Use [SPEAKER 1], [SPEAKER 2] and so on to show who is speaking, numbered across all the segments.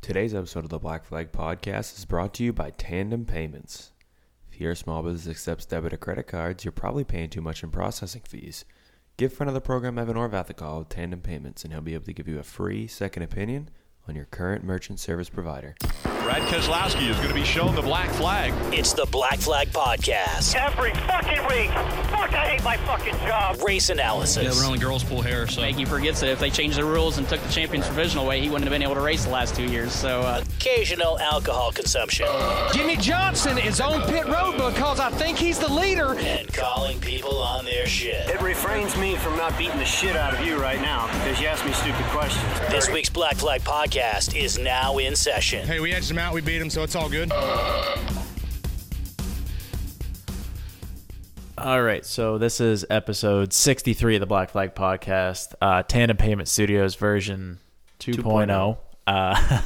[SPEAKER 1] Today's episode of the Black Flag Podcast is brought to you by Tandem Payments. If your small business accepts debit or credit cards, you're probably paying too much in processing fees. Give friend of the program Evan Orvath a call with Tandem Payments, and he'll be able to give you a free second opinion on your current merchant service provider.
[SPEAKER 2] Brad Keselowski is going to be shown the black flag.
[SPEAKER 3] It's the Black Flag Podcast.
[SPEAKER 4] every fucking week. Fuck, I hate my fucking job.
[SPEAKER 3] Race
[SPEAKER 5] Yeah,
[SPEAKER 3] analysis.
[SPEAKER 5] but only girls pull hair, so.
[SPEAKER 6] He forgets that if they changed the rules and took the champions provisional away, he wouldn't have been able to race the last two years. So uh,
[SPEAKER 3] Occasional alcohol consumption
[SPEAKER 7] Jimmy Johnson is on pit road because I think he's the leader.
[SPEAKER 3] and calling people on their shit.
[SPEAKER 8] It refrains me from not beating the shit out of you right now because you asked me stupid questions.
[SPEAKER 3] This week's Black Flag Podcast is now in session.
[SPEAKER 9] Hey, we edged him out, we beat him, so it's all good.
[SPEAKER 10] All right, so this is episode 63 of the Black Flag Podcast, uh, Tandem Payment Studios version
[SPEAKER 1] oh.
[SPEAKER 10] 2.0, oh. uh,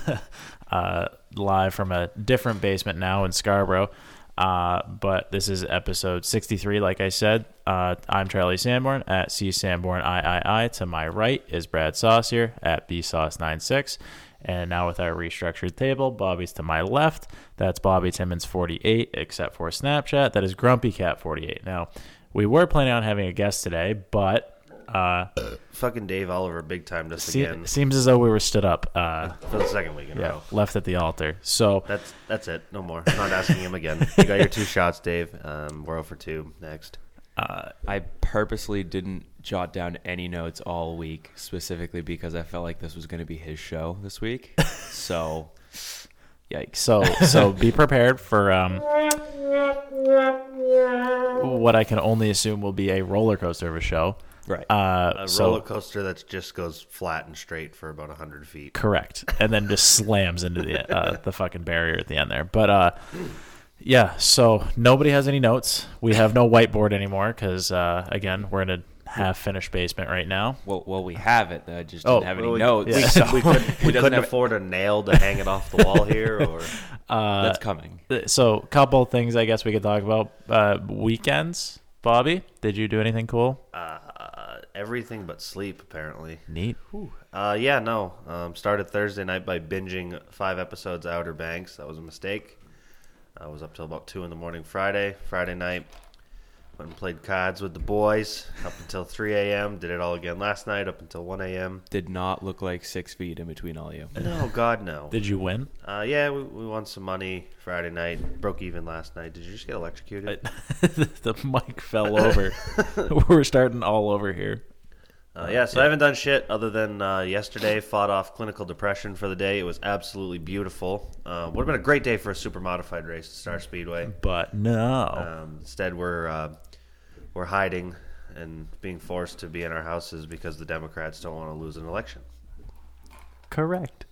[SPEAKER 10] uh, live from a different basement now in Scarborough. Uh, but this is episode 63, like I said. Uh, I'm Charlie Sanborn at C Sanborn III. To my right is Brad Saucier at B Sauce96. And now with our restructured table, Bobby's to my left. That's Bobby Timmons 48, except for Snapchat. That is Grumpy Cat 48. Now, we were planning on having a guest today, but uh,
[SPEAKER 11] Fucking Dave Oliver, big time just
[SPEAKER 10] se-
[SPEAKER 11] again
[SPEAKER 10] seems as though we were stood up, uh,
[SPEAKER 11] for the second week in a
[SPEAKER 10] yeah,
[SPEAKER 11] row.
[SPEAKER 10] left at the altar. So
[SPEAKER 11] That's that's it. No more. I'm not asking him again. You got your two shots, Dave. Um, we're over two next.
[SPEAKER 1] I purposely didn't jot down any notes all week, specifically because I felt like this was going to be his show this week. So, yikes.
[SPEAKER 10] so so be prepared for um, what I can only assume will be a roller coaster of a show.
[SPEAKER 1] Right.
[SPEAKER 10] Uh,
[SPEAKER 11] A
[SPEAKER 10] so
[SPEAKER 11] roller coaster that just goes flat and straight for about hundred feet.
[SPEAKER 10] correct, and then just slams into the uh, the fucking barrier at the end there. But uh, yeah, so nobody has any notes. We have no whiteboard anymore because uh, again, we're in a half finished basement right now.
[SPEAKER 1] well, well, we have it. I just
[SPEAKER 10] Oh,
[SPEAKER 1] didn't have
[SPEAKER 11] well,
[SPEAKER 1] any
[SPEAKER 11] we-
[SPEAKER 1] notes.
[SPEAKER 10] yeah.
[SPEAKER 1] so
[SPEAKER 11] We, could,
[SPEAKER 1] He
[SPEAKER 11] we
[SPEAKER 1] doesn't
[SPEAKER 11] couldn't
[SPEAKER 1] have-
[SPEAKER 11] afford a nail to hang it off the wall here, or
[SPEAKER 1] that's coming.
[SPEAKER 10] Uh, So, couple things I guess we could talk about. Uh, weekends, Bobby, did you do anything cool?
[SPEAKER 11] everything but sleep. Apparently,
[SPEAKER 10] Neat.
[SPEAKER 11] Uh, yeah, no. Um, started Thursday night by binging five episodes of Outer Banks. That was a mistake. I was up till about two in the morning Friday. Friday night, went and played cards with the boys up until three a.m. Did it all again last night up until one a.m.
[SPEAKER 1] Did not look like six feet in between all you.
[SPEAKER 11] No, God, no.
[SPEAKER 10] Did you win?
[SPEAKER 11] Uh, yeah, we, we won some money Friday night. Broke even last night. Did you just get electrocuted?
[SPEAKER 10] the mic fell over. we're starting all over here.
[SPEAKER 11] Uh, yeah, so I haven't done shit other than uh, yesterday fought off clinical depression for the day. It was absolutely beautiful. Uh, would have been a great day for a super modified race at Star Speedway.
[SPEAKER 10] But no.
[SPEAKER 1] Oh.
[SPEAKER 11] Um, instead, we're uh, we're hiding and being forced to be in our houses because the Democrats don't want to lose an election.
[SPEAKER 10] Correct.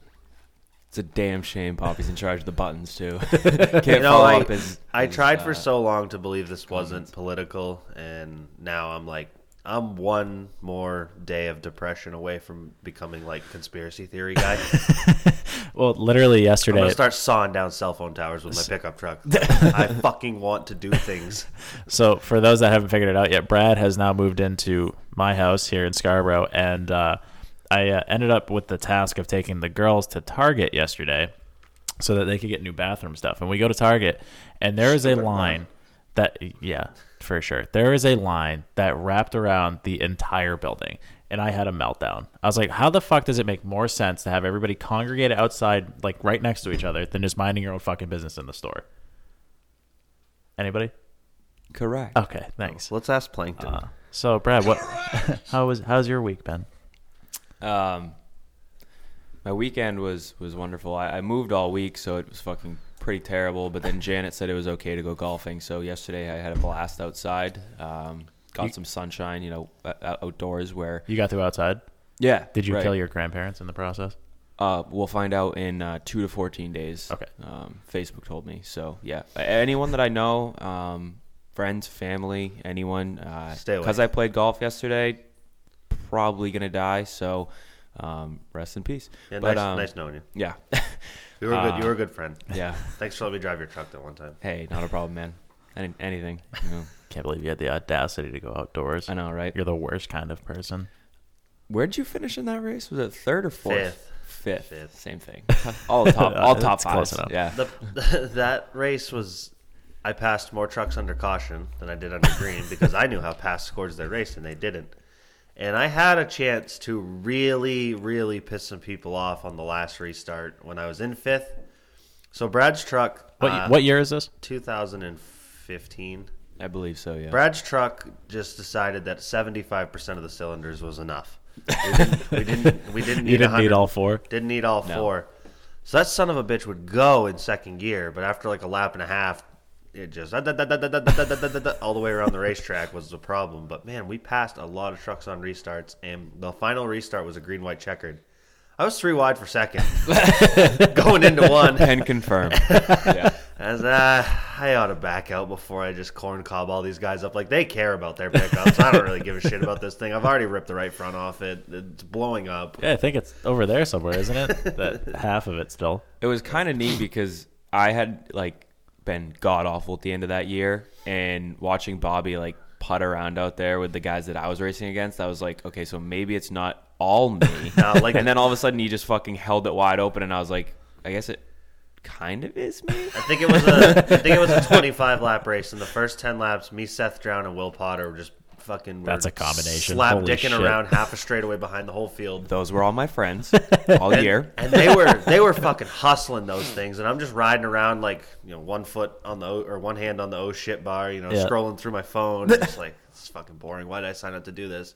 [SPEAKER 1] It's a damn shame Poppy's in charge of the buttons too. Can't
[SPEAKER 11] You know,
[SPEAKER 1] follow
[SPEAKER 11] I,
[SPEAKER 1] up his,
[SPEAKER 11] I
[SPEAKER 1] his,
[SPEAKER 11] tried
[SPEAKER 1] uh,
[SPEAKER 11] for so long to believe this wasn't political, and now I'm like, I'm one more day of depression away from becoming like conspiracy theory guy. I'm
[SPEAKER 10] Well, literally yesterday.
[SPEAKER 11] gonna start sawing down cell phone towers with my pickup truck. Like, I fucking want to do things.
[SPEAKER 10] So, for those that haven't figured it out yet, Brad has now moved into my house here in Scarborough, and uh, I uh, ended up with the task of taking the girls to Target yesterday so that they could get new bathroom stuff. And we go to Target, and there is a line that, yeah, for sure, there is a line that wrapped around the entire building. And I had a meltdown. I was like, "How the fuck does it make more sense to have everybody congregate outside, like right next to each other, than just minding your own fucking business in the store?" Anybody?
[SPEAKER 1] correct.
[SPEAKER 11] Oh.
[SPEAKER 10] Okay, thanks.
[SPEAKER 11] Let's ask Plankton.
[SPEAKER 10] So Brad, what? how was how's your week been?
[SPEAKER 1] Um, my weekend was was wonderful. I, I moved all week, so it was fucking pretty terrible. But then Janet said it was okay to go golfing, so yesterday I had a blast outside. Um, got some sunshine, you know, o- o- outdoors. Where
[SPEAKER 10] You got to go outside.
[SPEAKER 1] yeah,
[SPEAKER 10] Did you
[SPEAKER 1] right.
[SPEAKER 10] kill your grandparents in the process?
[SPEAKER 1] Uh, we'll find out in uh, two to fourteen days.
[SPEAKER 10] Okay.
[SPEAKER 1] Um, Facebook told me. So yeah, A- anyone that I know, um, friends, family, anyone, uh,
[SPEAKER 11] Stay away.
[SPEAKER 1] I played golf yesterday, probably gonna die. So, um, rest in peace.
[SPEAKER 11] yeah,
[SPEAKER 1] But,
[SPEAKER 11] nice,
[SPEAKER 1] um, uh,
[SPEAKER 11] nice knowing you.
[SPEAKER 1] Yeah,
[SPEAKER 11] You were good. You were a good friend.
[SPEAKER 1] yeah.
[SPEAKER 11] Thanks for letting me drive your truck that one time.
[SPEAKER 1] Hey, not a problem, man. Any, anything. You know,
[SPEAKER 10] Can't believe you had the audacity to go outdoors.
[SPEAKER 1] I know, right?
[SPEAKER 10] You're the worst kind of person.
[SPEAKER 1] Where'd you finish in that race? Was it third or fourth?
[SPEAKER 11] Fifth.
[SPEAKER 1] Fifth.
[SPEAKER 11] Fifth.
[SPEAKER 1] Same thing. All top. All
[SPEAKER 10] That's
[SPEAKER 1] top fives.
[SPEAKER 10] close enough.
[SPEAKER 1] Yeah.
[SPEAKER 11] The, that race was. I passed more trucks under caution than I did under green because I knew how pass scores their race and they didn't. And I had a chance to really, really piss some people off on the last restart when I was in fifth. So Brad's truck.
[SPEAKER 10] What
[SPEAKER 11] uh,
[SPEAKER 10] what year is this?
[SPEAKER 11] 2015.
[SPEAKER 1] I believe so. Yeah.
[SPEAKER 11] Brad's truck just decided that 75% of the cylinders was enough. We didn't, we didn't, we didn't need,
[SPEAKER 10] You didn't
[SPEAKER 11] 100
[SPEAKER 10] need all four.
[SPEAKER 11] Didn't need all four. So that son of a bitch would go in second gear, but after like a lap and a half, it just da- da- da- da- da- da- da- da- da- da- all the way around the racetrack was the problem. But man, we passed a lot of trucks on restarts, and the final restart was a green white checkered. I was three wide for second going into one.
[SPEAKER 1] And confirm.
[SPEAKER 11] As uh, I ought to back out before I just corn cob all these guys up. Like they care about their pickups. I don't really give a shit about this thing. I've already ripped the right front off it. It's blowing up.
[SPEAKER 10] Yeah, I think it's over there somewhere, isn't it? that half of it still.
[SPEAKER 1] It was kind of neat because I had like been god awful at the end of that year, and watching Bobby like putt around out there with the guys that I was racing against, I was like, okay, so maybe it's not all me.
[SPEAKER 11] No, like-
[SPEAKER 1] and then all of a sudden, he just fucking held it wide open, and I was like, I guess it kind of is me.
[SPEAKER 11] I think it was a. I think it was a 25 lap race. In the first 10 laps, me, Seth Drown, and Will Potter were just fucking. were
[SPEAKER 10] That's a combination.
[SPEAKER 11] Slap
[SPEAKER 10] Holy
[SPEAKER 11] dicking
[SPEAKER 10] shit.
[SPEAKER 11] around half a straightaway behind the whole field.
[SPEAKER 1] Those were all my friends all year.
[SPEAKER 11] And they were they were fucking hustling those things, and I'm just riding around like you know one foot on the O- or one hand on the oh shit bar, you know,
[SPEAKER 10] Yeah.
[SPEAKER 11] scrolling through my phone, and just like this is fucking boring. Why did I sign up to do this?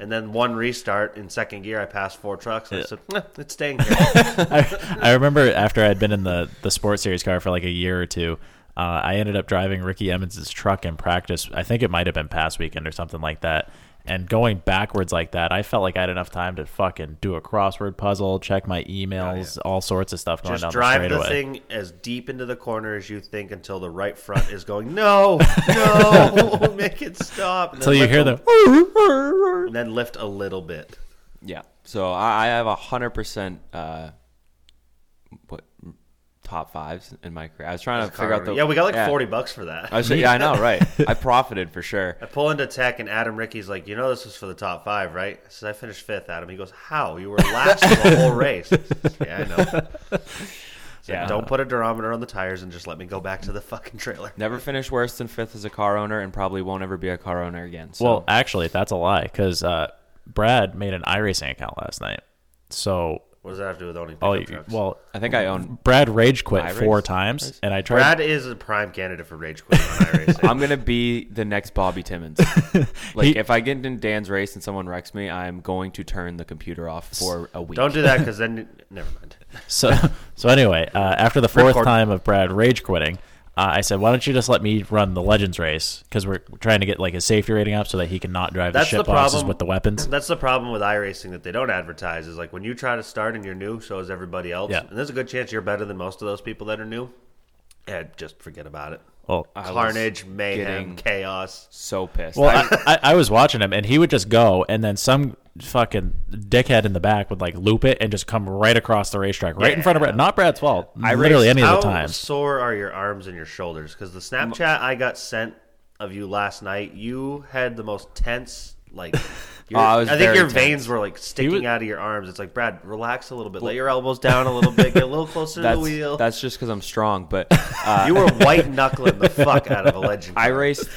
[SPEAKER 11] And then one restart in second gear, I passed four trucks. And I said, "Nah, "It's staying here."
[SPEAKER 10] I, I remember after I'd been in the the sports series car for like a year or two, uh, I ended up driving Ricky Emmons' truck in practice. I think it might have been past weekend or something like that. And going backwards like that, I felt like I had enough time to fucking do a crossword puzzle, check my emails, all sorts of stuff going
[SPEAKER 11] Oh, just
[SPEAKER 10] down the
[SPEAKER 11] drive the
[SPEAKER 10] straightaway.
[SPEAKER 11] thing as deep into the corner as you think until the right front is going, "No, no, make it stop." And then
[SPEAKER 10] Until you
[SPEAKER 11] lift
[SPEAKER 10] hear
[SPEAKER 11] a-
[SPEAKER 10] the
[SPEAKER 11] and then lift a little bit.
[SPEAKER 1] Yeah. So I, I have a hundred percent uh what top fives in my career. I was trying to figure out the
[SPEAKER 11] yeah, we got like 40 bucks for that.
[SPEAKER 1] I was, yeah, I know, right? I profited for sure.
[SPEAKER 11] I pull into tech and Adam Ricky's like, you know, this was for the top five, right? I said, I finished fifth, Adam. He goes, how? You were last the whole race. I said, yeah, I know.
[SPEAKER 1] Yeah.
[SPEAKER 11] yeah. Don't put a durometer on the tires and just let me go back to the fucking trailer.
[SPEAKER 1] Never finished worse than fifth as a car owner, and probably won't ever be a car owner again. So
[SPEAKER 10] Well, actually, that's a lie because uh, Brad made an iRacing account last night. So,
[SPEAKER 11] What does that have to do with owning pickup
[SPEAKER 10] oh, you,
[SPEAKER 11] trucks?
[SPEAKER 10] well,
[SPEAKER 1] I think I own.
[SPEAKER 10] Brad rage quit
[SPEAKER 1] iRace?
[SPEAKER 10] four times, and I tried.
[SPEAKER 11] Brad is a prime candidate for rage quitting on iRacing.
[SPEAKER 1] I'm gonna be the next Bobby Timmons. Like if I get in Dan's race and someone wrecks me, I'm going to turn the computer off for a week.
[SPEAKER 11] Don't do that because then, never mind.
[SPEAKER 10] So, so anyway, uh, after the fourth
[SPEAKER 11] Record.
[SPEAKER 10] time of Brad rage quitting, uh, I said, "Why don't you just let me run the Legends race? Because we're trying to get like his safety rating up so that he can not drive
[SPEAKER 11] That's
[SPEAKER 10] the
[SPEAKER 11] the
[SPEAKER 10] shit boxes
[SPEAKER 11] problem
[SPEAKER 10] with the weapons."
[SPEAKER 11] That's the problem with iRacing that they don't advertise is like when you try to start and you're new, so is everybody else.
[SPEAKER 10] Yeah.
[SPEAKER 11] And there's a good chance you're better than most of those people that are new. Yeah, just forget about it.
[SPEAKER 10] Well,
[SPEAKER 1] was
[SPEAKER 11] Carnage, mayhem,
[SPEAKER 1] getting-
[SPEAKER 11] chaos.
[SPEAKER 1] So pissed.
[SPEAKER 10] well, I, I, I was watching him, and he would just go, and then some fucking dickhead in the back would like loop it and just come right across the racetrack, right in front of Brad. Not Brad's fault. literally any
[SPEAKER 11] How
[SPEAKER 10] of the times.
[SPEAKER 11] sore are your arms and your shoulders? Because the Snapchat I got sent of you last night, you had the most tense. Like, your-
[SPEAKER 1] Oh, I was
[SPEAKER 11] think
[SPEAKER 1] very
[SPEAKER 11] your
[SPEAKER 1] tense.
[SPEAKER 11] veins were like sticking
[SPEAKER 10] was-
[SPEAKER 11] out of your arms. It's like Brad, relax a little bit, let your elbows down a little bit, get a little closer to the wheel.
[SPEAKER 1] that's that's just because I'm strong, but
[SPEAKER 10] uh,
[SPEAKER 11] you were white knuckling the fuck out of a legend.
[SPEAKER 1] I raced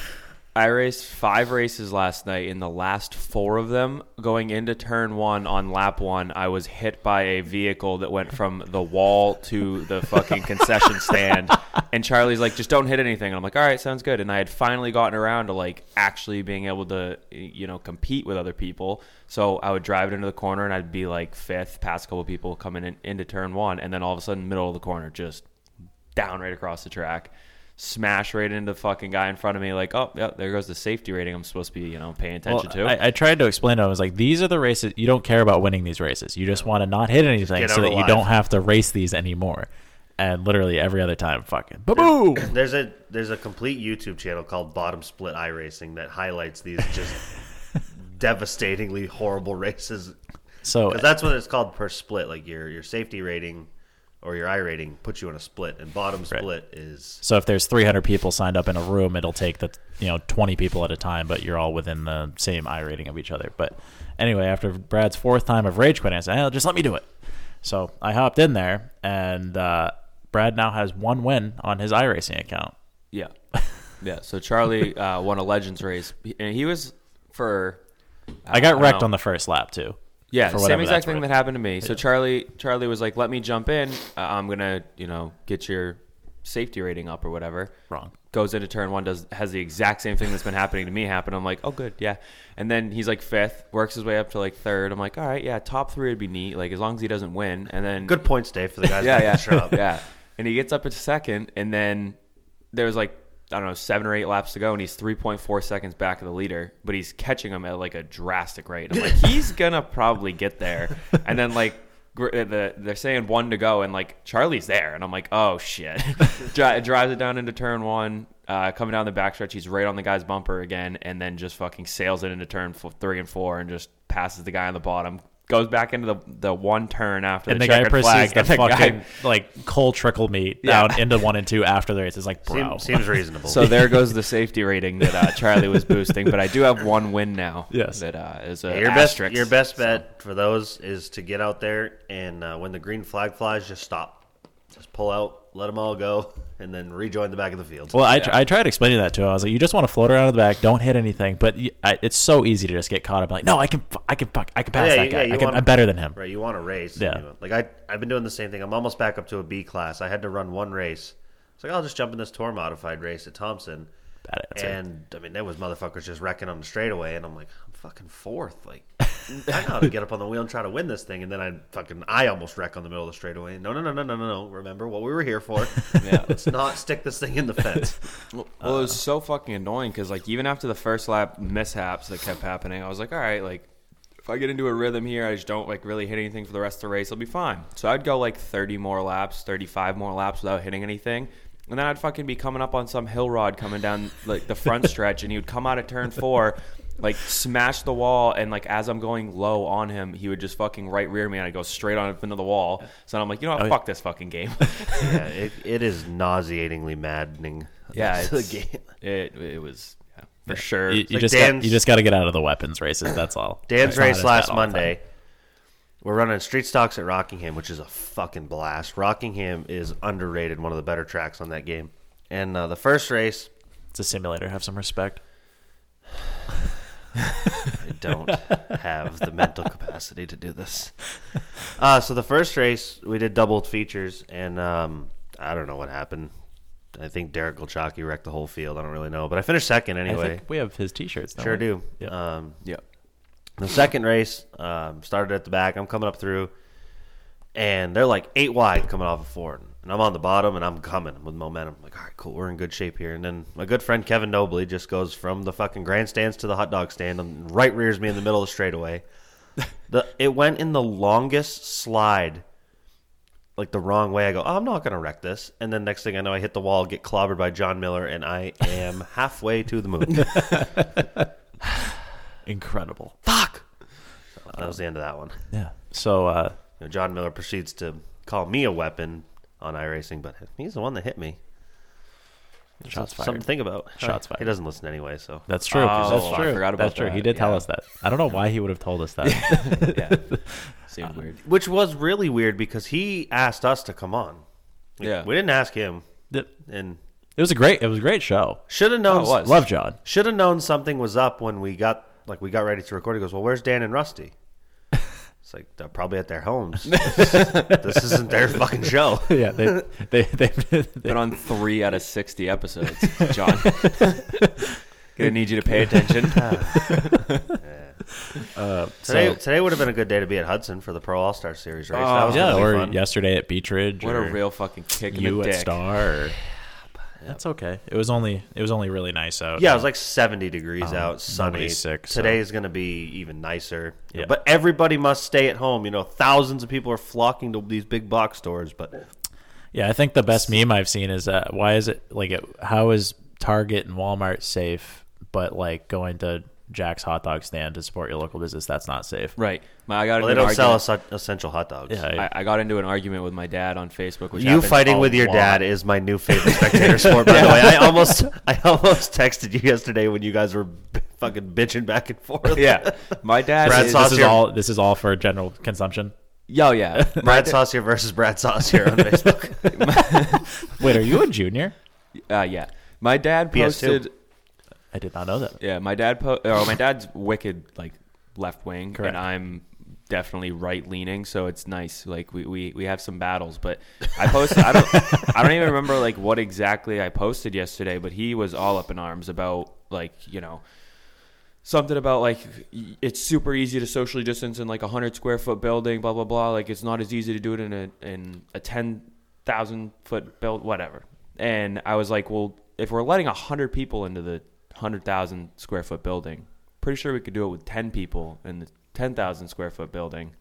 [SPEAKER 1] I raced five races last night. In the last four of them, going into turn one on lap one, I was hit by a vehicle that went from the wall to the fucking concession stand. And Charlie's like, just don't hit anything. And I'm like, all right, sounds good. And I had finally gotten around to like actually being able to, you know, compete with other people. So I would drive it into the corner and I'd be like fifth, past a couple people coming in, into turn one. And then all of a sudden, middle of the corner, just down right across the track, smash right into the fucking guy in front of me. Like, oh, yeah, there goes the safety rating. I'm supposed to be, you know, paying
[SPEAKER 10] Well,
[SPEAKER 1] attention to.
[SPEAKER 10] I, I tried to explain to him. I was like, "These are the races you don't care about winning these races. You just want to not hit anything
[SPEAKER 11] Get
[SPEAKER 10] so
[SPEAKER 11] out
[SPEAKER 10] that you
[SPEAKER 11] alive.
[SPEAKER 10] don't have to race these anymore." And literally every other time, fucking boo boo.
[SPEAKER 11] There's a there's a complete YouTube channel called Bottom Split iRacing that highlights these just devastatingly horrible races
[SPEAKER 10] So
[SPEAKER 11] because that's what it's called per split. Like your your safety rating or your I rating puts you in a split, and bottom split is
[SPEAKER 10] So if there's 300 people signed up in a room, it'll take the you know 20 people at a time, but you're all within the same I rating of each other. But anyway, after Brad's fourth time of rage quitting, I said, "Hell, just let me do it." So I hopped in there, and uh, Brad now has one win on his iRacing account.
[SPEAKER 1] Yeah. Yeah. So Charlie uh, won a Legends race, and he was for.
[SPEAKER 10] I got
[SPEAKER 1] I
[SPEAKER 10] wrecked
[SPEAKER 1] know.
[SPEAKER 10] on the first lap too.
[SPEAKER 1] Yeah,
[SPEAKER 10] for
[SPEAKER 1] same
[SPEAKER 10] whatever
[SPEAKER 1] exact
[SPEAKER 10] that's
[SPEAKER 1] thing
[SPEAKER 10] worth.
[SPEAKER 1] that happened to me. So Charlie, Charlie was like, "Let me jump in. Uh, I'm gonna, you know, get your safety rating up or whatever."
[SPEAKER 10] Wrong.
[SPEAKER 1] Goes into turn one, does has the exact same thing that's been happening to me happen. I'm like, "Oh, good, yeah." And then he's like fifth, works his way up to like third. I'm like, "All right, yeah, top three would be neat. Like as long as he doesn't win." And then
[SPEAKER 11] Good points, Dave, for the guys.
[SPEAKER 1] yeah,
[SPEAKER 11] that
[SPEAKER 1] yeah,
[SPEAKER 11] didn't show up.
[SPEAKER 1] yeah. And he gets up into second, and then there was like I don't know seven or eight laps to go, and he's three point four seconds back of the leader, but he's catching him at like a drastic rate. I'm like, he's gonna probably get there, and then like. gr- uh, The, they're saying one to go, and like Charlie's there, and I'm like, oh shit! Dri- drives it down into turn one, uh, coming down the backstretch, he's right on the guy's bumper again, and then just fucking sails it into turn f- three and four, and just passes the guy on the bottom, goes back into the the one turn after
[SPEAKER 10] And
[SPEAKER 1] the,
[SPEAKER 10] the guy
[SPEAKER 1] checkered
[SPEAKER 10] proceeds
[SPEAKER 1] flag,
[SPEAKER 10] the
[SPEAKER 1] and the guy-
[SPEAKER 10] fucking like coal trickle meat
[SPEAKER 1] Yeah.
[SPEAKER 10] down into one and two after the race. It's like
[SPEAKER 11] Seem-
[SPEAKER 10] bro,
[SPEAKER 11] seems reasonable.
[SPEAKER 1] So there goes the safety rating that uh, Charlie was boosting, but I do have one win now.
[SPEAKER 10] Yes.
[SPEAKER 1] that uh, is a
[SPEAKER 11] your best,
[SPEAKER 1] asterisk.
[SPEAKER 11] your best bet for those is to get out there and uh, when the green flag flies, just stop, just pull out, let them all go, and then rejoin the back of the field.
[SPEAKER 10] Well, I, tr- I tried explaining that to him. I was like, you just want to float around in the back, don't hit anything. But y I it's so easy to just get caught up. Like, no, I can, fu- I can, fuck, I can pass
[SPEAKER 11] Yeah,
[SPEAKER 10] that
[SPEAKER 11] you-
[SPEAKER 10] guy.
[SPEAKER 11] yeah, you
[SPEAKER 10] I can,
[SPEAKER 11] wanna-
[SPEAKER 10] I'm better than him.
[SPEAKER 11] Right, you want to race.
[SPEAKER 10] Yeah.
[SPEAKER 11] You know, Like I, I've been doing the same thing. I'm almost back up to a B class. I had to run one race. It's like I'll just jump in this tour modified race at Thompson.
[SPEAKER 10] Bad answer.
[SPEAKER 11] and I mean, there was motherfuckers just wrecking on the straightaway, and I'm like, I'm fucking fourth. Like, I gotta get up on the wheel and try to win this thing. And then I fucking, I almost wreck on the middle of the straightaway. No, no, no, no, no, no, no. Remember what we were here for? yeah. Let's not stick this thing in the fence.
[SPEAKER 1] Well, it was so fucking annoying because like even after the first lap mishaps that kept happening, I was like, all right, like if I get into a rhythm here, I just don't like really hit anything for the rest of the race, I'll be fine. So I'd go like 30 more laps, 35 more laps without hitting anything. And then I'd fucking be coming up on some hill rod coming down like the front stretch, and he would come out of turn four, like smash the wall, and like as I'm going low on him, he would just fucking right rear me, and I'd go straight on up into the wall. So I'm like, you know what, fuck this fucking game.
[SPEAKER 11] yeah, it, it is nauseatingly maddening.
[SPEAKER 1] Yeah,
[SPEAKER 11] It's the
[SPEAKER 1] it's-
[SPEAKER 11] game.
[SPEAKER 1] It it was yeah, for sure.
[SPEAKER 10] You, you
[SPEAKER 11] like
[SPEAKER 10] just got,
[SPEAKER 11] Dan's-
[SPEAKER 10] you just got to get out of the weapons races. That's all.
[SPEAKER 11] Dan's
[SPEAKER 10] It's not as
[SPEAKER 11] race
[SPEAKER 10] bad
[SPEAKER 11] last
[SPEAKER 10] all the time.
[SPEAKER 11] Monday. We're running street stocks at Rockingham, which is a fucking blast. Rockingham is underrated, one of the better tracks on that game. And uh, the first race,
[SPEAKER 10] It's a simulator. Have some respect.
[SPEAKER 11] I don't have the mental capacity to do this. Uh, so the first race we did doubled features, and um, I don't know what happened. I think Derek Golchaki wrecked the whole field. I don't really know, but I finished second
[SPEAKER 10] I
[SPEAKER 11] anyway.
[SPEAKER 10] think we have his T-shirts. don't
[SPEAKER 11] Sure
[SPEAKER 10] we?
[SPEAKER 11] do.
[SPEAKER 10] Yeah.
[SPEAKER 11] Um,
[SPEAKER 1] yeah.
[SPEAKER 11] The second race um, started at the back. I'm coming up through, and they're like eight wide coming off of Ford, and I'm on the bottom, and I'm coming with momentum. I'm like, all right, cool, we're in good shape here. And then my good friend Kevin Nobley just goes from the fucking grandstands to the hot dog stand, and right rears me in the middle of the straightaway. The it went in the longest slide, like the wrong way. I go, oh, I'm not gonna wreck this, and then next thing I know, I hit the wall, get clobbered by John Miller, and I am halfway to the moon.
[SPEAKER 10] Incredible.
[SPEAKER 11] that was the end of that one.
[SPEAKER 10] Yeah. So uh,
[SPEAKER 11] You know, John Miller proceeds to call me a weapon on iRacing, but he's the one that hit me.
[SPEAKER 10] shots fired.
[SPEAKER 11] Something to think about.
[SPEAKER 10] Shots
[SPEAKER 11] He
[SPEAKER 10] fired.
[SPEAKER 11] doesn't listen anyway, so
[SPEAKER 10] That's true.
[SPEAKER 1] Oh,
[SPEAKER 10] That's
[SPEAKER 1] I
[SPEAKER 10] true.
[SPEAKER 1] forgot about
[SPEAKER 10] That's true.
[SPEAKER 1] that.
[SPEAKER 10] He did tell
[SPEAKER 1] Yeah.
[SPEAKER 10] us that. I don't know why he would have told us that.
[SPEAKER 1] Yeah. Seemed weird.
[SPEAKER 11] which was really weird because he asked us to come on. Like,
[SPEAKER 1] Yeah.
[SPEAKER 11] we didn't ask him,
[SPEAKER 10] it
[SPEAKER 11] and
[SPEAKER 10] was a great. It was a great show.
[SPEAKER 11] should have
[SPEAKER 1] Oh,
[SPEAKER 11] known.
[SPEAKER 1] it was.
[SPEAKER 10] Love John.
[SPEAKER 11] Should have known something was up when we got like we got ready to record. He goes, "Well, where's Dan and Rusty?" It's like they're probably at their homes. this isn't their fucking show.
[SPEAKER 10] Yeah. They they they. they
[SPEAKER 1] Been on three out of sixty episodes, John. Gonna need you to pay attention.
[SPEAKER 10] uh,
[SPEAKER 11] Today, today would have been a good day to be at Hudson for the Pro All Star Series race. that was
[SPEAKER 10] Oh, yeah,
[SPEAKER 11] really
[SPEAKER 10] or
[SPEAKER 11] fun.
[SPEAKER 10] yesterday at Beach Ridge.
[SPEAKER 1] What a
[SPEAKER 10] or-
[SPEAKER 1] real fucking kick in
[SPEAKER 10] you
[SPEAKER 1] the
[SPEAKER 10] at
[SPEAKER 1] dick.
[SPEAKER 10] Star. Or... That's okay. It was only it was only really nice out.
[SPEAKER 11] Yeah, it was like 70 degrees out, sunny.
[SPEAKER 10] nobody's Oh, sick, so-
[SPEAKER 11] Today is going to be even nicer.
[SPEAKER 10] Yeah.
[SPEAKER 11] But everybody must stay at home. You know, thousands of people are flocking to these big box stores. But
[SPEAKER 10] yeah. I think the best meme I've seen is that why is it like it, how is Target and Walmart safe, but like going to Jack's hot dog stand to support your local business that's not safe.
[SPEAKER 1] Right. My, I got
[SPEAKER 11] well, they
[SPEAKER 1] into
[SPEAKER 11] don't
[SPEAKER 1] an
[SPEAKER 11] sell
[SPEAKER 1] argument-
[SPEAKER 11] us essential hot dogs.
[SPEAKER 10] Yeah, I-
[SPEAKER 1] I, I got into an argument with my dad on Facebook, which
[SPEAKER 11] You
[SPEAKER 1] happens
[SPEAKER 11] fighting
[SPEAKER 1] a
[SPEAKER 11] with your
[SPEAKER 1] lot.
[SPEAKER 11] dad is my new favorite spectator sport. By the way, I almost, I almost texted you yesterday when you guys were b- fucking bitching back and forth.
[SPEAKER 1] Yeah, my dad.
[SPEAKER 11] Brad
[SPEAKER 1] is,
[SPEAKER 11] Sauce
[SPEAKER 10] this is
[SPEAKER 11] here.
[SPEAKER 10] all this is all for general consumption.
[SPEAKER 1] Yo, yeah.
[SPEAKER 11] Brad Saucier versus Brad Saucier on Facebook.
[SPEAKER 10] Wait, are you a junior?
[SPEAKER 1] Uh, yeah. My dad
[SPEAKER 11] PS2.
[SPEAKER 1] posted.
[SPEAKER 10] I did not know that.
[SPEAKER 1] Yeah, my dad. Po- oh, my dad's wicked, like left wing,
[SPEAKER 10] Correct.
[SPEAKER 1] and I'm definitely right leaning. So it's nice. Like we, we we have some battles, but I posted. I don't. I don't even remember like what exactly I posted yesterday, but he was all up in arms about like you know something about like y- it's super easy to socially distance in like a hundred square foot building, blah blah blah. Like it's not as easy to do it in a in a ten thousand foot build, whatever. And I was like, well, if we're letting a hundred people into the hundred thousand square foot building, pretty sure we could do it with ten people in the ten thousand square foot building.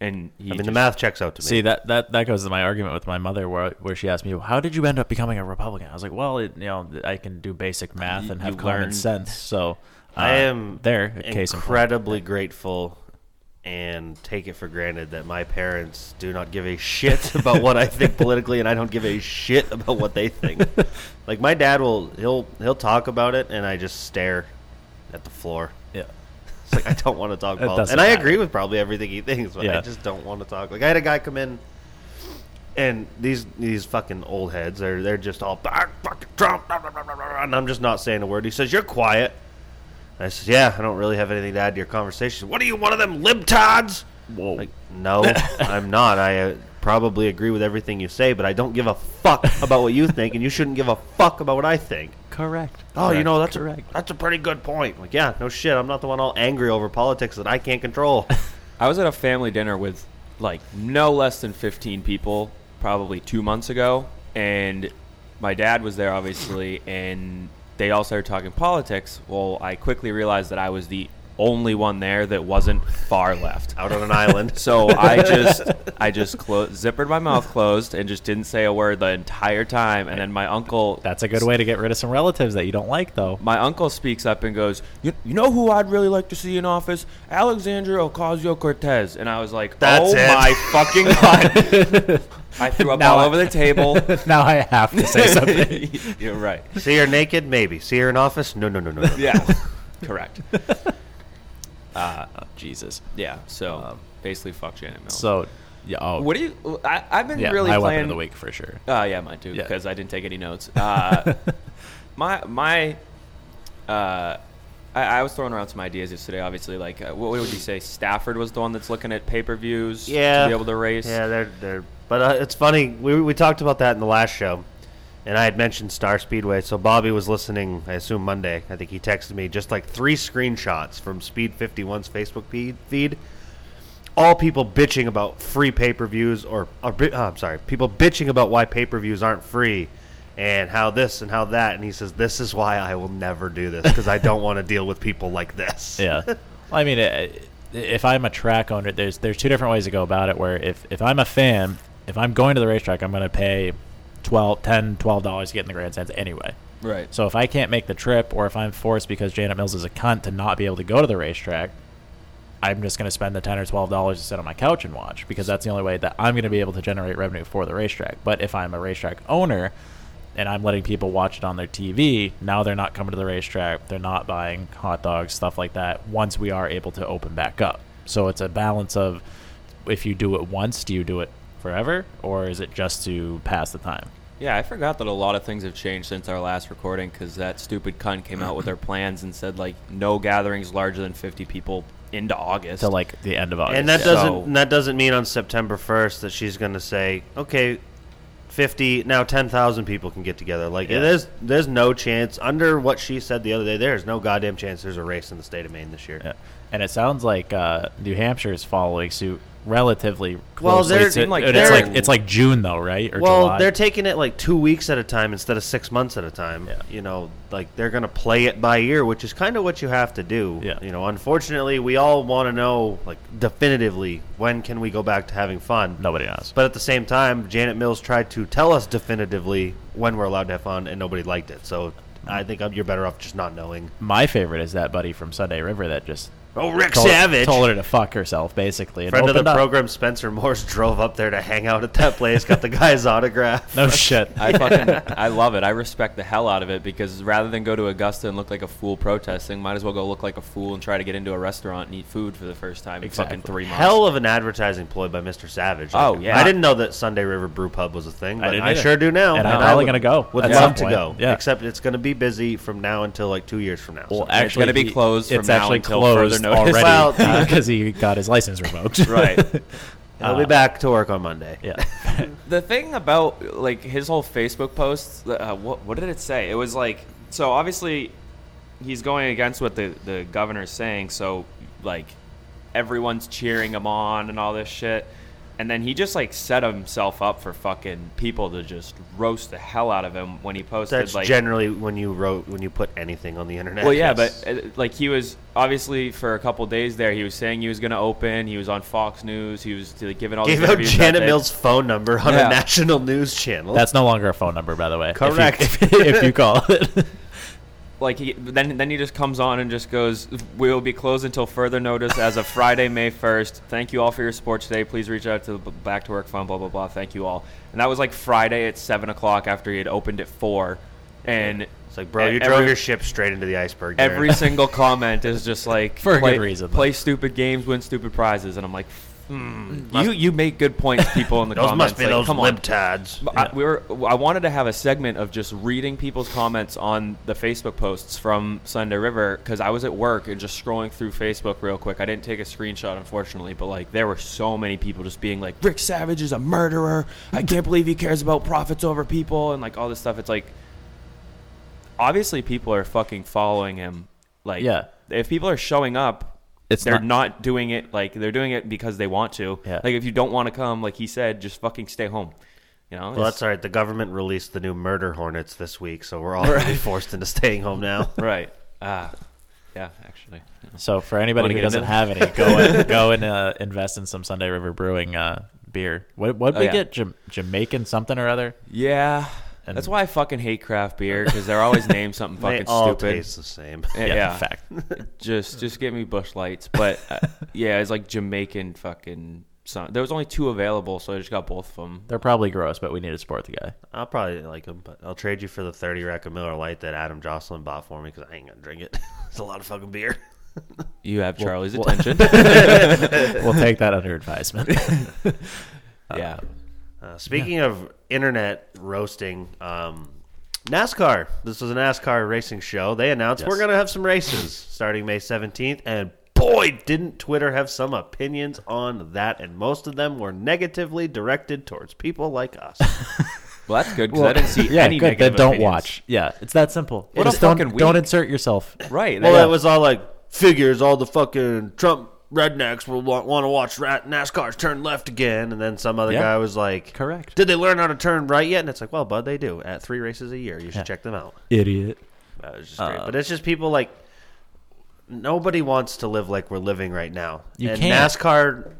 [SPEAKER 1] And he
[SPEAKER 11] I mean,
[SPEAKER 1] just-
[SPEAKER 11] the math checks out to me.
[SPEAKER 10] See that, that that goes to my argument with my mother, where where she asked me, "How did you end up becoming a Republican?" I was like, "Well, it, you know, I can do basic math and have
[SPEAKER 1] you
[SPEAKER 10] common
[SPEAKER 1] learned.
[SPEAKER 10] sense." So uh,
[SPEAKER 11] I am
[SPEAKER 10] there. a Case in point.
[SPEAKER 11] incredibly grateful and take it for granted that my parents do not give a shit about what I think politically and I don't give a shit about what they think. like my dad will he'll he'll talk about it and I just stare at the floor.
[SPEAKER 10] Yeah.
[SPEAKER 11] It's like I don't want to talk
[SPEAKER 10] It
[SPEAKER 11] politics.
[SPEAKER 10] doesn't
[SPEAKER 11] And I
[SPEAKER 10] matter.
[SPEAKER 11] agree with probably everything he thinks, but
[SPEAKER 10] Yeah.
[SPEAKER 11] I just don't want to talk. Like I had a guy come in and these these fucking old heads, they're they're just all "Ah, fucking Trump, blah, blah, blah, blah, blah," and I'm just not saying a word. He says, "You're quiet." I says, "Yeah, I don't really have anything to add to your conversation." What are you, one of them libtards? Whoa! Like, no, I'm not. I uh, probably agree with everything you say, but I don't give a fuck about what you think, and you shouldn't give a fuck about what I think.
[SPEAKER 10] Correct.
[SPEAKER 11] Oh, you know that's A, that's a pretty good point. Like, yeah, no shit. I'm not the one all angry over politics that I can't control.
[SPEAKER 1] I was at a family dinner with like no less than 15 people probably two months ago. And my dad was there, obviously, and they all started talking politics. Well, I quickly realized that I was the only one there that wasn't far left.
[SPEAKER 11] Out on an island.
[SPEAKER 1] So I just, I just clo- zippered my mouth closed and just didn't say a word the entire time. And then my uncle,
[SPEAKER 10] That's a good way to get rid of some relatives that you don't like, though.
[SPEAKER 1] my uncle speaks up and goes, you, you know who I'd really like to see in office? Alexandria Ocasio Cortez. And I was like,
[SPEAKER 11] That's
[SPEAKER 1] oh
[SPEAKER 11] it.
[SPEAKER 1] my fucking God. I threw up
[SPEAKER 10] Now
[SPEAKER 1] all
[SPEAKER 10] I-
[SPEAKER 1] over the table.
[SPEAKER 10] now I have to say something.
[SPEAKER 1] You're right.
[SPEAKER 11] See her naked, maybe. See her in office? No, no, no, no. no.
[SPEAKER 1] Yeah. Uh, Correct.
[SPEAKER 10] Oh, Jesus.
[SPEAKER 1] Yeah. So basically, fuck Janet Mills.
[SPEAKER 10] Um, So, yeah. Oh,
[SPEAKER 1] what do you? I, I've been
[SPEAKER 10] yeah,
[SPEAKER 1] really
[SPEAKER 10] my
[SPEAKER 1] playing
[SPEAKER 10] weapon of the week for sure.
[SPEAKER 1] Uh, yeah, mine too,
[SPEAKER 10] Yeah.
[SPEAKER 1] because I didn't take any notes. Uh, my my, uh, I, I was throwing around some ideas yesterday. Obviously, like uh, what would you say? Stafford was the one that's looking at pay per views.
[SPEAKER 11] yeah,
[SPEAKER 1] to be able to race.
[SPEAKER 11] Yeah, they're they're. But uh, it's funny. We we talked about that in the last show, and I had mentioned Star Speedway. So Bobby was listening. I assume Monday. I think he texted me just like three screenshots from Speed 51's Facebook pe- feed. All people bitching about free pay per views, or, or bi- oh, I'm sorry, people bitching about why pay per views aren't free, and how this and how that. And he says, "This is why I will never do this because I don't want to deal with people like this."
[SPEAKER 10] Yeah. Well, I mean, i- if I'm a track owner, there's there's two different ways to go about it. Where if, if I'm a fan, if I'm going to the racetrack, I'm going to pay 12 10 $12 to get in the grandstands anyway.
[SPEAKER 1] Right.
[SPEAKER 10] So if I can't make the trip, or if I'm forced because Janet Mills is a cunt to not be able to go to the racetrack, I'm just going to spend the ten or twelve dollars to sit on my couch and watch because that's the only way that I'm going to be able to generate revenue for the racetrack. But if I'm a racetrack owner and I'm letting people watch it on their TV, now they're not coming to the racetrack, they're not buying hot dogs, stuff like that. Once we are able to open back up, so it's a balance of if you do it once, do you do it forever, or is it just to pass the time?
[SPEAKER 1] Yeah, I forgot that a lot of things have changed since our last recording because that stupid cunt came out with their plans and said like no gatherings larger than fifty people into August.
[SPEAKER 10] To like the end of August,
[SPEAKER 11] And that
[SPEAKER 1] Yeah.
[SPEAKER 11] doesn't
[SPEAKER 1] So-
[SPEAKER 11] and that doesn't mean on September first that she's going to say, okay, fifty now ten thousand people can get together. Like
[SPEAKER 10] Yeah.
[SPEAKER 11] there's there's no chance under what she said the other day. There's no goddamn chance there's a race in the state of Maine this year.
[SPEAKER 10] Yeah. And it sounds like uh, New Hampshire is following suit relatively
[SPEAKER 11] Well,
[SPEAKER 10] closely.
[SPEAKER 11] they're-
[SPEAKER 10] to-
[SPEAKER 1] like,
[SPEAKER 10] and it's
[SPEAKER 11] they're-
[SPEAKER 10] like it's like June though, right? Or
[SPEAKER 11] Well,
[SPEAKER 10] July.
[SPEAKER 11] they're taking it like two weeks at a time instead of six months at a time.
[SPEAKER 10] Yeah.
[SPEAKER 11] You know, like they're going to play it by ear, which is kind of what you have to do.
[SPEAKER 10] Yeah.
[SPEAKER 11] You know, unfortunately, we all want to know like definitively when can we go back to having fun.
[SPEAKER 10] nobody knows.
[SPEAKER 11] But at the same time, Janet Mills tried to tell us definitively when we're allowed to have fun, and nobody liked it. So I think I'm- you're better off just not knowing.
[SPEAKER 10] My favorite is that buddy from Sunday River that just
[SPEAKER 11] Oh, Rick
[SPEAKER 10] told,
[SPEAKER 11] Savage.
[SPEAKER 10] told her to fuck herself, basically. And
[SPEAKER 11] Friend of the
[SPEAKER 10] opened up.
[SPEAKER 11] program, Spencer Morse, drove up there to hang out at that place, got the guy's autograph.
[SPEAKER 10] No shit.
[SPEAKER 1] I fucking I love it. I respect the hell out of it because rather than go to Augusta and look like a fool protesting, might as well go look like a fool and try to get into a restaurant and eat food for the first time in fucking three months.
[SPEAKER 11] Hell of an advertising ploy by Mr. Savage.
[SPEAKER 1] Oh, yeah.
[SPEAKER 11] I didn't know that Sunday River Brew Pub was a thing, but
[SPEAKER 10] didn't
[SPEAKER 11] I,
[SPEAKER 10] either.
[SPEAKER 11] sure do now.
[SPEAKER 10] And I'm
[SPEAKER 11] I
[SPEAKER 10] probably
[SPEAKER 11] would-
[SPEAKER 10] gonna go
[SPEAKER 11] Would
[SPEAKER 10] at some
[SPEAKER 11] love to
[SPEAKER 10] point.
[SPEAKER 11] go.
[SPEAKER 10] Yeah.
[SPEAKER 11] Except it's going to be busy from now until like two years from now.
[SPEAKER 10] Well,
[SPEAKER 11] so.
[SPEAKER 10] actually,
[SPEAKER 1] gonna be
[SPEAKER 10] he-
[SPEAKER 1] closed from
[SPEAKER 10] It's
[SPEAKER 1] now
[SPEAKER 10] actually
[SPEAKER 1] until
[SPEAKER 10] closed
[SPEAKER 1] further notice.
[SPEAKER 11] Well,
[SPEAKER 10] already because he got his license revoked.
[SPEAKER 1] right.
[SPEAKER 11] I'll be back to work on Monday.
[SPEAKER 10] uh, Yeah.
[SPEAKER 1] the thing about like his whole Facebook post, uh, what what did it say? It was like so obviously he's going against what the the governor's saying, so like everyone's cheering him on and all this shit. And then he just like set himself up for fucking people to just roast the hell out of him when he posted
[SPEAKER 11] That's
[SPEAKER 1] like
[SPEAKER 11] generally when you wrote when you put anything on the internet.
[SPEAKER 1] well, yeah,
[SPEAKER 11] Yes.
[SPEAKER 1] but uh, like he was obviously for a couple days there, he was saying he was going to open. He was on Fox News. He was like, giving all
[SPEAKER 11] gave
[SPEAKER 1] these
[SPEAKER 11] out
[SPEAKER 1] interviews that
[SPEAKER 11] Janet
[SPEAKER 1] day.
[SPEAKER 11] Mills' phone number on
[SPEAKER 1] Yeah.
[SPEAKER 11] a national news channel.
[SPEAKER 10] That's no longer a phone number, by the way. If you-
[SPEAKER 11] Correct.
[SPEAKER 10] If, if you call it.
[SPEAKER 1] like he then then he just comes on and just goes we will be closed until further notice as of friday may 1st thank you all for your support today please reach out to the B- back to work fund blah blah blah thank you all and that was like friday at 7 o'clock after he had opened at 4 and
[SPEAKER 11] it's like, bro,
[SPEAKER 1] e-
[SPEAKER 11] you drove
[SPEAKER 1] every-
[SPEAKER 11] your ship straight into the iceberg. Jared.
[SPEAKER 1] every single comment is just like
[SPEAKER 10] For a good
[SPEAKER 1] play,
[SPEAKER 10] reason, though.
[SPEAKER 1] play stupid games win stupid prizes and i'm like hmm, you you make good points people in the
[SPEAKER 11] Mm, those
[SPEAKER 1] comments
[SPEAKER 11] must be
[SPEAKER 1] like,
[SPEAKER 11] those
[SPEAKER 1] come on
[SPEAKER 11] libtards.
[SPEAKER 1] but I, we were, I wanted to have a segment of just reading people's comments on the Facebook posts from Sunday River because I was at work and just scrolling through Facebook real quick. I didn't take a screenshot, unfortunately, but like there were so many people just being like, Rick Savage is a murderer. I can't believe he cares about profits over people and like all this stuff. It's like, obviously, people are fucking following him. Like,
[SPEAKER 10] Yeah.
[SPEAKER 1] if people are showing up,
[SPEAKER 10] It's
[SPEAKER 1] they're
[SPEAKER 10] not-
[SPEAKER 1] not, doing it like they're doing it because they want to.
[SPEAKER 10] Yeah.
[SPEAKER 1] Like if you don't want to come, like he said, just fucking stay home. You know,
[SPEAKER 11] Well,
[SPEAKER 1] It's-
[SPEAKER 11] that's all right. The government released the new murder hornets this week, so we're all gonna be forced into staying home now.
[SPEAKER 1] Right. Ah. yeah, actually.
[SPEAKER 10] So for anybody
[SPEAKER 1] Wanna
[SPEAKER 10] who
[SPEAKER 1] get into
[SPEAKER 10] doesn't
[SPEAKER 1] that?
[SPEAKER 10] have any, go and, go and uh, invest in some Sunday River Brewing uh, beer. What what
[SPEAKER 1] Oh,
[SPEAKER 10] we
[SPEAKER 1] yeah.
[SPEAKER 10] get? Jam- Jamaican something or other.
[SPEAKER 1] Yeah.
[SPEAKER 10] And-
[SPEAKER 1] that's why I fucking hate craft beer because they're always named something
[SPEAKER 11] they
[SPEAKER 1] fucking
[SPEAKER 11] all
[SPEAKER 1] stupid.
[SPEAKER 11] taste the same.
[SPEAKER 1] yeah,
[SPEAKER 10] yeah.
[SPEAKER 1] yeah.
[SPEAKER 10] in fact.
[SPEAKER 1] just just give me bush lights, but uh, yeah, it's like Jamaican fucking. Sun. There was only two available, so I just got both of them.
[SPEAKER 10] They're probably gross, but we need to support the guy.
[SPEAKER 11] I'll probably like them, but I'll trade you for the thirty rack of Miller Lite that Adam Jocelyn bought for me because I ain't gonna drink it. it's a lot of fucking beer.
[SPEAKER 1] You have Charlie's
[SPEAKER 10] well-
[SPEAKER 1] attention.
[SPEAKER 10] We'll take that under advisement.
[SPEAKER 1] yeah.
[SPEAKER 11] Uh, speaking of internet roasting, um, NASCAR. This was a NASCAR racing show. They announced we're going to have some races starting May 17th, and boy, didn't Twitter have some opinions on that, and most of them were negatively directed towards people like us.
[SPEAKER 1] Well, that's good because I didn't see
[SPEAKER 10] yeah,
[SPEAKER 1] any.
[SPEAKER 10] good. Then
[SPEAKER 1] negative
[SPEAKER 10] don't
[SPEAKER 1] opinions.
[SPEAKER 10] watch. Yeah, it's that simple.
[SPEAKER 1] What a
[SPEAKER 10] Just don't,
[SPEAKER 1] fucking
[SPEAKER 10] don't
[SPEAKER 1] week.
[SPEAKER 10] insert yourself.
[SPEAKER 1] Right.
[SPEAKER 11] well,
[SPEAKER 1] that-
[SPEAKER 11] it was all like figures, all the fucking Trump rednecks will want, want to watch rat NASCAR's turn left again, and then some other
[SPEAKER 10] Yeah.
[SPEAKER 11] guy was like,
[SPEAKER 10] Correct.
[SPEAKER 11] Did they learn how to turn right yet?" And it's like, "Well, bud, they do at three races a year. You should check them out."
[SPEAKER 10] Idiot.
[SPEAKER 11] That was just great.
[SPEAKER 10] Uh,
[SPEAKER 11] But it's just people like nobody wants to live like we're living right now.
[SPEAKER 10] You
[SPEAKER 11] and
[SPEAKER 10] can't.
[SPEAKER 11] NASCAR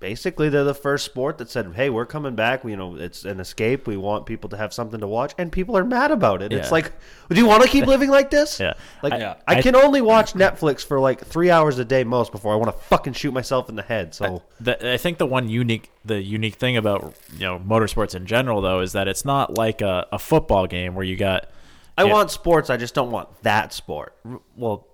[SPEAKER 11] basically they're the first sport that said, "Hey, we're coming back. You know, it's an escape. We want people to have something to watch." And people are mad about it.
[SPEAKER 10] Yeah.
[SPEAKER 11] It's like, "Do you want to keep living like this?"
[SPEAKER 10] Yeah.
[SPEAKER 11] Like
[SPEAKER 10] I-
[SPEAKER 11] I,
[SPEAKER 10] I-
[SPEAKER 11] can only watch Netflix for like 3 hours a day most before I want to fucking shoot myself in the head. So
[SPEAKER 10] The, I think the one unique the unique thing about you know motorsports in general though is that it's not like a, a football game where you got
[SPEAKER 11] I
[SPEAKER 10] Yeah.
[SPEAKER 11] want sports, I just don't want that sport.
[SPEAKER 10] well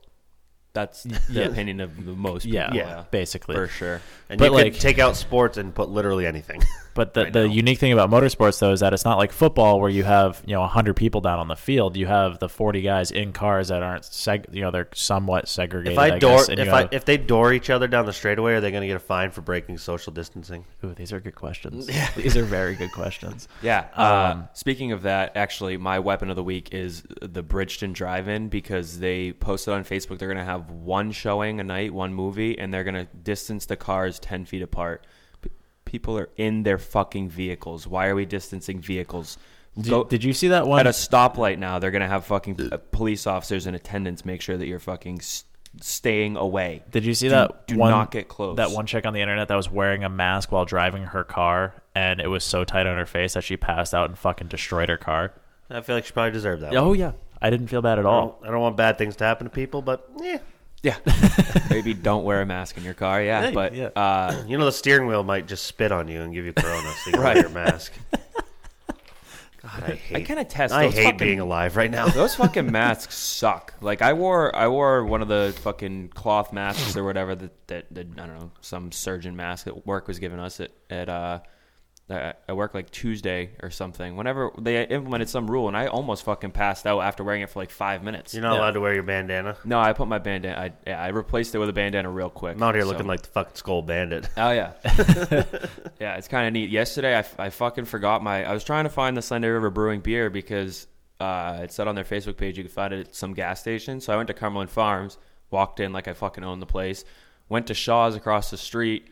[SPEAKER 1] that's the opinion of the most.
[SPEAKER 10] yeah,
[SPEAKER 1] people,
[SPEAKER 11] Yeah.
[SPEAKER 10] basically
[SPEAKER 1] for sure.
[SPEAKER 11] And
[SPEAKER 10] But,
[SPEAKER 11] you could
[SPEAKER 10] like-
[SPEAKER 11] take out sports and put literally anything.
[SPEAKER 10] But the, the unique thing about motorsports though is that it's not like football where you have you know 100 people down on the field. You have the 40 guys in cars that aren't seg- you know they're somewhat segregated.
[SPEAKER 11] If I, door,
[SPEAKER 10] guess, and
[SPEAKER 11] if
[SPEAKER 10] you
[SPEAKER 11] I,
[SPEAKER 10] have-
[SPEAKER 11] if they door each other down the straightaway, are they going to get a fine for breaking social distancing?
[SPEAKER 10] Ooh, these are good questions. These are very good questions.
[SPEAKER 1] Yeah.
[SPEAKER 10] Um,
[SPEAKER 1] Uh, speaking of that, actually, my weapon of the week is the Bridgeton Drive-In because they posted on Facebook they're going to have one showing a night, one movie, and they're going to distance the cars ten feet apart. P- people are in their fucking vehicles. Why are we distancing vehicles?
[SPEAKER 10] Did,
[SPEAKER 1] Go-
[SPEAKER 10] did you see that one?
[SPEAKER 1] at a stoplight now? They're going to have fucking uh, police officers in attendance make sure that you're fucking s staying away.
[SPEAKER 10] Did you see
[SPEAKER 1] Do-
[SPEAKER 10] that?
[SPEAKER 1] Do
[SPEAKER 10] one,
[SPEAKER 1] not get close.
[SPEAKER 10] That one chick on the internet that was wearing a mask while driving her car, and it was so tight on her face that she passed out and fucking destroyed her car. Oh,
[SPEAKER 11] I feel like she probably deserved that. one.
[SPEAKER 10] yeah, I didn't feel bad at
[SPEAKER 11] I
[SPEAKER 10] all.
[SPEAKER 11] don't, I don't want bad things to happen to people, but yeah,
[SPEAKER 1] Yeah. Maybe don't wear a mask in your car. Yeah.
[SPEAKER 10] Hey,
[SPEAKER 1] but
[SPEAKER 10] yeah.
[SPEAKER 1] Uh,
[SPEAKER 11] You know, the steering wheel might just spit on you and give you corona, so you can
[SPEAKER 1] Right.
[SPEAKER 11] wear your mask. God, I hate.
[SPEAKER 1] I can attest.
[SPEAKER 11] I
[SPEAKER 1] those
[SPEAKER 11] hate
[SPEAKER 1] fucking-
[SPEAKER 11] being alive right now.
[SPEAKER 1] Those fucking masks suck. Like I wore, I wore one of the fucking cloth masks or whatever that that, that I don't know some surgeon mask that work was giving us at at uh, I I work like Tuesday or something. Whenever they implemented some rule, and I almost fucking passed out after wearing it for like five minutes.
[SPEAKER 11] You're not allowed to wear your bandana.
[SPEAKER 1] No, I put my bandana. I, yeah, I replaced it with a bandana real quick.
[SPEAKER 11] I'm out here
[SPEAKER 1] so-
[SPEAKER 11] looking like the fucking skull bandit.
[SPEAKER 1] Oh yeah, yeah. It's kind of neat. Yesterday, I, f- I fucking forgot my. I was trying to find the Slender River Brewing beer because uh, it said on their Facebook page you could find it at some gas station. So I went to Cumberland Farms, walked in like I fucking owned the place. Went to Shaw's across the street.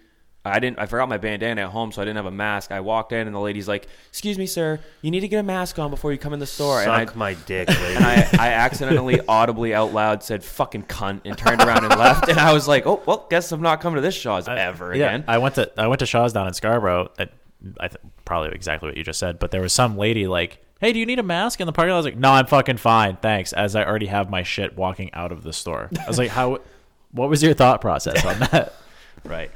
[SPEAKER 1] I didn't. I forgot my bandana at home, so I didn't have a mask. I walked in, and the lady's like, "Excuse me, sir, you need to get a mask on before you come in the store." and I,
[SPEAKER 11] Suck my dick, lady.
[SPEAKER 1] and I, I accidentally audibly out loud said fucking cunt and turned around and left. And I was like, oh, well, guess I'm not coming to this Shaw's ever again.
[SPEAKER 10] I went to I went to Shaw's down in Scarborough. At, I th- probably exactly what you just said, but there was some lady like, "Hey, do you need a mask?" In the parking lot, I was like, "No, I'm fucking fine, thanks." As I already have my shit walking out of the store, I was like, "How? What was your thought process on that?"
[SPEAKER 1] right.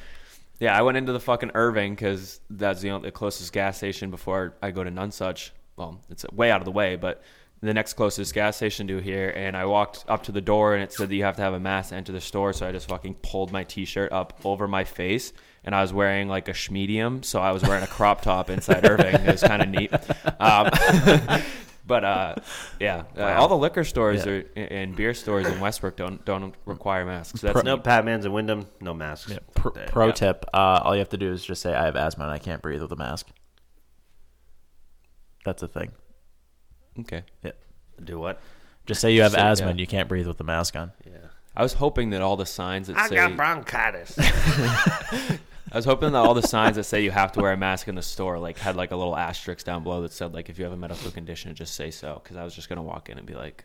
[SPEAKER 1] Yeah, I went into the fucking Irving because that's the, only, the closest gas station before I go to Nunsuch. Well, it's way out of the way, but the next closest gas station to here. And I walked up to the door and it said that you have to have a mask to enter the store. So I just fucking pulled my t shirt up over my face. And I was wearing like a schmedium, so I was wearing a crop top inside Irving. It was kind of neat. Um, But uh, yeah, uh, all the liquor stores
[SPEAKER 10] Yeah.
[SPEAKER 1] are, and beer stores in Westbrook don't don't require masks. That's
[SPEAKER 11] no
[SPEAKER 1] neat.
[SPEAKER 11] Batmans and Wyndham, no masks.
[SPEAKER 10] Pro,
[SPEAKER 11] Fuck that.
[SPEAKER 10] pro tip: uh, All you have to do is just say, "I have asthma and I can't breathe with a mask." That's a thing.
[SPEAKER 1] Okay,
[SPEAKER 10] Yeah.
[SPEAKER 11] Do what?
[SPEAKER 10] Just say you have
[SPEAKER 1] Say-
[SPEAKER 10] asthma
[SPEAKER 1] yeah.
[SPEAKER 10] and you can't breathe with the mask on.
[SPEAKER 1] I was hoping that all the signs that say I
[SPEAKER 11] bronchitis.
[SPEAKER 1] was hoping that all the signs that say you have to wear a mask in the store like had like a little asterisk down below that said like if you have a medical condition, just say so. Because I was just gonna walk in and be like,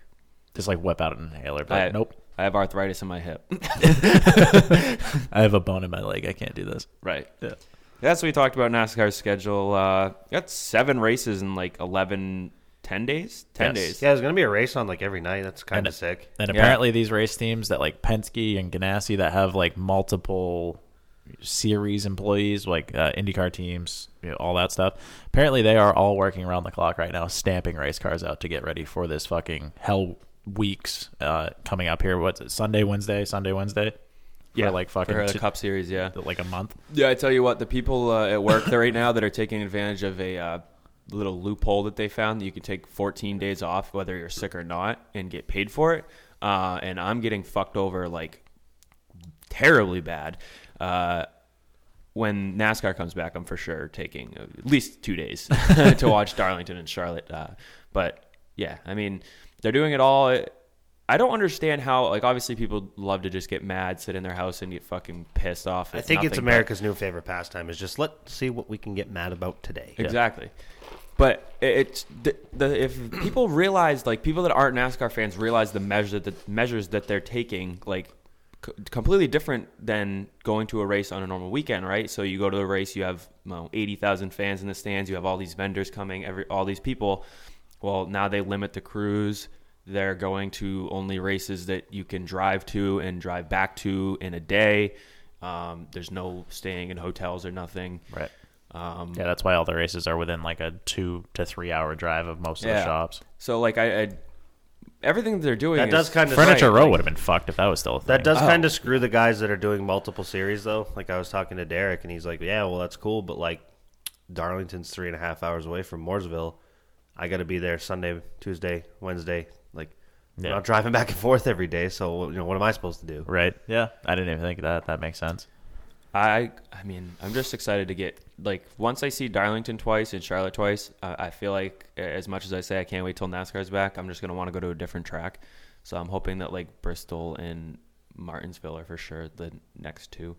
[SPEAKER 10] Just like whip out an inhaler. But
[SPEAKER 1] I,
[SPEAKER 10] nope,
[SPEAKER 1] I have arthritis in my hip.
[SPEAKER 10] I have a bone in my leg. I can't do this.
[SPEAKER 1] right.
[SPEAKER 10] Yeah.
[SPEAKER 1] That's what we talked about NASCAR's schedule. Uh, got seven races in like 11, 10 days, ten
[SPEAKER 10] Yes.
[SPEAKER 1] days.
[SPEAKER 11] yeah, there's gonna be a race on like every night. That's kind
[SPEAKER 10] And-
[SPEAKER 11] of sick.
[SPEAKER 10] And
[SPEAKER 1] Yeah.
[SPEAKER 10] apparently, these race teams that like Penske and Ganassi that have like multiple series employees, like uh, IndyCar teams, you know, all that stuff. Apparently, they are all working around the clock right now, stamping race cars out to get ready for this fucking hell weeks uh, coming up here. What's it? Sunday, Wednesday, Sunday, Wednesday.
[SPEAKER 1] Yeah,
[SPEAKER 10] for like fucking
[SPEAKER 1] for the
[SPEAKER 10] two-
[SPEAKER 1] Cup Series. Yeah,
[SPEAKER 10] like a month.
[SPEAKER 1] Yeah, I tell you what, the people uh, at work there right now that are taking advantage of a uh, little loophole that they found that you can take 14 days off whether you're sick or not and get paid for it. Uh, and I'm getting fucked over like terribly bad. Uh, when NASCAR comes back, I'm for sure taking at least two days to watch Darlington and Charlotte. Uh, but yeah, I mean, they're doing it all. I don't understand how, like, obviously people love to just get mad, sit in their house, and get fucking pissed off.
[SPEAKER 11] I
[SPEAKER 1] at
[SPEAKER 11] think it's
[SPEAKER 1] nothing, but-
[SPEAKER 11] America's new favorite pastime. Is just let's see what we can get mad about today.
[SPEAKER 1] Exactly. But it- it's the, the if people realize like people that aren't NASCAR fans realize the measure that the measures that they're taking like c- completely different than going to a race on a normal weekend, right? So you go to the race, you have you know, eighty thousand fans in the stands, you have all these vendors coming, every all these people. Well, now they limit the crews. They're going to only races that you can drive to and drive back to in a day. Um, there's no staying in hotels or nothing.
[SPEAKER 10] Right.
[SPEAKER 1] Um,
[SPEAKER 10] yeah, that's why all the races are within like a two to three hour drive of most of the shops.
[SPEAKER 1] So like I, I everything that they're doing
[SPEAKER 11] That
[SPEAKER 1] is-
[SPEAKER 11] does kind of
[SPEAKER 10] Furniture Row would have been fucked if that was still a thing.
[SPEAKER 11] That does kind of screw the guys that are doing multiple series, though. Like I was talking to Derek, and he's like, "Yeah, well, that's cool, but like, Darlington's three and a half hours away from Mooresville. I got to be there Sunday, Tuesday, Wednesday. Like, I'm
[SPEAKER 10] Yeah.
[SPEAKER 11] not driving back and forth every day. So, you know, what am I supposed to do?
[SPEAKER 10] Right. Yeah. I didn't even think of that. That makes sense.
[SPEAKER 1] I I mean I'm just excited to get like once I see Darlington twice and Charlotte twice I I feel like a- as much as I say I can't wait till NASCAR's back I'm just gonna want to go to a different track. So I'm hoping that like Bristol and Martinsville are for sure the next two.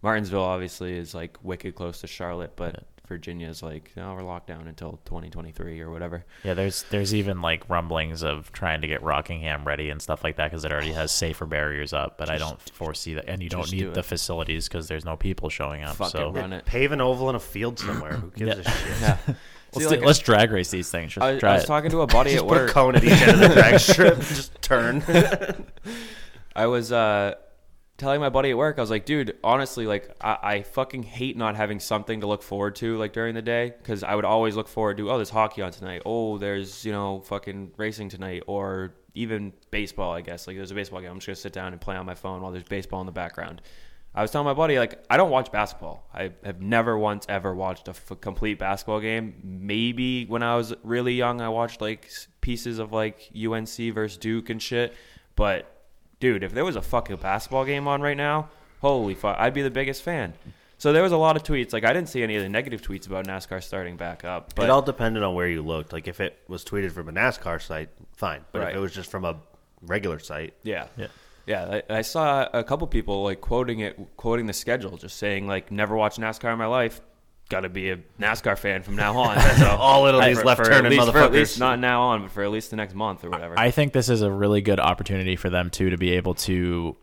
[SPEAKER 1] Martinsville obviously is like wicked close to Charlotte, but Virginia is like no we're locked down until 2023 or whatever.
[SPEAKER 10] Yeah, there's there's even like rumblings of trying to get Rockingham ready and stuff like that because it already has safer barriers up. But I don't foresee that, and you don't
[SPEAKER 1] just do
[SPEAKER 10] need
[SPEAKER 1] it.
[SPEAKER 10] the facilities because there's no people showing up.
[SPEAKER 1] Fuck
[SPEAKER 10] so
[SPEAKER 1] it, run it.
[SPEAKER 11] Pave an oval in a field somewhere. Who gives a shit?
[SPEAKER 10] let's,
[SPEAKER 1] See,
[SPEAKER 10] do-
[SPEAKER 1] like,
[SPEAKER 10] let's drag race these things. Just
[SPEAKER 1] I, I
[SPEAKER 10] try
[SPEAKER 1] was
[SPEAKER 10] it.
[SPEAKER 1] talking to a buddy at
[SPEAKER 11] Put a
[SPEAKER 1] work.
[SPEAKER 11] cone at each end of the drag strip. Just turn.
[SPEAKER 1] I was uh telling my buddy at work, I was like, dude, honestly, like I, I fucking hate not having something to look forward to like during the day because I would always look forward to oh, there's hockey on tonight. Oh, there's you know fucking racing tonight, or even baseball. I guess like there's a baseball game. I'm just gonna sit down and play on my phone while there's baseball in the background. I was telling my buddy like I don't watch basketball. I have never once ever watched a f- complete basketball game. Maybe when I was really young, I watched like s- pieces of like UNC versus Duke and shit. But dude, if there was a fucking basketball game on right now, holy fuck, I'd be the biggest fan. So there was a lot of tweets. Like I didn't see any of the negative tweets about NASCAR starting back up. But
[SPEAKER 11] it all depended on where you looked. Like if it was tweeted from a NASCAR site, fine. But
[SPEAKER 1] Right.
[SPEAKER 11] if it was just from a regular site,
[SPEAKER 1] Yeah.
[SPEAKER 10] Yeah.
[SPEAKER 1] Yeah, I I saw a couple people like quoting it, quoting the schedule, just saying like, "Never watched NASCAR in my life. Got to be a NASCAR fan from now on." So
[SPEAKER 11] all it'll be is
[SPEAKER 1] for-
[SPEAKER 11] left
[SPEAKER 1] for at
[SPEAKER 11] turning
[SPEAKER 1] least- for at least
[SPEAKER 11] motherfuckers.
[SPEAKER 1] not now on, but for at least the next month or whatever.
[SPEAKER 10] I think this is a really good opportunity for them too to be able to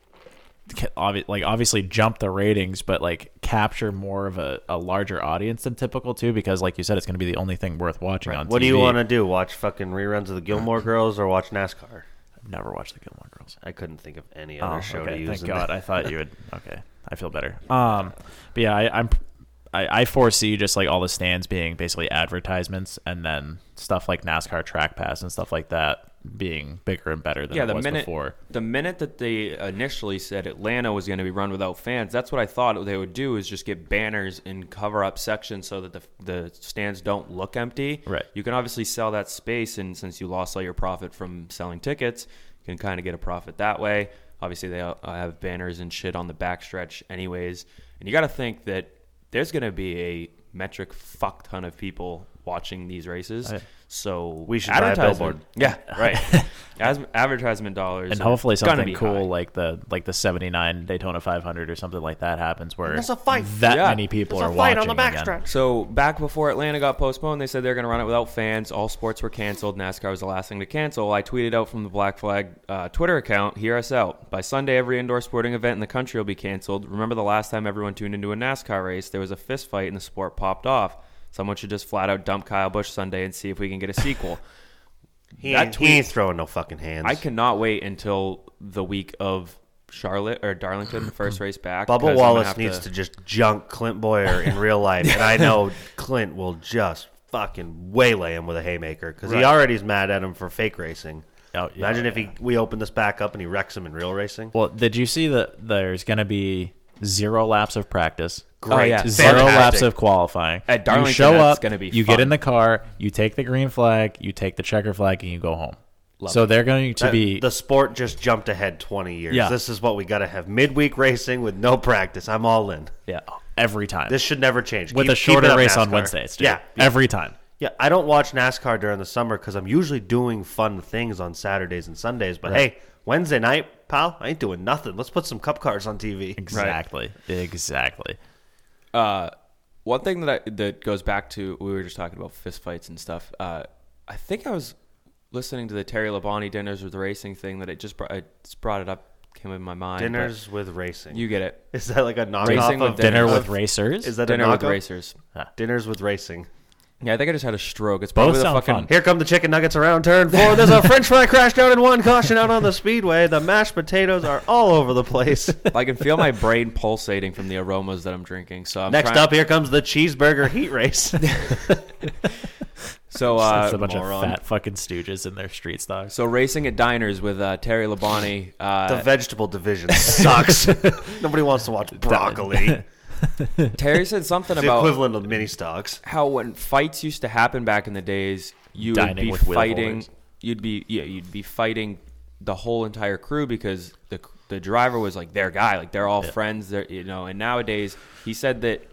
[SPEAKER 10] ca- obvi- like obviously jump the ratings but like capture more of a, a larger audience than typical too because like you said it's going to be the only thing worth watching on
[SPEAKER 11] what do you
[SPEAKER 10] TV.
[SPEAKER 11] want to do? Watch fucking reruns of the Gilmore Girls or watch NASCAR?
[SPEAKER 10] I've never watched the Gilmore Girls
[SPEAKER 11] I couldn't think of any other show
[SPEAKER 10] Oh, okay,
[SPEAKER 11] to use.
[SPEAKER 10] thank
[SPEAKER 11] in
[SPEAKER 10] God.
[SPEAKER 11] that.
[SPEAKER 10] I thought you would. Okay, I feel better. Um, but yeah, I, I'm. I, I foresee just like all the stands being basically advertisements, and then stuff like NASCAR Track Pass and stuff like that being bigger and better than
[SPEAKER 1] yeah,
[SPEAKER 10] it
[SPEAKER 1] the
[SPEAKER 10] was
[SPEAKER 1] minute
[SPEAKER 10] before.
[SPEAKER 1] the minute that they initially said Atlanta was going to be run without fans, that's what I thought they would do is just get banners and cover up sections so that the the stands don't look empty.
[SPEAKER 10] Right.
[SPEAKER 1] You can obviously sell that space, and since you lost all your profit from selling tickets, you can kind of get a profit that way. Obviously, they all- have banners and shit on the backstretch, anyways. And you got to think that there's going to be a metric fuck ton of people watching these races. So
[SPEAKER 11] We should buy a
[SPEAKER 1] advertisement-
[SPEAKER 11] billboard.
[SPEAKER 1] yeah, right. As advertisement dollars,
[SPEAKER 10] And
[SPEAKER 1] are
[SPEAKER 10] hopefully
[SPEAKER 1] gonna
[SPEAKER 10] something
[SPEAKER 1] be
[SPEAKER 10] cool
[SPEAKER 1] high.
[SPEAKER 10] like the like the '79 Daytona 500 or something like that happens, where
[SPEAKER 11] There's a fight.
[SPEAKER 10] that
[SPEAKER 1] Yeah.
[SPEAKER 10] many people
[SPEAKER 11] There's
[SPEAKER 10] are
[SPEAKER 11] a fight on
[SPEAKER 10] watching
[SPEAKER 11] the
[SPEAKER 10] again.
[SPEAKER 11] backstretch.
[SPEAKER 1] So back before Atlanta got postponed, they said they were going to run it without fans. All sports were canceled. NASCAR was the last thing to cancel. I tweeted out from the Black Flag uh, Twitter account, "Hear us out! By Sunday, every indoor sporting event in the country will be canceled. Remember the last time everyone tuned into a NASCAR race? There was a fist fight, and the sport popped off. Someone should just flat out dump Kyle Busch Sunday and see if we can get a sequel."
[SPEAKER 11] He,
[SPEAKER 1] That
[SPEAKER 11] ain't, he
[SPEAKER 1] tweet-
[SPEAKER 11] ain't throwing no fucking hands.
[SPEAKER 1] I cannot wait until the week of Charlotte or Darlington, the first race back. because
[SPEAKER 11] Bubba
[SPEAKER 1] I'm gonna
[SPEAKER 11] Wallace
[SPEAKER 1] have
[SPEAKER 11] needs to... just junk Clint Boyer in real life, and I know Clint will just fucking waylay him with a haymaker because he already is mad at him for fake racing.
[SPEAKER 10] Oh, yeah,
[SPEAKER 11] Imagine if he we open this back up and he wrecks him in real racing.
[SPEAKER 10] Well, did you see that there's going to be zero laps of practice?
[SPEAKER 11] Great.
[SPEAKER 1] yeah.
[SPEAKER 10] Zero
[SPEAKER 11] Oh, Fantastic.
[SPEAKER 10] laps of qualifying.
[SPEAKER 1] At Darlington,
[SPEAKER 10] you show
[SPEAKER 1] that's
[SPEAKER 10] up,
[SPEAKER 1] gonna be
[SPEAKER 10] you
[SPEAKER 1] fun.
[SPEAKER 10] get in the car, you take the green flag, you take the checker flag, and you go home. so they're going to
[SPEAKER 11] That-
[SPEAKER 10] be
[SPEAKER 11] the sport just jumped ahead 20 years.
[SPEAKER 10] Yeah.
[SPEAKER 11] This is what we got to have midweek racing with no practice. I'm all in.
[SPEAKER 10] yeah, every time
[SPEAKER 11] This should never change.
[SPEAKER 10] with
[SPEAKER 11] Keep-
[SPEAKER 10] a
[SPEAKER 11] keep it
[SPEAKER 10] shorter
[SPEAKER 11] up,
[SPEAKER 10] race on
[SPEAKER 11] NASCAR.
[SPEAKER 10] Wednesdays. Dude.
[SPEAKER 11] Yeah.
[SPEAKER 10] every time.
[SPEAKER 11] Yeah, I don't watch NASCAR during the summer because I'm usually doing fun things on Saturdays and Sundays. But hey, Wednesday night, pal, I ain't doing nothing. Let's put some cup cars on TV.
[SPEAKER 10] Exactly. Exactly.
[SPEAKER 1] one thing that I, that goes back to we were just talking about fist fights and stuff. Uh, I think I was listening to the Terry Labonte dinners with racing thing that it just brought, it's brought it up came in my mind. but
[SPEAKER 11] Dinners with racing.
[SPEAKER 1] you get it.
[SPEAKER 11] is that like a knockoff
[SPEAKER 1] Racing with
[SPEAKER 11] of
[SPEAKER 1] dinner
[SPEAKER 10] Dinner
[SPEAKER 1] Of-
[SPEAKER 10] with racers.
[SPEAKER 11] Is that
[SPEAKER 1] Dinner
[SPEAKER 11] a
[SPEAKER 1] with
[SPEAKER 11] knockoff?
[SPEAKER 1] racers.
[SPEAKER 11] Dinners with racing.
[SPEAKER 1] Yeah, I think I just had a stroke. It's
[SPEAKER 10] Both
[SPEAKER 1] probably the
[SPEAKER 10] sound
[SPEAKER 1] fucking
[SPEAKER 10] fun.
[SPEAKER 11] Here come the chicken nuggets around turn four. There's a French fry crash down in one. Caution out on the speedway. The mashed potatoes are all over the place.
[SPEAKER 1] I can feel my brain pulsating from the aromas that I'm drinking. So I'm
[SPEAKER 11] Next
[SPEAKER 1] trying-
[SPEAKER 11] up, here comes the cheeseburger heat race.
[SPEAKER 1] so uh,
[SPEAKER 10] That's a bunch
[SPEAKER 11] moron.
[SPEAKER 10] of fat fucking stooges in their street stocks.
[SPEAKER 1] so racing at diners with uh, Terry Labonte. Uh,
[SPEAKER 11] the vegetable division sucks. Nobody wants to watch broccoli. It's
[SPEAKER 1] Terry said something
[SPEAKER 11] the
[SPEAKER 1] about
[SPEAKER 11] equivalent of mini stocks.
[SPEAKER 1] how when fights used to happen back in the days, you would
[SPEAKER 10] Dining
[SPEAKER 1] be
[SPEAKER 10] with wheel
[SPEAKER 1] fighting.
[SPEAKER 10] holders.
[SPEAKER 1] You'd be yeah, you'd be fighting the whole entire crew because the the driver was like their guy, like they're all friends. They're you know, and nowadays he said that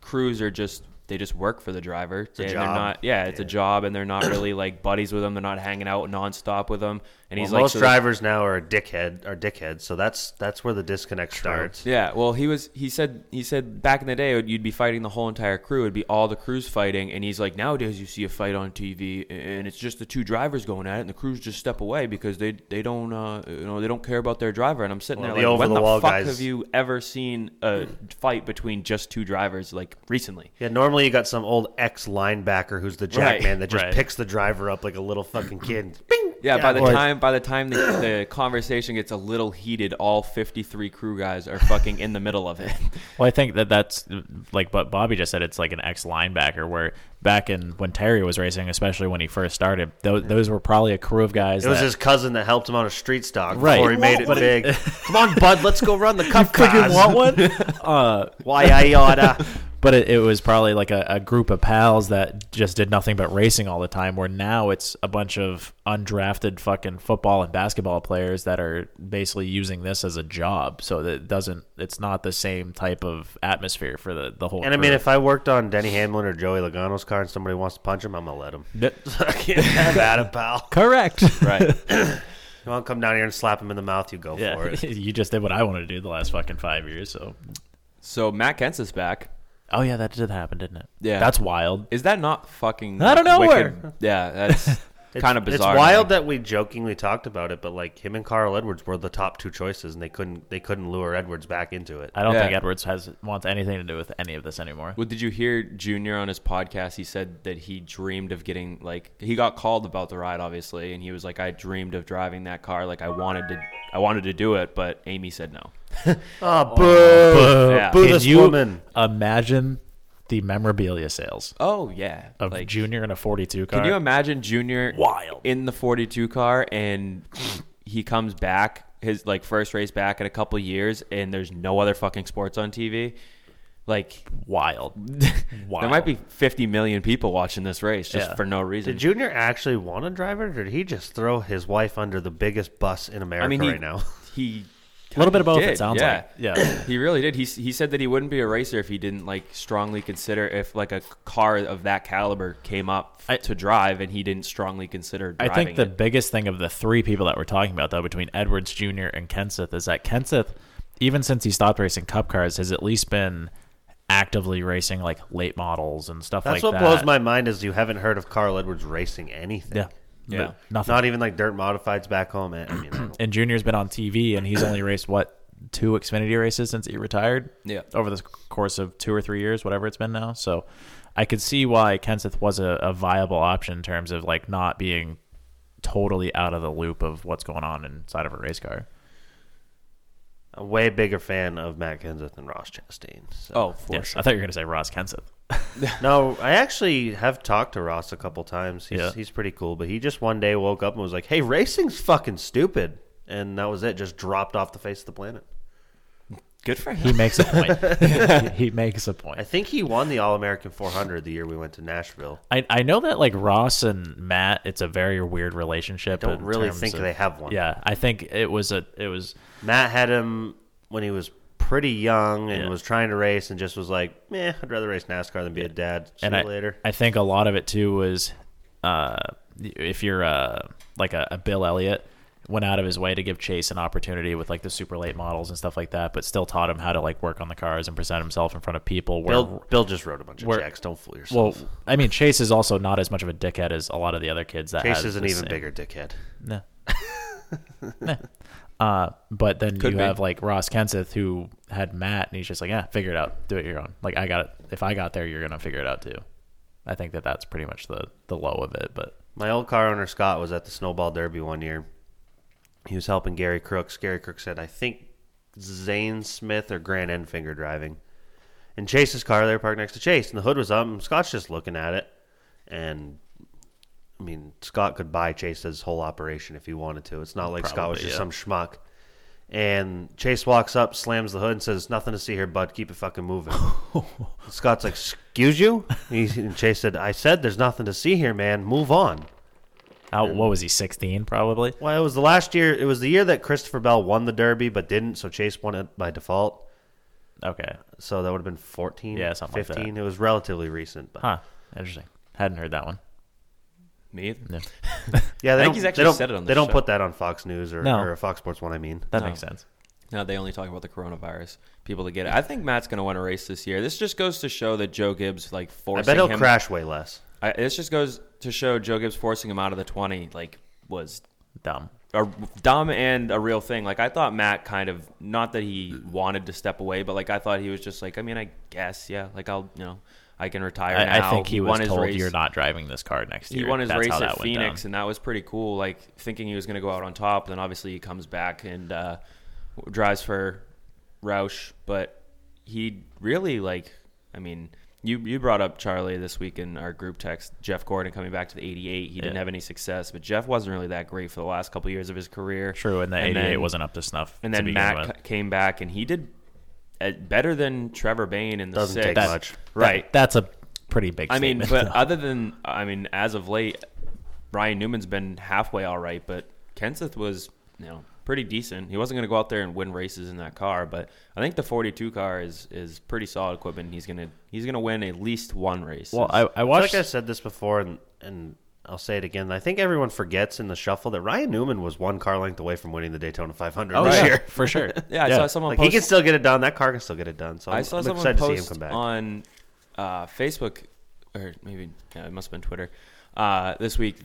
[SPEAKER 1] crews are just they just work for the driver.
[SPEAKER 11] a
[SPEAKER 1] and
[SPEAKER 11] job.
[SPEAKER 1] They're not, yeah, it's a job, and they're not really like buddies with them. They're not hanging out nonstop with them. And he's
[SPEAKER 11] Well,
[SPEAKER 1] like
[SPEAKER 11] most
[SPEAKER 1] so-
[SPEAKER 11] drivers now are dickhead are dickheads, so that's that's where the disconnect starts.
[SPEAKER 1] Yeah, well, he was. He said. He said back in the day, you'd be fighting the whole entire crew. It'd be all the crews fighting. And he's like, nowadays you see a fight on TV, and it's just the two drivers going at it, and the crews just step away because they they don't uh, you know they don't care about their driver. And I'm sitting
[SPEAKER 11] Well,
[SPEAKER 1] there
[SPEAKER 11] the
[SPEAKER 1] like, when the
[SPEAKER 11] over-the-wall
[SPEAKER 1] fuck
[SPEAKER 11] guys-
[SPEAKER 1] have you ever seen a fight between just two drivers like recently?
[SPEAKER 11] Yeah, normally you got some old ex linebacker who's the
[SPEAKER 1] Right,
[SPEAKER 11] jackman that just
[SPEAKER 10] right.
[SPEAKER 11] picks the driver up like a little fucking kid. Bing,
[SPEAKER 1] Yeah, by the
[SPEAKER 10] Or-
[SPEAKER 1] time by the time the, the conversation gets a little heated, all fifty three crew guys are fucking in the middle of it.
[SPEAKER 10] Well, I think that that's like, but Bobby just said it's like an ex linebacker. Where back in when Terry was racing, especially when he first started, those, those were probably a crew of guys.
[SPEAKER 11] It was
[SPEAKER 10] that,
[SPEAKER 11] his cousin that helped him out of street stock
[SPEAKER 10] Right.
[SPEAKER 11] before he made it
[SPEAKER 10] But it-
[SPEAKER 11] big. Come on, bud, let's go run the cup cars.
[SPEAKER 10] one? uh,
[SPEAKER 11] Why I oughta.
[SPEAKER 10] but it, it was probably like a, a group of pals that just did nothing but racing all the time. Where now it's a bunch of undrafted fucking football and basketball players that are basically using this as a job. So that it doesn't, it's not the same type of atmosphere for the the whole.
[SPEAKER 11] And I mean,
[SPEAKER 10] crew.
[SPEAKER 11] if I worked on Denny Hamlin or Joey Logano's car and somebody wants to punch him, I'm gonna let him.
[SPEAKER 10] Th-
[SPEAKER 11] Have at him, pal.
[SPEAKER 10] correct,
[SPEAKER 1] Right.
[SPEAKER 11] You want to come down here and slap him in the mouth? You go for
[SPEAKER 10] yeah,
[SPEAKER 11] it.
[SPEAKER 10] you just did what I wanted to do the last fucking five years. So
[SPEAKER 1] So Matt Kentz is back.
[SPEAKER 10] Oh yeah, that did happen, didn't it?
[SPEAKER 1] Yeah.
[SPEAKER 10] that's wild.
[SPEAKER 1] Is that not fucking
[SPEAKER 10] Out of
[SPEAKER 1] wicked?
[SPEAKER 10] nowhere.
[SPEAKER 1] Yeah, that's
[SPEAKER 11] It's-
[SPEAKER 1] kind of bizarre.
[SPEAKER 11] It's wild that we jokingly talked about it, but like him and Carl Edwards were the top two choices, and they couldn't they couldn't lure Edwards back into it.
[SPEAKER 10] I don't
[SPEAKER 1] Yeah.
[SPEAKER 10] think Edwards has wants anything to do with any of this anymore.
[SPEAKER 1] Well, did you hear Junior on his podcast? He said that he dreamed of getting like he got called about the ride, obviously, and he was like, "I dreamed of driving that car. Like I wanted to, I wanted to do it, but Amy said no."
[SPEAKER 11] Oh, boo!
[SPEAKER 1] Yeah.
[SPEAKER 11] Boo
[SPEAKER 10] Can
[SPEAKER 11] this
[SPEAKER 10] you
[SPEAKER 11] woman.
[SPEAKER 10] Imagine the memorabilia sales
[SPEAKER 1] Oh yeah,
[SPEAKER 10] of
[SPEAKER 1] like
[SPEAKER 10] Junior in a forty-two car.
[SPEAKER 1] Can you imagine Junior
[SPEAKER 10] Wild.
[SPEAKER 1] in the 42 car and he comes back his like first race back in a couple years and there's no other fucking sports on TV? Like
[SPEAKER 10] Wild. Wild.
[SPEAKER 1] there might be 50 million people watching this race just
[SPEAKER 10] Yeah.
[SPEAKER 1] for no reason.
[SPEAKER 11] Did Junior actually want to drive it, or did he just throw his wife under the biggest bus in America
[SPEAKER 1] I mean, he,
[SPEAKER 11] right now?
[SPEAKER 1] he
[SPEAKER 10] a little bit of both.
[SPEAKER 1] did,
[SPEAKER 10] it sounds
[SPEAKER 1] yeah.
[SPEAKER 10] like yeah.
[SPEAKER 1] he really did. He s- he said that he wouldn't be a racer if he didn't like strongly consider if like a car of that caliber came up f-
[SPEAKER 10] I-
[SPEAKER 1] to drive and he didn't strongly consider
[SPEAKER 10] I
[SPEAKER 1] driving
[SPEAKER 10] think the
[SPEAKER 1] it.
[SPEAKER 10] biggest thing of the three people that we're talking about, though, between Edwards Jr. and Kenseth, is that Kenseth, even since he stopped racing Cup cars, has at least been actively racing like late models and stuff like
[SPEAKER 11] That's what
[SPEAKER 10] that.
[SPEAKER 11] blows my mind is you haven't heard of Carl Edwards racing anything.
[SPEAKER 10] yeah,
[SPEAKER 1] Yeah.
[SPEAKER 10] nothing.
[SPEAKER 11] Not even like dirt modifieds back home. I mean, I don't-
[SPEAKER 10] and Junior's been on TV, and he's only raced what two Xfinity races since he retired.
[SPEAKER 1] Yeah.
[SPEAKER 10] over the course of two or three years, whatever it's been now. So, I could see why Kenseth was a, a viable option in terms of like not being totally out of the loop of what's going on inside of a race car.
[SPEAKER 11] I'm a way bigger fan of Matt Kenseth than Ross Chastain. So.
[SPEAKER 1] oh for
[SPEAKER 10] Yes,
[SPEAKER 1] sure.
[SPEAKER 10] I thought you were going to say Ross Kenseth.
[SPEAKER 11] No, I actually have talked to Ross a couple times. He's,
[SPEAKER 10] Yeah.
[SPEAKER 11] he's pretty cool, but he just one day woke up and was like, hey, racing's fucking stupid. And that was it. Just dropped off the face of the planet.
[SPEAKER 1] Good for him.
[SPEAKER 10] He makes a point. he makes a
[SPEAKER 11] I
[SPEAKER 10] point.
[SPEAKER 11] think he won the All American 400 the year we went to Nashville.
[SPEAKER 10] I, I know that like Ross and Matt, it's a very weird relationship.
[SPEAKER 11] Don't
[SPEAKER 10] in
[SPEAKER 11] really
[SPEAKER 10] terms
[SPEAKER 11] think
[SPEAKER 10] of-
[SPEAKER 11] they have one.
[SPEAKER 10] Yeah, I think it was a it was
[SPEAKER 11] Matt had him when he was pretty young and
[SPEAKER 10] Yeah.
[SPEAKER 11] was trying to race and just was like, eh, I'd rather race NASCAR than be a dad. See
[SPEAKER 10] and
[SPEAKER 11] you
[SPEAKER 10] I,
[SPEAKER 11] later.
[SPEAKER 10] I think a lot of it too was uh, if you're uh, like a, a Bill Elliott went out of his way to give Chase an opportunity with like the super late models and stuff like that, but still taught him how to like work on the cars and present himself in front of people. Where
[SPEAKER 11] Bill, Bill just wrote a bunch of
[SPEAKER 10] where-
[SPEAKER 11] checks. Don't fool yourself.
[SPEAKER 10] well, I mean Chase is also not as much of a dickhead as a lot of the other kids that
[SPEAKER 11] Chase
[SPEAKER 10] had
[SPEAKER 11] is an
[SPEAKER 10] the
[SPEAKER 11] even
[SPEAKER 10] same-
[SPEAKER 11] bigger dickhead.
[SPEAKER 10] No. Nah. Uh, but then
[SPEAKER 1] Could
[SPEAKER 10] you
[SPEAKER 1] be.
[SPEAKER 10] have like Ross Kenseth who had Matt and he's just like, yeah, figure it out. Do it your own. Like I got it. If I got there, you're going to figure it out too. I think that that's pretty much the, the low of it, but
[SPEAKER 11] My old car owner Scott was at the Snowball Derby one year. He was helping Gary Crooks. Gary Crooks said, I think Zane Smith or Grant Enfinger driving. And Chase's car, they were parked next to Chase, and the hood was up, and Scott's just looking at it. And I mean, Scott could buy Chase's whole operation if he wanted to. It's not like Scott was
[SPEAKER 10] Probably,
[SPEAKER 11] just
[SPEAKER 10] yeah.
[SPEAKER 11] some schmuck. And Chase walks up, slams the hood, and says, "Nothing to see here, bud. Keep it fucking moving." Scott's like, "Excuse you?" He, and Chase said, "I said there's nothing to see here, man. Move on."
[SPEAKER 10] how, what was he? 16 probably.
[SPEAKER 11] Well, it was the last year. It was the year that Christopher Bell won the Derby, but didn't, so Chase won it by default.
[SPEAKER 10] Okay.
[SPEAKER 11] So that would have been 14,
[SPEAKER 10] Yeah, something like that.
[SPEAKER 11] 15. It was relatively recent. But
[SPEAKER 10] Huh. Interesting. Hadn't heard that one.
[SPEAKER 1] Me?
[SPEAKER 10] No.
[SPEAKER 11] yeah, they
[SPEAKER 1] I think
[SPEAKER 11] don't-
[SPEAKER 1] he's
[SPEAKER 11] they
[SPEAKER 1] actually
[SPEAKER 11] don't-
[SPEAKER 1] said it on
[SPEAKER 11] They
[SPEAKER 1] this
[SPEAKER 11] don't
[SPEAKER 1] show.
[SPEAKER 11] put that on Fox News or,
[SPEAKER 10] No.
[SPEAKER 11] or Fox Sports 1, I mean.
[SPEAKER 10] That makes sense.
[SPEAKER 1] No, they only talk about the coronavirus. People to get it. I think Matt's going to want to race this year. This just goes to show that Joe Gibbs like
[SPEAKER 11] I
[SPEAKER 1] forcing
[SPEAKER 11] bet he'll
[SPEAKER 1] him.
[SPEAKER 11] crash way less.
[SPEAKER 1] I, this just goes to show Joe Gibbs forcing him out of the twenty like was
[SPEAKER 10] Dumb.
[SPEAKER 1] a, dumb and a real thing. Like I thought Matt kind of not that he wanted to step away, but like I thought he was just like I mean I guess yeah like I'll you know I can retire
[SPEAKER 10] I,
[SPEAKER 1] now.
[SPEAKER 10] I think he was
[SPEAKER 1] won his
[SPEAKER 10] told
[SPEAKER 1] race.
[SPEAKER 10] you're not driving this car next
[SPEAKER 1] He
[SPEAKER 10] year.
[SPEAKER 1] won his
[SPEAKER 10] That's
[SPEAKER 1] race
[SPEAKER 10] how that
[SPEAKER 1] at
[SPEAKER 10] went down.
[SPEAKER 1] Phoenix, and that was pretty cool. Like thinking he was going to go out on top, then obviously he comes back and uh, drives for Roush. But he really like, I mean, you you brought up Charlie this week in our group text. Jeff Gordon coming back to the '88, he didn't
[SPEAKER 10] Yeah.
[SPEAKER 1] have any success, but Jeff wasn't really that great for the last couple years of his career.
[SPEAKER 10] True, and the
[SPEAKER 1] then-
[SPEAKER 10] 88 wasn't up to snuff.
[SPEAKER 1] And
[SPEAKER 10] to
[SPEAKER 1] then
[SPEAKER 10] begin
[SPEAKER 1] Matt
[SPEAKER 10] with.
[SPEAKER 1] c- came back, and he did uh, better than Trevor Bain in the
[SPEAKER 11] Doesn't
[SPEAKER 1] six.
[SPEAKER 11] take That- much.
[SPEAKER 1] right?
[SPEAKER 10] That's a pretty big.
[SPEAKER 1] I mean, but
[SPEAKER 10] statement, though.
[SPEAKER 1] other than I mean, as of late, Ryan Newman's been halfway all right, but Kenseth was you know pretty decent. He wasn't going to go out there and win races in that car, but I think the 42 car is is pretty solid equipment. He's gonna he's gonna win at least one race.
[SPEAKER 10] well, I, I
[SPEAKER 11] I feel
[SPEAKER 10] watched.
[SPEAKER 11] like I said this before, and, and I'll say it again. I think everyone forgets in the shuffle that Ryan Newman was one car length away from winning the Daytona 500
[SPEAKER 10] oh
[SPEAKER 11] this
[SPEAKER 10] yeah,
[SPEAKER 11] year.
[SPEAKER 10] for sure.
[SPEAKER 1] yeah, I saw someone
[SPEAKER 11] Like
[SPEAKER 1] post,
[SPEAKER 11] he can still get it done. That car can still get it done. So I'm,
[SPEAKER 1] I saw
[SPEAKER 11] I'm
[SPEAKER 1] someone
[SPEAKER 11] excited to see him
[SPEAKER 1] post
[SPEAKER 11] come back.
[SPEAKER 1] on uh, Facebook or maybe yeah, it must have been Twitter uh, this week.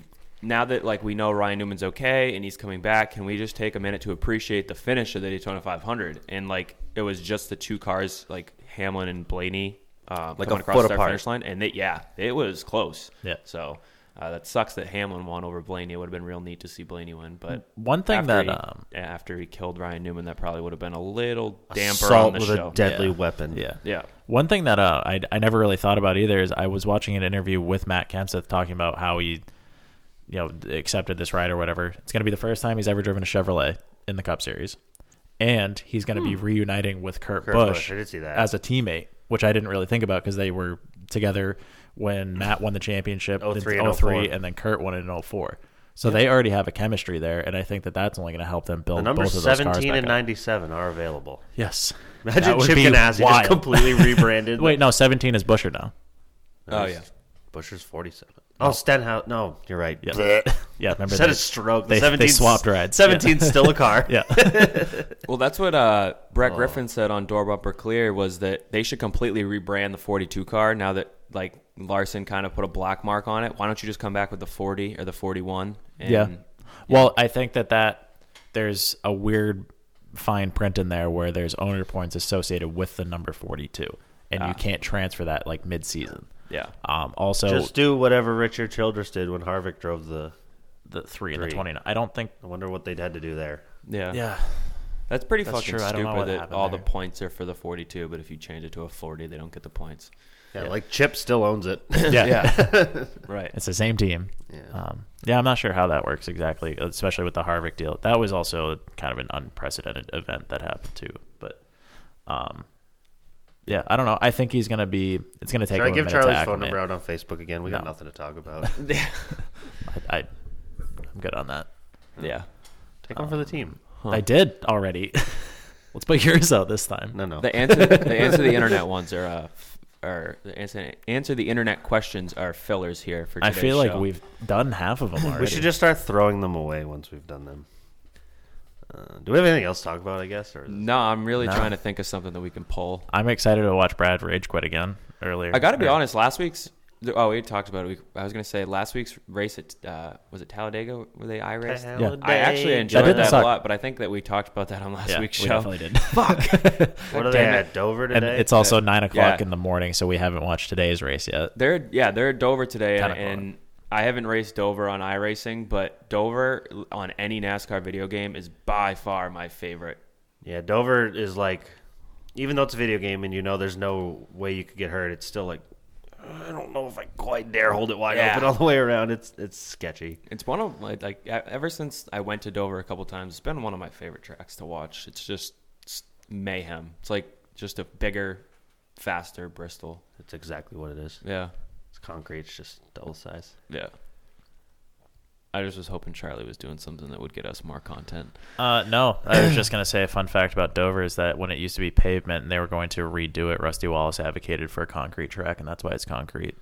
[SPEAKER 1] Now that like we know Ryan Newman's okay and he's coming back, can we just take a minute to appreciate the finish of the Daytona 500? And like it was just the two cars, like Hamlin and Blaney, uh,
[SPEAKER 11] Like a
[SPEAKER 1] coming across
[SPEAKER 11] foot
[SPEAKER 1] their
[SPEAKER 11] apart.
[SPEAKER 1] finish line, and they, yeah, it was close.
[SPEAKER 10] Yeah.
[SPEAKER 1] So uh, that sucks that Hamlin won over Blaney. It would have been real neat to see Blaney win, but
[SPEAKER 10] One thing
[SPEAKER 1] after
[SPEAKER 10] that,
[SPEAKER 1] he,
[SPEAKER 10] um,
[SPEAKER 1] after he killed Ryan Newman, that probably would have been a little damper on
[SPEAKER 11] Assault
[SPEAKER 1] the
[SPEAKER 11] with
[SPEAKER 1] show.
[SPEAKER 11] a deadly
[SPEAKER 10] Yeah.
[SPEAKER 11] weapon.
[SPEAKER 10] Yeah.
[SPEAKER 1] yeah.
[SPEAKER 10] One thing that uh, I I never really thought about either is I was watching an interview with Matt Kenseth talking about how he, you know, accepted this ride or whatever. It's going to be the first time he's ever driven a Chevrolet in the Cup Series, and he's going to be reuniting with Kurt,
[SPEAKER 11] Hmm. Kurt
[SPEAKER 10] Busch
[SPEAKER 11] Busch, I did see that.
[SPEAKER 10] as a teammate, which I didn't really think about because they were together when Matt won the championship
[SPEAKER 11] 03
[SPEAKER 10] in
[SPEAKER 11] and
[SPEAKER 10] 03,
[SPEAKER 11] 04.
[SPEAKER 10] and then Kurt won it in 04. So they already have a chemistry there, and I think that that's only going to help them build
[SPEAKER 11] The numbers
[SPEAKER 10] both of those cars
[SPEAKER 11] 17
[SPEAKER 10] back
[SPEAKER 11] and
[SPEAKER 10] up.
[SPEAKER 11] 97 are available.
[SPEAKER 10] Yes, That
[SPEAKER 11] Imagine
[SPEAKER 10] would
[SPEAKER 11] Chip
[SPEAKER 10] be
[SPEAKER 11] Ganassi
[SPEAKER 10] wild.
[SPEAKER 11] just completely rebranded.
[SPEAKER 10] Wait, no, 17 is Busher now.
[SPEAKER 1] Oh yeah.
[SPEAKER 11] Busher's 47. Oh, Stenhouse. No, you're right.
[SPEAKER 10] Yeah.
[SPEAKER 11] Blech.
[SPEAKER 10] Yeah, remember
[SPEAKER 11] Just had
[SPEAKER 10] they-
[SPEAKER 11] a stroke.
[SPEAKER 10] they- they
[SPEAKER 11] 17 's-
[SPEAKER 10] swapped rides.
[SPEAKER 11] 17 's still a car.
[SPEAKER 10] Yeah.
[SPEAKER 1] Well, that's what uh, Brett Griffin said on Door Bumper Clear was that they should completely rebrand the 42 car now that like Larson kind of put a black mark on it. Why don't you just come back with the 40 or the 41? And
[SPEAKER 10] yeah. Well, I think that that there's a weird fine print in there where there's owner points associated with the number 42, and
[SPEAKER 11] Ah.
[SPEAKER 10] you can't transfer that like mid-season.
[SPEAKER 1] Yeah.
[SPEAKER 10] Um, also,
[SPEAKER 11] Just do whatever Richard Childress did when Harvick drove the.
[SPEAKER 10] the three and the
[SPEAKER 11] three.
[SPEAKER 10] 29. I don't think.
[SPEAKER 11] I wonder what they'd had to do there.
[SPEAKER 1] Yeah.
[SPEAKER 10] Yeah.
[SPEAKER 1] That's pretty
[SPEAKER 10] That's
[SPEAKER 1] fucking
[SPEAKER 10] true. I don't know
[SPEAKER 1] stupid
[SPEAKER 10] what
[SPEAKER 1] that
[SPEAKER 10] happened
[SPEAKER 1] all the
[SPEAKER 10] there.
[SPEAKER 1] points are for the 42, but if you change it to a 40, they don't get the points.
[SPEAKER 11] Yeah, like Chip still owns it.
[SPEAKER 10] Yeah.
[SPEAKER 1] Right.
[SPEAKER 10] It's the same team. Yeah. Um, yeah, I'm not sure how that works exactly, especially with the Harvick deal. That was also kind of an unprecedented event that happened too. But, um, yeah, I don't know. I think he's gonna be. It's gonna take.
[SPEAKER 11] Should I
[SPEAKER 10] him a
[SPEAKER 11] give
[SPEAKER 10] minute
[SPEAKER 11] Charlie's
[SPEAKER 10] to
[SPEAKER 11] phone
[SPEAKER 10] acclimate.
[SPEAKER 11] number out on Facebook again? We got
[SPEAKER 10] No.
[SPEAKER 11] nothing to talk about.
[SPEAKER 10] I, I, I'm good on that.
[SPEAKER 11] Hmm.
[SPEAKER 1] yeah.
[SPEAKER 11] Take one for the team.
[SPEAKER 10] I did already. Let's put yours out this time.
[SPEAKER 11] No, no.
[SPEAKER 1] The answer the answer to the internet ones are uh, f- are the answer answer the internet questions are fillers here for
[SPEAKER 10] I
[SPEAKER 1] today's
[SPEAKER 10] feel like
[SPEAKER 1] show.
[SPEAKER 10] we've done half of them already.
[SPEAKER 11] we should just start throwing them away once we've done them. Uh, do we have anything else to talk about? I guess or
[SPEAKER 1] No, I'm really trying to think of something that we can pull.
[SPEAKER 10] I'm excited to watch Brad Rage quit again earlier.
[SPEAKER 1] I got to be
[SPEAKER 10] Or-
[SPEAKER 1] honest. Last week's oh, we talked about it. We, I was gonna say last week's race at uh, was it Talladega where they I raced.
[SPEAKER 10] Yeah.
[SPEAKER 1] I actually enjoyed
[SPEAKER 10] didn't
[SPEAKER 1] that, a
[SPEAKER 10] suck.
[SPEAKER 1] lot, but I think that we talked about that on last
[SPEAKER 10] Yeah,
[SPEAKER 1] week's
[SPEAKER 10] we
[SPEAKER 1] show.
[SPEAKER 10] definitely did.
[SPEAKER 11] What are they
[SPEAKER 1] Damn it.
[SPEAKER 11] at Dover
[SPEAKER 10] and
[SPEAKER 11] today?
[SPEAKER 10] it's also nine o'clock
[SPEAKER 1] Yeah.
[SPEAKER 10] in the morning, so we haven't watched today's race yet.
[SPEAKER 1] They're yeah, they're at Dover today, and,
[SPEAKER 10] Ten o'clock.
[SPEAKER 1] and I haven't raced Dover on iRacing, but Dover on any NASCAR video game is by far my favorite.
[SPEAKER 11] yeah, Dover is like, even though it's a video game and you know there's no way you could get hurt, it's still like, I don't know if I quite dare hold it wide
[SPEAKER 1] Yeah.
[SPEAKER 11] open all the way around. It's it's sketchy.
[SPEAKER 1] It's one of like, like e- ever since I went to Dover a couple times, it's been one of my favorite tracks to watch. It's just s- mayhem. It's like just a bigger, faster Bristol.
[SPEAKER 11] That's exactly what it is.
[SPEAKER 1] Yeah.
[SPEAKER 11] It's concrete. It's just double size.
[SPEAKER 1] Yeah. I just was hoping Charlie was doing something that would get us more content.
[SPEAKER 10] Uh, no, I was just gonna say a fun fact about Dover is that when it used to be pavement and they were going to redo it, Rusty Wallace advocated for a concrete track, and that's why it's concrete.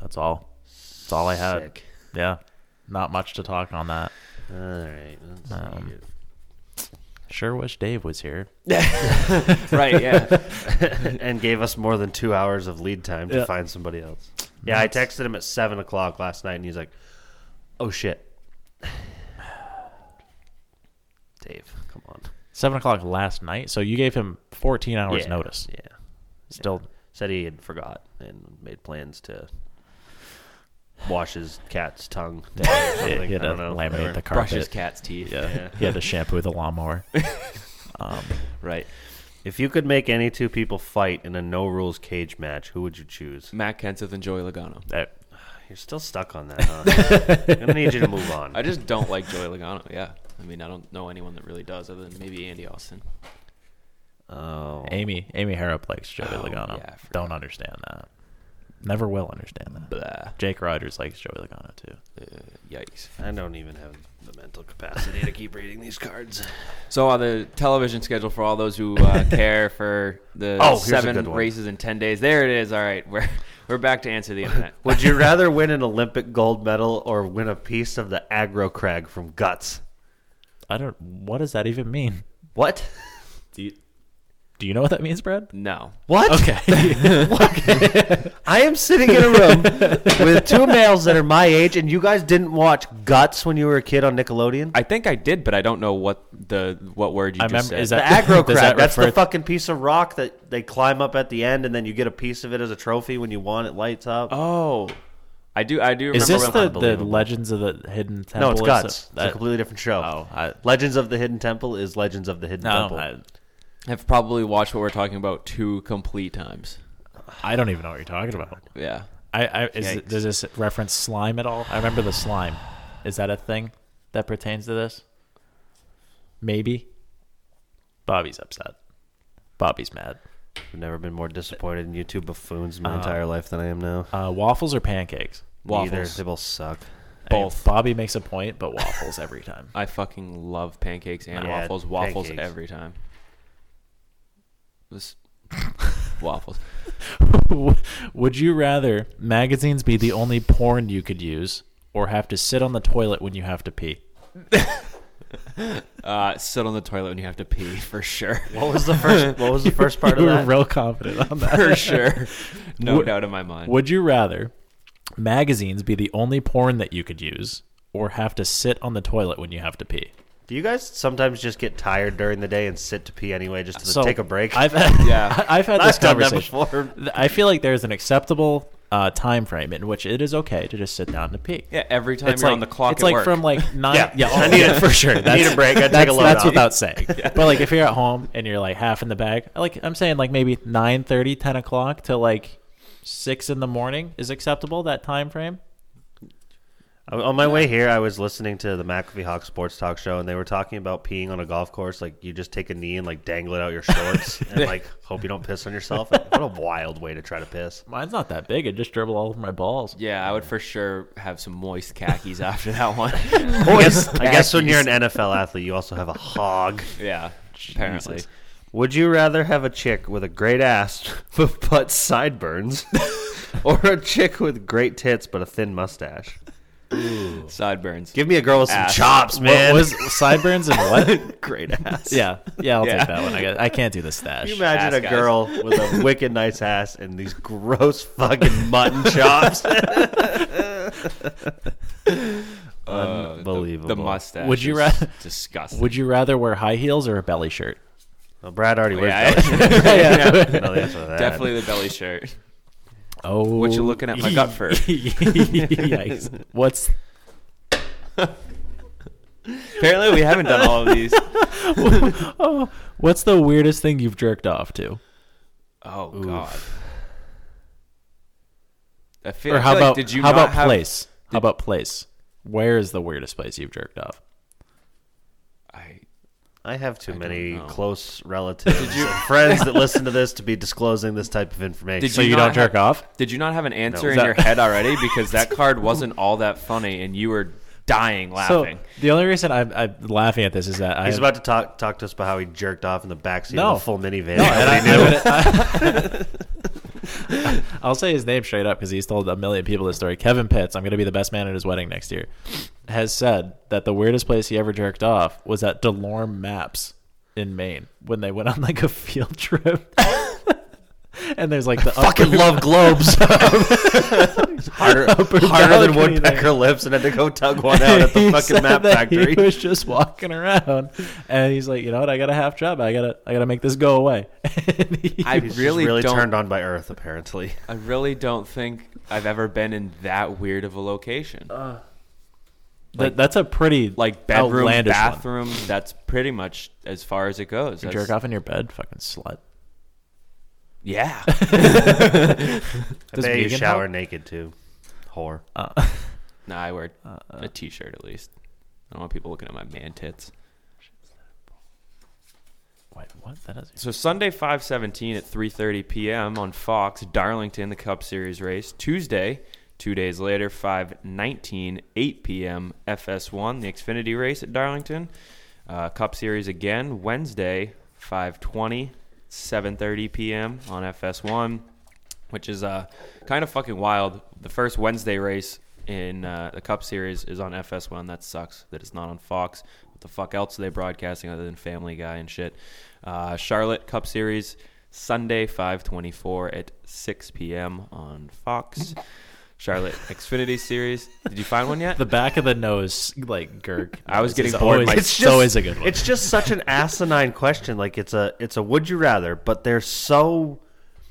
[SPEAKER 10] That's all. That's all I had.
[SPEAKER 11] Sick.
[SPEAKER 10] Yeah, not much to talk on that.
[SPEAKER 11] All right. Let's see.
[SPEAKER 10] Sure wish Dave was here.
[SPEAKER 1] right, yeah.
[SPEAKER 11] and gave us more than two hours of lead time to find somebody else. Yeah, I texted him at seven o'clock last night, and he's like, "Oh shit, Dave, come on."
[SPEAKER 10] Seven o'clock last night, so you gave him fourteen hours
[SPEAKER 11] Yeah,
[SPEAKER 10] notice.
[SPEAKER 11] Yeah,
[SPEAKER 10] Still
[SPEAKER 11] said he had forgot and made plans to wash his cat's tongue. Down or
[SPEAKER 10] Yeah,
[SPEAKER 11] something.
[SPEAKER 10] he had
[SPEAKER 11] I
[SPEAKER 10] to
[SPEAKER 11] don't know.
[SPEAKER 10] laminate the
[SPEAKER 11] whatever.
[SPEAKER 1] Brush
[SPEAKER 10] carpet.
[SPEAKER 1] his cat's teeth.
[SPEAKER 10] yeah. he had to shampoo the lawnmower.
[SPEAKER 1] Right.
[SPEAKER 11] If you could make any two people fight in a no rules cage match, who would you choose? Uh,
[SPEAKER 1] Matt Kenseth and Joey Logano.
[SPEAKER 10] That-
[SPEAKER 11] You're still stuck on that. Huh? I'm gonna need you to move on.
[SPEAKER 1] I just don't like Joey Logano. Yeah. I mean, I don't know anyone that really does other than maybe Andy Austin.
[SPEAKER 11] oh,
[SPEAKER 10] Amy Amy Harrop likes Joey
[SPEAKER 1] Oh,
[SPEAKER 10] Logano.
[SPEAKER 1] yeah, I forgot.
[SPEAKER 10] Don't understand that. Never will understand that.
[SPEAKER 1] Blah.
[SPEAKER 10] Jake Rogers likes Joey Logano too.
[SPEAKER 1] Uh, yikes.
[SPEAKER 11] I don't even have the mental capacity to keep reading these cards.
[SPEAKER 1] So on the television schedule for all those who uh, care for the
[SPEAKER 11] Oh,
[SPEAKER 1] seven
[SPEAKER 11] here's a good one.
[SPEAKER 1] races in ten days. There it is. All right, we're we're back to answer the internet.
[SPEAKER 11] Would you rather win an Olympic gold medal or win a piece of the aggro crag from Guts?
[SPEAKER 10] I don't. What does that even mean?
[SPEAKER 11] What?
[SPEAKER 10] Do you, do you know what that means, Brad?
[SPEAKER 1] No,
[SPEAKER 11] What?
[SPEAKER 10] Okay.
[SPEAKER 11] I am sitting in a room with two males that are my age, and you guys didn't watch Guts when you were a kid on Nickelodeon?
[SPEAKER 1] I think I did, but I don't know what the what word you
[SPEAKER 10] I
[SPEAKER 1] just
[SPEAKER 10] remember-
[SPEAKER 1] said.
[SPEAKER 10] is
[SPEAKER 11] the
[SPEAKER 10] that-
[SPEAKER 11] aggro
[SPEAKER 10] does
[SPEAKER 11] crag.
[SPEAKER 10] that
[SPEAKER 11] that's the
[SPEAKER 10] refer-
[SPEAKER 11] fucking piece of rock that they climb up at the end, and then you get a piece of it as a trophy when you want. It lights up.
[SPEAKER 1] oh, I do. I do. Remember
[SPEAKER 10] Is this
[SPEAKER 1] when-
[SPEAKER 10] the, the
[SPEAKER 11] Unbelievable.
[SPEAKER 10] Legends of the Hidden Temple?
[SPEAKER 11] no, it's
[SPEAKER 10] or
[SPEAKER 11] Guts.
[SPEAKER 10] so-
[SPEAKER 11] It's a completely different show.
[SPEAKER 10] Oh, I-
[SPEAKER 11] Legends of the Hidden Temple is Legends of the Hidden
[SPEAKER 10] no,
[SPEAKER 11] Temple.
[SPEAKER 10] I,
[SPEAKER 1] I've probably watched what we're talking about two complete times.
[SPEAKER 10] I don't even know what you're talking about.
[SPEAKER 1] Yeah.
[SPEAKER 10] I, I is
[SPEAKER 11] Yikes.
[SPEAKER 10] does this reference slime at all? I remember the slime. Is that a thing that pertains to this? Maybe. Bobby's upset. Bobby's mad.
[SPEAKER 11] I've never been more disappointed in you two buffoons in my entire life than I am now.
[SPEAKER 10] Oh. Uh, waffles or pancakes?
[SPEAKER 1] Waffles.
[SPEAKER 11] Neither. They both suck.
[SPEAKER 10] Both. Bobby makes a point, but waffles every time.
[SPEAKER 1] I fucking love pancakes and
[SPEAKER 11] Yeah,
[SPEAKER 1] waffles. Waffles
[SPEAKER 11] pancakes.
[SPEAKER 1] every time. This waffles.
[SPEAKER 10] Would you rather magazines be the only porn you could use, or have to sit on the toilet when you have to pee?
[SPEAKER 1] Uh, sit on the toilet when you have to pee for sure.
[SPEAKER 11] What was the first? What was the first part of
[SPEAKER 10] You were
[SPEAKER 11] that?
[SPEAKER 10] real confident on that.
[SPEAKER 1] for sure. No
[SPEAKER 10] Would-
[SPEAKER 1] doubt in my mind.
[SPEAKER 10] Would you rather magazines be the only porn that you could use, or have to sit on the toilet when you have to pee?
[SPEAKER 11] Do you guys sometimes just get tired during the day and sit to pee anyway, just to take a break?
[SPEAKER 10] I've
[SPEAKER 1] Yeah.
[SPEAKER 10] yeah, I've had this
[SPEAKER 11] I've done that
[SPEAKER 10] conversation.
[SPEAKER 11] before.
[SPEAKER 10] Th- I feel like there's an acceptable uh, time frame in which it is okay to just sit down to pee.
[SPEAKER 1] Yeah, every time
[SPEAKER 10] it's
[SPEAKER 1] you're
[SPEAKER 10] like,
[SPEAKER 1] on the clock
[SPEAKER 10] It's
[SPEAKER 1] at
[SPEAKER 10] like
[SPEAKER 1] work.
[SPEAKER 10] from like nine.
[SPEAKER 11] Yeah.
[SPEAKER 10] Yeah,
[SPEAKER 11] I
[SPEAKER 10] oh,
[SPEAKER 11] need
[SPEAKER 10] yeah,
[SPEAKER 11] it.
[SPEAKER 10] for sure. That's,
[SPEAKER 11] need a break. I take a
[SPEAKER 10] that's,
[SPEAKER 11] load
[SPEAKER 10] That's
[SPEAKER 11] off.
[SPEAKER 10] without saying. But like, if you're at home and you're like half in the bag, like I'm saying, like maybe 9, 10 o'clock to like six in the morning is acceptable. That time frame.
[SPEAKER 11] On my way here, I was listening to the McAfee Hawk Sports Talk Show, and they were talking about peeing on a golf course. Like you just take a knee and like dangle it out your shorts, and like hope you don't piss on yourself. Like, what a wild way to try to piss.
[SPEAKER 10] Mine's not that big. It just dribble all over my balls.
[SPEAKER 1] yeah, I would for sure have some moist khakis after that one.
[SPEAKER 11] I guess, I guess when you're an NFL athlete, you also have a hog.
[SPEAKER 1] yeah, apparently.
[SPEAKER 11] Would you rather have a chick with a great ass but but sideburns, or a chick with great tits but a thin mustache?
[SPEAKER 1] Sideburns.
[SPEAKER 11] Give me a girl with some
[SPEAKER 1] Ass.
[SPEAKER 11] chops, man.
[SPEAKER 10] What was sideburns and what?
[SPEAKER 11] great ass?
[SPEAKER 10] yeah, yeah, I'll
[SPEAKER 1] Yeah.
[SPEAKER 10] take that one. I, guess. I can't do the stash.
[SPEAKER 11] Can you imagine
[SPEAKER 1] Ass
[SPEAKER 11] a
[SPEAKER 1] guys.
[SPEAKER 11] girl with a wicked nice ass and these gross fucking mutton chops?
[SPEAKER 1] Uh,
[SPEAKER 11] Unbelievable.
[SPEAKER 1] the mustache.
[SPEAKER 10] Would you
[SPEAKER 1] is
[SPEAKER 10] rather-
[SPEAKER 1] Disgusting.
[SPEAKER 10] Would you rather wear high heels or a belly shirt?
[SPEAKER 11] Well, Brad already wears
[SPEAKER 1] Oh, Yeah.
[SPEAKER 11] belly shirts.
[SPEAKER 1] Yeah.
[SPEAKER 11] I know the answer to that.
[SPEAKER 1] Definitely the belly shirt.
[SPEAKER 10] Oh,
[SPEAKER 1] What you looking at my gut for?
[SPEAKER 10] Yikes! What's
[SPEAKER 1] Apparently, we haven't done all of these.
[SPEAKER 10] what's the weirdest thing you've jerked off to?
[SPEAKER 1] Oh God. I feel,
[SPEAKER 10] Or
[SPEAKER 1] I
[SPEAKER 10] how
[SPEAKER 1] feel like,
[SPEAKER 10] about
[SPEAKER 1] did you
[SPEAKER 10] how
[SPEAKER 1] not
[SPEAKER 10] about
[SPEAKER 1] have-
[SPEAKER 10] place? How about place? Where is the weirdest place you've jerked off?
[SPEAKER 1] I,
[SPEAKER 11] I have too many
[SPEAKER 1] know.
[SPEAKER 11] close relatives and friends that listen to this to be disclosing this type of information.
[SPEAKER 1] Did
[SPEAKER 10] So you
[SPEAKER 1] not
[SPEAKER 10] don't jerk
[SPEAKER 1] have-
[SPEAKER 10] off?
[SPEAKER 1] Did you not have an answer in
[SPEAKER 10] That-
[SPEAKER 1] your head already? Because that card wasn't all that funny, and you were dying laughing.
[SPEAKER 10] So the only reason I'm, I'm laughing at this is that I
[SPEAKER 11] He's
[SPEAKER 10] have-
[SPEAKER 11] about to talk talk to us about how he jerked off in the backseat
[SPEAKER 10] No.
[SPEAKER 11] of a full minivan.
[SPEAKER 10] No, and
[SPEAKER 11] Nobody
[SPEAKER 10] I,
[SPEAKER 11] knew.
[SPEAKER 10] will say his name straight up because he's told a million people this story. Kevin Pitts, I'm going to be the best man at his wedding next year, has said that the weirdest place he ever jerked off was at Delorme Maps in Maine when they went on like a field trip. and there's like the
[SPEAKER 11] Fucking love globes. harder harder than
[SPEAKER 10] balcony
[SPEAKER 11] woodpecker
[SPEAKER 10] there.
[SPEAKER 11] lips, and had to go tug one out at the
[SPEAKER 10] He
[SPEAKER 11] fucking
[SPEAKER 10] said
[SPEAKER 11] map
[SPEAKER 10] that
[SPEAKER 11] factory.
[SPEAKER 10] He was just walking around, and he's like, you know what? I got a half job. I gotta, I gotta make this go away. And he-
[SPEAKER 1] I
[SPEAKER 11] He's just
[SPEAKER 1] really,
[SPEAKER 11] really
[SPEAKER 1] don't.
[SPEAKER 11] turned on by Earth, apparently.
[SPEAKER 1] I really don't think I've ever been in that weird of a location.
[SPEAKER 10] Uh, that, that's a pretty
[SPEAKER 1] like bedroom,
[SPEAKER 10] outlandish one.
[SPEAKER 1] bathroom. That's pretty much as far as it goes.
[SPEAKER 10] You
[SPEAKER 1] That's-
[SPEAKER 10] jerk off in your bed, fucking slut.
[SPEAKER 1] Yeah.
[SPEAKER 11] I bet you
[SPEAKER 10] vegan
[SPEAKER 11] shower
[SPEAKER 10] help?
[SPEAKER 11] naked too, whore.
[SPEAKER 10] Oh,
[SPEAKER 1] no, I wear
[SPEAKER 10] Uh,
[SPEAKER 1] a t-shirt at least. I don't want people looking at my man tits.
[SPEAKER 10] Wait, what? That is
[SPEAKER 1] So Sunday, five seventeen at three thirty p.m. on Fox, Darlington, the Cup Series race. Tuesday, two days later, five nineteen, eight p.m. FS1, the Xfinity race at Darlington. Uh, Cup Series again Wednesday, 5:20, 7:30 p.m. on FS1, which is uh, kind of fucking wild. The first Wednesday race in uh, the Cup Series is on FS1. That sucks that it's not on Fox. What the fuck else are they broadcasting other than Family Guy and shit? Uh, Charlotte Cup Series Sunday 5:24 at 6 p.m. on Fox. Charlotte Xfinity Series. Did you find one yet?
[SPEAKER 10] the back of the nose, like Gerg.
[SPEAKER 1] I was
[SPEAKER 10] It's
[SPEAKER 1] getting bored
[SPEAKER 10] always,
[SPEAKER 1] myself.
[SPEAKER 10] It's always a good one.
[SPEAKER 11] It's just such an asinine question. Like it's a it's a would you rather, but they're so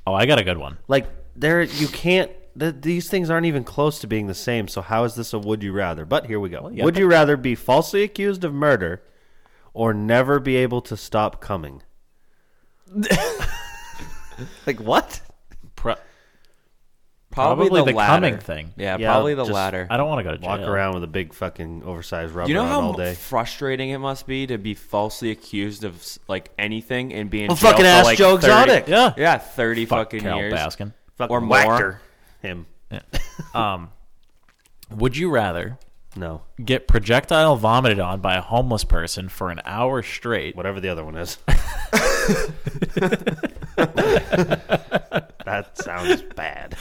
[SPEAKER 10] Oh, I got a good one.
[SPEAKER 11] like there you can't. Th- these things aren't even close to being the same. So how is this a would you rather? But here we go.
[SPEAKER 10] yeah.
[SPEAKER 11] Would you rather be falsely accused of murder, or never be able to stop coming? like what?
[SPEAKER 10] Pro-
[SPEAKER 1] Probably,
[SPEAKER 10] Probably
[SPEAKER 1] the,
[SPEAKER 10] the
[SPEAKER 1] latter.
[SPEAKER 10] coming thing.
[SPEAKER 1] Yeah,
[SPEAKER 11] Yeah,
[SPEAKER 1] probably the
[SPEAKER 11] just-
[SPEAKER 1] latter.
[SPEAKER 10] I don't want to go to jail.
[SPEAKER 11] Walk around with a big fucking oversized rubber
[SPEAKER 1] You know
[SPEAKER 11] on
[SPEAKER 1] how
[SPEAKER 11] all
[SPEAKER 1] mu-
[SPEAKER 11] day.
[SPEAKER 1] frustrating it must be to be falsely accused of s- like anything and being
[SPEAKER 11] Well, fucking ask
[SPEAKER 1] like
[SPEAKER 11] Joe
[SPEAKER 1] 30
[SPEAKER 11] Exotic.
[SPEAKER 10] Yeah.
[SPEAKER 1] yeah, thirty
[SPEAKER 10] Fuck
[SPEAKER 1] fucking
[SPEAKER 10] Carol
[SPEAKER 1] years
[SPEAKER 10] Baskin.
[SPEAKER 11] Fucking
[SPEAKER 1] or more.
[SPEAKER 11] whacked her. Him.
[SPEAKER 10] Would you rather
[SPEAKER 11] No.
[SPEAKER 10] get projectile vomited on by a homeless person for an hour straight?
[SPEAKER 11] Whatever the other one is. that sounds bad.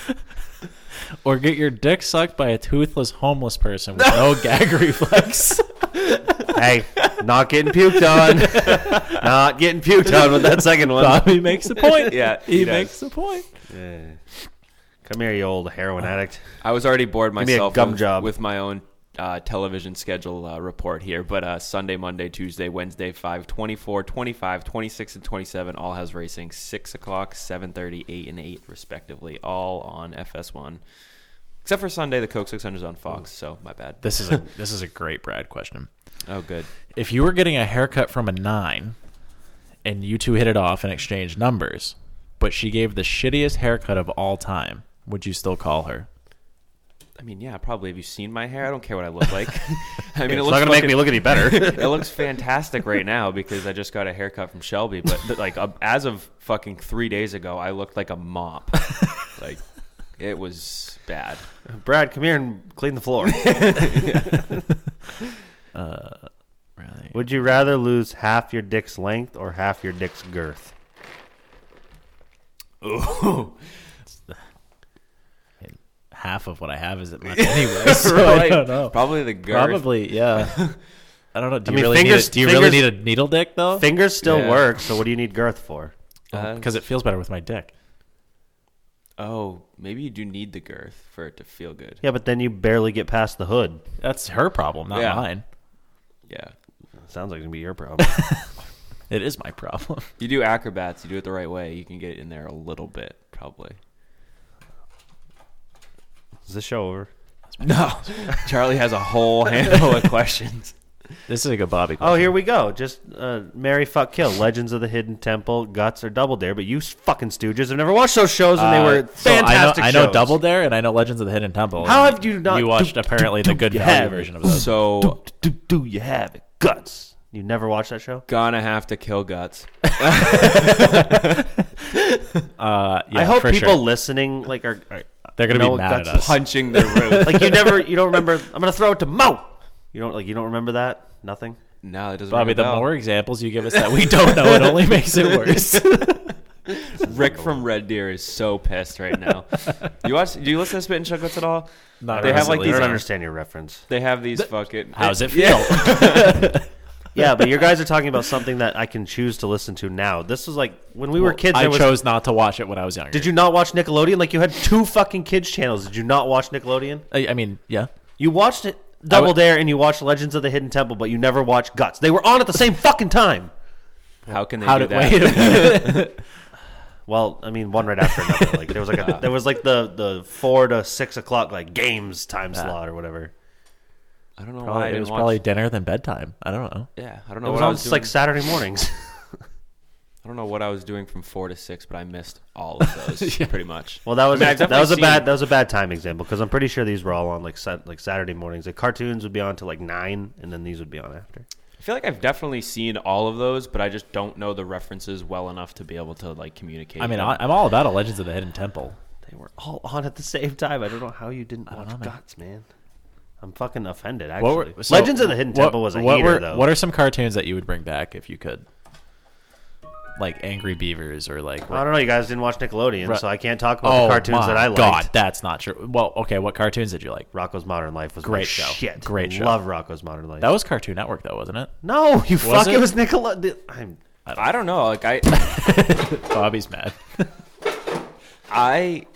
[SPEAKER 10] Or get your dick sucked by a toothless homeless person with no gag reflex.
[SPEAKER 11] Hey, not getting puked on. Not getting puked on with that second one.
[SPEAKER 10] Bobby makes a point.
[SPEAKER 1] Yeah,
[SPEAKER 10] he,
[SPEAKER 1] he does.
[SPEAKER 10] makes a point.
[SPEAKER 11] Come here, you old heroin addict.
[SPEAKER 1] I was already bored
[SPEAKER 11] me a
[SPEAKER 1] myself
[SPEAKER 11] gum
[SPEAKER 1] with,
[SPEAKER 11] job.
[SPEAKER 1] with my own uh, television schedule uh, report here, but uh, Sunday, Monday, Tuesday, Wednesday, 5, 24, 25, 26, and 27 all has racing 6 o'clock, 7.30, 8, and 8, respectively, all on FS1. Except for Sunday, the Coke 600 is on Fox, so my bad.
[SPEAKER 10] This is a this is a great Brad question.
[SPEAKER 1] Oh, good.
[SPEAKER 10] If you were getting a haircut from a nine, and you two hit it off and exchanged numbers, but she gave the shittiest haircut of all time, would you still call her?
[SPEAKER 1] I mean, yeah, probably. Have you seen my hair? I don't care what I look like. I mean, it
[SPEAKER 11] It's
[SPEAKER 1] looks
[SPEAKER 11] not gonna make
[SPEAKER 1] fucking-
[SPEAKER 11] me look any better.
[SPEAKER 1] it looks fantastic right now because I just got a haircut from Shelby. But th- like uh, as of fucking three days ago, I looked like a mop. Like it was bad.
[SPEAKER 11] Brad, come here and clean the floor. Uh,
[SPEAKER 10] Really?
[SPEAKER 11] Would you rather lose half your dick's length or half your dick's girth?
[SPEAKER 10] Half of what I have isn't much anyway. So I don't know.
[SPEAKER 1] Probably the girth.
[SPEAKER 10] Probably, yeah. I don't know. Do
[SPEAKER 11] I
[SPEAKER 10] you
[SPEAKER 11] mean,
[SPEAKER 10] really
[SPEAKER 11] fingers-
[SPEAKER 10] need a, Do you
[SPEAKER 11] fingers-
[SPEAKER 10] really need a needle dick though?
[SPEAKER 11] Fingers still
[SPEAKER 1] Yeah.
[SPEAKER 11] work, so what do you need girth for?
[SPEAKER 1] Uh,
[SPEAKER 10] Because it feels better with my dick.
[SPEAKER 1] oh, maybe you do need the girth for it to feel good.
[SPEAKER 11] Yeah, but then you barely get past the hood.
[SPEAKER 10] That's her problem, not
[SPEAKER 1] Yeah.
[SPEAKER 10] mine.
[SPEAKER 1] Yeah.
[SPEAKER 11] Sounds like it's gonna be your problem.
[SPEAKER 10] It is my problem.
[SPEAKER 1] You do acrobats. You do it the right way. You can get it in there a little bit, probably.
[SPEAKER 11] is the show over?
[SPEAKER 1] No, Charlie has a whole handful of questions.
[SPEAKER 10] This is a good Bobby.
[SPEAKER 11] Oh, here we go. Just uh, Mary Fuck Kill, Legends of the Hidden Temple, Guts, or Double Dare. But you s- fucking stooges have never watched those shows, and they were
[SPEAKER 10] So I know-
[SPEAKER 11] fantastic.
[SPEAKER 10] I know,
[SPEAKER 11] shows.
[SPEAKER 10] Double Dare and I know Legends of the Hidden Temple.
[SPEAKER 11] How
[SPEAKER 10] and
[SPEAKER 11] have you not-
[SPEAKER 10] You watched apparently the good
[SPEAKER 11] you
[SPEAKER 10] value
[SPEAKER 11] haven't.
[SPEAKER 10] version of those.
[SPEAKER 1] So
[SPEAKER 11] Do, do you have it? Guts. You never watched that show?
[SPEAKER 1] gonna have to kill guts.
[SPEAKER 10] Uh, yeah,
[SPEAKER 11] I hope
[SPEAKER 10] for
[SPEAKER 11] people
[SPEAKER 10] sure.
[SPEAKER 11] listening like are, are
[SPEAKER 10] they're gonna
[SPEAKER 11] know
[SPEAKER 10] be mad at
[SPEAKER 11] that's
[SPEAKER 10] us.
[SPEAKER 1] Punching the roof.
[SPEAKER 11] like you never you don't remember. I'm gonna throw it to Mo. You don't like you don't remember that. Nothing.
[SPEAKER 1] no, it doesn't. ring
[SPEAKER 10] Bobby,
[SPEAKER 1] a
[SPEAKER 10] the
[SPEAKER 1] bell.
[SPEAKER 10] more examples you give us that we don't know, it only makes it worse.
[SPEAKER 1] Rick from Red Deer is so pissed right now. you watch? Do you listen to Spit and Chocolates at all?
[SPEAKER 10] Not
[SPEAKER 1] They have, like,
[SPEAKER 10] recently.
[SPEAKER 11] I
[SPEAKER 1] these-
[SPEAKER 11] don't understand your reference.
[SPEAKER 1] They have these fucking.
[SPEAKER 10] How's it feel?
[SPEAKER 1] Yeah.
[SPEAKER 11] yeah, but your guys are talking about something that I can choose to listen to now. This was like when we were kids.
[SPEAKER 10] I
[SPEAKER 11] there was-
[SPEAKER 10] chose not to watch it when I was younger.
[SPEAKER 11] Did you not watch Nickelodeon? Like you had two fucking kids channels. Did you not watch Nickelodeon?
[SPEAKER 10] I, I mean, yeah.
[SPEAKER 11] You watched it Double Dare and you watched Legends of the Hidden Temple, but you never watched Guts. They were on at the same fucking time.
[SPEAKER 1] How can they
[SPEAKER 10] How
[SPEAKER 1] do
[SPEAKER 10] did
[SPEAKER 1] that?
[SPEAKER 10] wait? a minute.
[SPEAKER 11] Well, I mean, one right after another. Like there was like a, there was like the the four to six o'clock like games time slot or whatever.
[SPEAKER 1] I don't know why I
[SPEAKER 10] Probably- Oh, it
[SPEAKER 1] didn't
[SPEAKER 10] was
[SPEAKER 1] watch.
[SPEAKER 10] probably dinner than bedtime. I don't know.
[SPEAKER 1] yeah, I don't
[SPEAKER 11] It
[SPEAKER 1] know
[SPEAKER 11] was
[SPEAKER 1] what Oh, I
[SPEAKER 11] on
[SPEAKER 1] was doing.
[SPEAKER 11] like Saturday mornings.
[SPEAKER 1] I don't know what I was doing from four to six, but I missed all of those pretty much.
[SPEAKER 11] Well, that was
[SPEAKER 1] mean, I've
[SPEAKER 11] that
[SPEAKER 1] definitely
[SPEAKER 11] was a
[SPEAKER 1] seen-
[SPEAKER 11] bad that was a bad time example because I'm pretty sure these were all on like sat, like Saturday mornings. Like cartoons would be on till like nine, and then these would be on after.
[SPEAKER 1] I feel like I've definitely seen all of those, but I just don't know the references well enough to be able to like communicate.
[SPEAKER 10] I mean,
[SPEAKER 1] them.
[SPEAKER 10] I, I'm all about a Legends of the Hidden Temple.
[SPEAKER 11] They were all on at the same time. I don't know how you didn't watch
[SPEAKER 10] know, man.
[SPEAKER 11] Guts, man. I'm fucking offended. Actually,
[SPEAKER 10] What were, so
[SPEAKER 11] Legends of the Hidden
[SPEAKER 10] what-
[SPEAKER 11] Temple was a
[SPEAKER 10] what
[SPEAKER 11] heater
[SPEAKER 10] were-
[SPEAKER 11] though.
[SPEAKER 10] What are some cartoons that you would bring back if you could? Like Angry Beavers or like.
[SPEAKER 11] I don't know. You guys didn't watch Nickelodeon,
[SPEAKER 10] Right. Oh
[SPEAKER 11] so I can't talk about the cartoons
[SPEAKER 10] my
[SPEAKER 11] that I liked.
[SPEAKER 10] God, that's not true. Well, okay, what cartoons did you like?
[SPEAKER 11] Rocco's Modern Life was
[SPEAKER 10] Great
[SPEAKER 11] my
[SPEAKER 10] show.
[SPEAKER 11] Shit,
[SPEAKER 10] Great show.
[SPEAKER 11] Love Rocco's Modern Life.
[SPEAKER 10] That was Cartoon Network, though, wasn't it?
[SPEAKER 11] no, you fuck. It,
[SPEAKER 10] it?
[SPEAKER 11] was Nickelodeon. I'm
[SPEAKER 1] I don't know. Like I,
[SPEAKER 10] Bobby's mad.
[SPEAKER 1] I,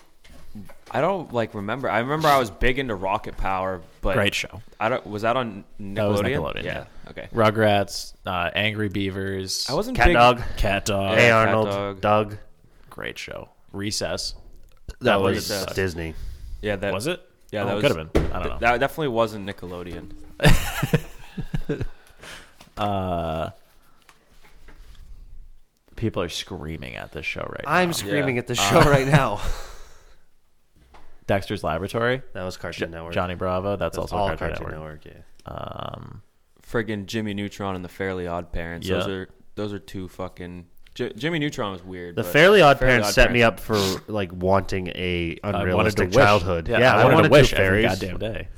[SPEAKER 1] I don't like remember. I remember I was big into Rocket Power, but
[SPEAKER 10] Great show.
[SPEAKER 1] I don't. Was that on Nickelodeon?
[SPEAKER 10] That was Nickelodeon, yeah.
[SPEAKER 1] Okay.
[SPEAKER 10] Rugrats, uh, Angry Beavers.
[SPEAKER 1] I wasn't
[SPEAKER 11] Cat
[SPEAKER 1] big.
[SPEAKER 11] Dog.
[SPEAKER 10] Cat Dog.
[SPEAKER 11] Hey
[SPEAKER 1] Cat
[SPEAKER 11] Arnold,
[SPEAKER 1] Dog.
[SPEAKER 11] Doug.
[SPEAKER 10] Great show. Recess.
[SPEAKER 11] That
[SPEAKER 1] was
[SPEAKER 11] was
[SPEAKER 1] Recess.
[SPEAKER 11] Disney.
[SPEAKER 1] Yeah. That
[SPEAKER 10] Was it?
[SPEAKER 1] Yeah,
[SPEAKER 10] Oh,
[SPEAKER 1] that
[SPEAKER 10] it
[SPEAKER 1] was
[SPEAKER 10] could have been. I don't know.
[SPEAKER 1] th- That definitely wasn't Nickelodeon.
[SPEAKER 10] People are screaming at this show right now.
[SPEAKER 11] I'm screaming
[SPEAKER 1] Yeah.
[SPEAKER 11] at the show right now.
[SPEAKER 10] Dexter's Laboratory.
[SPEAKER 11] That was Cartoon Network.
[SPEAKER 10] Johnny Bravo. That's,
[SPEAKER 11] That's
[SPEAKER 10] also
[SPEAKER 11] all
[SPEAKER 10] Cartoon, Network.
[SPEAKER 11] yeah.
[SPEAKER 1] Friggin' Jimmy Neutron and the Fairly Odd Parents. Those
[SPEAKER 10] Yeah.
[SPEAKER 1] are those are two fucking. J- Jimmy Neutron was weird.
[SPEAKER 11] The
[SPEAKER 1] but
[SPEAKER 11] Fairly Odd
[SPEAKER 1] Fairly
[SPEAKER 11] Parents
[SPEAKER 1] Odd
[SPEAKER 11] set me up for like wanting a
[SPEAKER 10] I wanted to
[SPEAKER 11] unrealistic
[SPEAKER 10] wish.
[SPEAKER 11] childhood.
[SPEAKER 10] Yeah, I, wanted, to
[SPEAKER 11] do
[SPEAKER 10] wish every
[SPEAKER 11] fairies.
[SPEAKER 10] goddamn day.